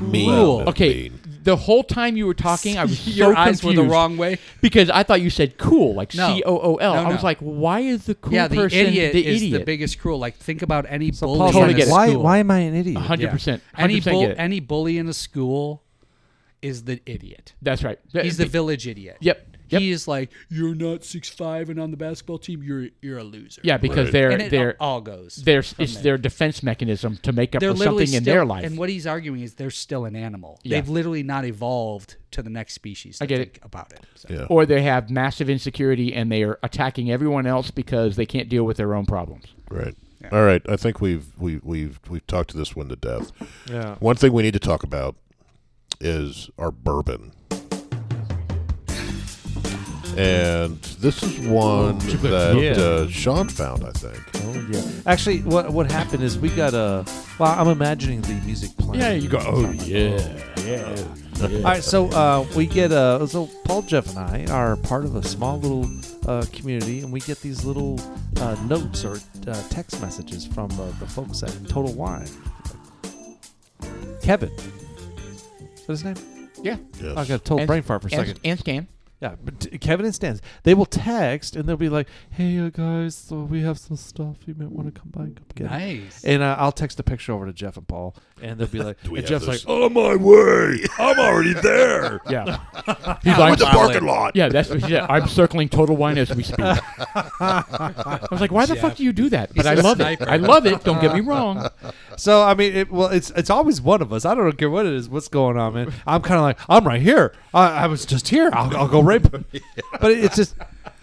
[SPEAKER 3] Mean.
[SPEAKER 2] Okay.
[SPEAKER 3] Mean.
[SPEAKER 2] The whole time you were talking, I
[SPEAKER 4] *laughs*
[SPEAKER 2] was
[SPEAKER 4] Your
[SPEAKER 2] so
[SPEAKER 4] eyes were the
[SPEAKER 2] confused
[SPEAKER 4] wrong way.
[SPEAKER 2] because I thought you said cool, like
[SPEAKER 4] No.
[SPEAKER 2] C O O L.
[SPEAKER 4] No,
[SPEAKER 2] I was
[SPEAKER 4] no.
[SPEAKER 2] like, why is the cool
[SPEAKER 4] yeah, the
[SPEAKER 2] person
[SPEAKER 4] idiot
[SPEAKER 2] the
[SPEAKER 4] is
[SPEAKER 2] idiot?
[SPEAKER 4] the biggest cruel. Like think about any bully
[SPEAKER 2] Paul's trying
[SPEAKER 4] in
[SPEAKER 2] to
[SPEAKER 4] a
[SPEAKER 2] get-
[SPEAKER 4] school.
[SPEAKER 1] why, why am I an idiot?
[SPEAKER 2] hundred percent.
[SPEAKER 4] Any
[SPEAKER 2] Hundred percent.
[SPEAKER 4] bull,
[SPEAKER 2] get it.
[SPEAKER 4] any bully in a school is the idiot.
[SPEAKER 2] That's right.
[SPEAKER 4] He's the village idiot.
[SPEAKER 2] Yep. Yep.
[SPEAKER 4] He is like, you're not six five and on the basketball team, you're you're a loser.
[SPEAKER 2] Yeah, because
[SPEAKER 3] Right.
[SPEAKER 2] they're
[SPEAKER 4] and it
[SPEAKER 2] they're
[SPEAKER 4] all goes.
[SPEAKER 2] they're it's their defense mechanism to make up
[SPEAKER 4] they're
[SPEAKER 2] for
[SPEAKER 4] literally
[SPEAKER 2] something
[SPEAKER 4] still,
[SPEAKER 2] in their life.
[SPEAKER 4] And what he's arguing is they're still an animal.
[SPEAKER 2] Yeah.
[SPEAKER 4] They've literally not evolved to the next species. I
[SPEAKER 2] get
[SPEAKER 4] think
[SPEAKER 2] it.
[SPEAKER 4] about it. So.
[SPEAKER 3] Yeah.
[SPEAKER 2] or they have massive insecurity and they are attacking everyone else because they can't deal with their own problems.
[SPEAKER 3] Right. All right, I think we've we, we've we've talked to this one to death.
[SPEAKER 1] Yeah.
[SPEAKER 3] One thing we need to talk about is our bourbon. And this is one that
[SPEAKER 1] Yeah.
[SPEAKER 3] uh, Sean found, I think.
[SPEAKER 1] Oh, yeah. Actually, what what happened is we got a. Well, I'm imagining the music playing.
[SPEAKER 2] Yeah, you go. Oh yeah, yeah.
[SPEAKER 1] All right, so uh, we get uh, so Paul, Jeff, and I are part of a small little uh, community, and we get these little uh, notes or uh, text messages from uh, the folks at Total Wine. Kevin, is that his name?
[SPEAKER 2] Yeah.
[SPEAKER 3] Yes.
[SPEAKER 1] I got a total
[SPEAKER 2] And-
[SPEAKER 1] brain fart for a
[SPEAKER 2] and-
[SPEAKER 1] second.
[SPEAKER 2] And scan.
[SPEAKER 1] Yeah, but t- Kevin and Stans, they will text and they'll be like, "Hey uh, guys, so we have some stuff. You might want to come by and come get." it."
[SPEAKER 4] Nice.
[SPEAKER 1] And uh, I'll text a picture over to Jeff and Paul, and they'll be
[SPEAKER 3] *laughs*
[SPEAKER 1] like, and
[SPEAKER 3] we have
[SPEAKER 1] "Jeff's
[SPEAKER 3] this?
[SPEAKER 1] like,
[SPEAKER 3] on my way. I'm already *laughs* there.
[SPEAKER 2] Yeah.
[SPEAKER 3] I'm in the
[SPEAKER 1] finally.
[SPEAKER 3] parking lot.
[SPEAKER 2] Yeah, that's what he said. I'm circling Total Wine as we
[SPEAKER 4] *laughs*
[SPEAKER 2] speak. I
[SPEAKER 1] "Oh."
[SPEAKER 2] was like, why the fuck do you do that? But I
[SPEAKER 4] a
[SPEAKER 2] love it.
[SPEAKER 4] sniper.
[SPEAKER 2] I love it. Don't get me wrong.
[SPEAKER 1] "Oh." *laughs* so I mean, it, well, it's it's always one of us. I don't care what it is, what's going on, man. I'm kind of like, I'm right here. I, I was just here. I'll, I'll go right,
[SPEAKER 3] *laughs*
[SPEAKER 1] b-" but it, it's just,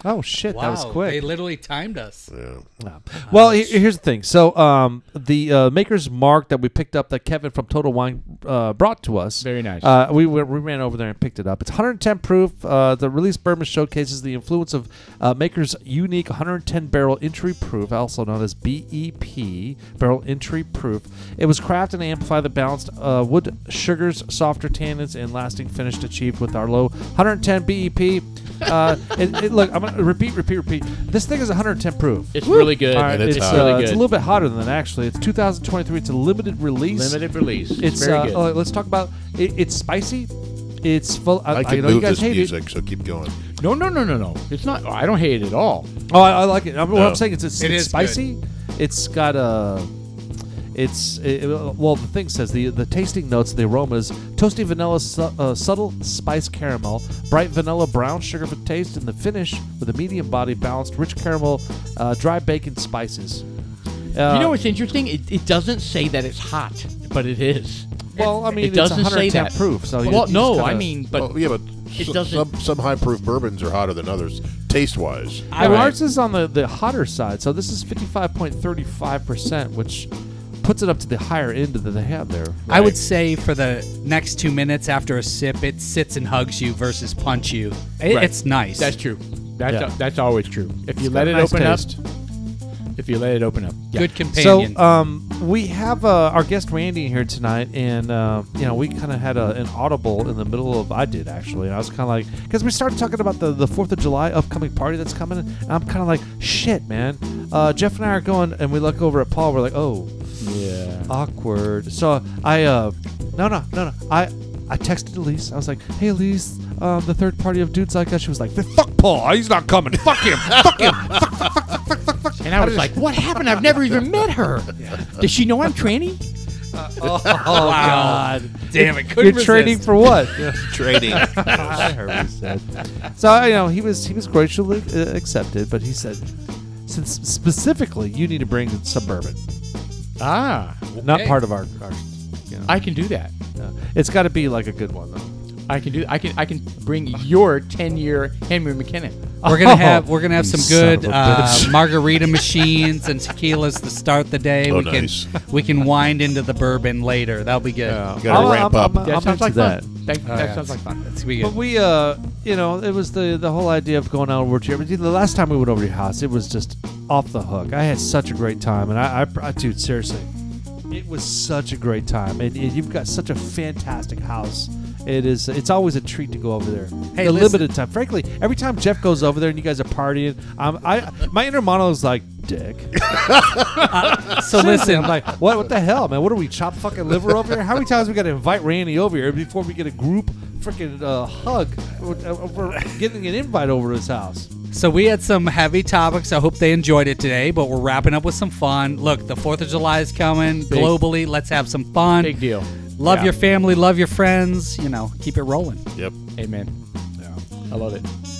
[SPEAKER 1] oh shit, that was quick.
[SPEAKER 4] They literally timed us.
[SPEAKER 3] Yeah.
[SPEAKER 1] Yeah. Well, he- here's the thing. So, um, the uh, maker's mark that we picked up that Kevin from Total Wine uh, brought to us.
[SPEAKER 2] Very nice.
[SPEAKER 1] Uh, we, went- we ran over there and picked it up. It's 110 proof. Uh, the release bourbon showcases the influence of uh, maker's unique 110 barrel entry proof, also known as BEP, barrel entry proof. It was crafted and amplified the balanced uh, wood sugars, softer tannins, and lasting finish achieved with our low 110 BEP. E Uh, it, it- look, I'm gonna repeat, repeat, repeat. This thing is 110 proof.
[SPEAKER 2] It's really good.
[SPEAKER 1] All right,
[SPEAKER 3] And
[SPEAKER 1] it's,
[SPEAKER 3] it's
[SPEAKER 1] uh,
[SPEAKER 3] hot. really
[SPEAKER 1] it's a little bit hotter than that, actually. It's 2023. It's a limited release.
[SPEAKER 2] Limited release. It's,
[SPEAKER 1] It's
[SPEAKER 2] very
[SPEAKER 1] uh,
[SPEAKER 2] good.
[SPEAKER 1] oh, let's talk about. It, it's spicy. It's full. I,
[SPEAKER 3] I
[SPEAKER 1] I
[SPEAKER 3] can
[SPEAKER 1] know you
[SPEAKER 3] move
[SPEAKER 1] guys
[SPEAKER 3] this
[SPEAKER 1] hate
[SPEAKER 3] music, so keep going.
[SPEAKER 2] no, no, no, no, no. It's not. oh, I don't hate it at all.
[SPEAKER 1] it. Oh, I, I like it. I'm, What
[SPEAKER 3] No.
[SPEAKER 1] I'm saying is, it's,
[SPEAKER 4] It
[SPEAKER 1] it's
[SPEAKER 4] is
[SPEAKER 1] spicy. It's got a. It's it, it- well, the thing says the the tasting notes, the aromas: toasty vanilla, su- uh, subtle spice caramel, bright vanilla, brown sugar for taste, and the finish with a medium body, balanced, rich caramel, uh, dry bacon spices. Uh,
[SPEAKER 2] you know what's interesting? It, it doesn't say that it's hot, but it is.
[SPEAKER 1] Well, I mean,
[SPEAKER 2] it doesn't
[SPEAKER 1] it's 110
[SPEAKER 2] say that
[SPEAKER 1] proof. So you- you
[SPEAKER 2] well,
[SPEAKER 1] just
[SPEAKER 2] no,
[SPEAKER 1] kinda-
[SPEAKER 2] I mean, but
[SPEAKER 3] Well, Oh, yeah, but
[SPEAKER 2] it
[SPEAKER 3] s-
[SPEAKER 2] doesn't-
[SPEAKER 3] some some high proof bourbons are hotter than others, taste wise.
[SPEAKER 1] Yeah,
[SPEAKER 2] Right.
[SPEAKER 1] ours is on the, the hotter side, so this is fifty five point thirty five percent, which puts it up to the higher end that they have there.
[SPEAKER 4] I would say for the next two minutes after a sip, it sits and hugs you versus punch you. It-
[SPEAKER 2] Right.
[SPEAKER 4] It's nice.
[SPEAKER 2] that's true. That's
[SPEAKER 1] Yeah.
[SPEAKER 2] that's always true. If you
[SPEAKER 1] It's
[SPEAKER 2] let
[SPEAKER 1] got a
[SPEAKER 2] it
[SPEAKER 1] nice
[SPEAKER 2] open
[SPEAKER 1] taste.
[SPEAKER 2] up, if you let it open up, yeah.
[SPEAKER 4] good
[SPEAKER 1] So
[SPEAKER 4] companion.
[SPEAKER 1] um, we have uh, our guest Randy here tonight, and uh, you know we kind of had a, an audible in the middle of I did actually, and I was kind of like because we started talking about the the Fourth of July upcoming party that's coming, and I'm kind of like shit, man. Uh, Jeff and I are going, and we look over at Paul. We're like, oh,
[SPEAKER 2] Yeah.
[SPEAKER 1] awkward. So I uh no no no no I I texted Elise. I was like, "Hey Elise, um, the third party of dudes like us." She was like, "Fuck Paul, Ah, he's not coming. Fuck him, fuck him."
[SPEAKER 2] And I was like, "What happened? I've never even met her. Does she know I'm training?"
[SPEAKER 1] Oh God,
[SPEAKER 4] Damn it! Couldn't
[SPEAKER 1] you're training for *laughs* what?
[SPEAKER 3] Trading.
[SPEAKER 1] I heard what he said. So you know he was he was graciously uh, accepted, but he said, "Since specifically you need to bring suburban,
[SPEAKER 2] Ah,
[SPEAKER 1] not
[SPEAKER 4] Okay.
[SPEAKER 1] part of our, our you know,
[SPEAKER 2] I can do that.
[SPEAKER 1] uh, it's got to be like a good one though."
[SPEAKER 2] I can do. I can. I can bring your ten-year Henry McKenna.
[SPEAKER 4] We're gonna have we're gonna have
[SPEAKER 1] Oh, You
[SPEAKER 4] some
[SPEAKER 1] son
[SPEAKER 4] good
[SPEAKER 1] of a
[SPEAKER 4] uh,
[SPEAKER 1] bitch.
[SPEAKER 4] margarita machines and tequilas to start the day.
[SPEAKER 3] Oh,
[SPEAKER 4] we
[SPEAKER 3] nice.
[SPEAKER 4] can we can wind into the bourbon later. That'll be good.
[SPEAKER 1] Yeah.
[SPEAKER 3] Gotta
[SPEAKER 1] I'm-
[SPEAKER 3] ramp
[SPEAKER 1] I'm-
[SPEAKER 3] up.
[SPEAKER 1] I'm-
[SPEAKER 2] That
[SPEAKER 1] I'm
[SPEAKER 2] sounds
[SPEAKER 1] into
[SPEAKER 2] like
[SPEAKER 1] that.
[SPEAKER 2] fun. Thank-
[SPEAKER 4] Oh,
[SPEAKER 2] that
[SPEAKER 4] yeah.
[SPEAKER 2] sounds like fun.
[SPEAKER 4] That's be
[SPEAKER 1] But
[SPEAKER 4] good.
[SPEAKER 1] we, uh, you know, it was the the whole idea of going out over to your. The last time we went over to your house, it was just off the hook. I had such a great time, and I, I, I dude, seriously, it was such a great time. And, and you've got such a fantastic house. It is. It's always a treat to go over there.
[SPEAKER 4] Hey,
[SPEAKER 1] the
[SPEAKER 4] listen.
[SPEAKER 1] limited time. Frankly, every time Jeff goes over there and you guys are partying, I'm, I my inner monologue is like, "Dick."
[SPEAKER 4] so listen,
[SPEAKER 1] I'm like, what? What the hell, man? What do we chop fucking liver over here? How many times we got to invite Randy over here before we get a group freaking uh, hug? We're, uh, we're getting an invite over to his house.
[SPEAKER 4] So we had some heavy topics. I hope they enjoyed it today, but we're wrapping up with some fun. Look, the 4th of July is coming globally. Let's have some fun.
[SPEAKER 2] Big deal.
[SPEAKER 4] Love
[SPEAKER 2] Yeah.
[SPEAKER 4] your family, love your friends, you know, keep it rolling.
[SPEAKER 3] yep.
[SPEAKER 2] Amen. I love it.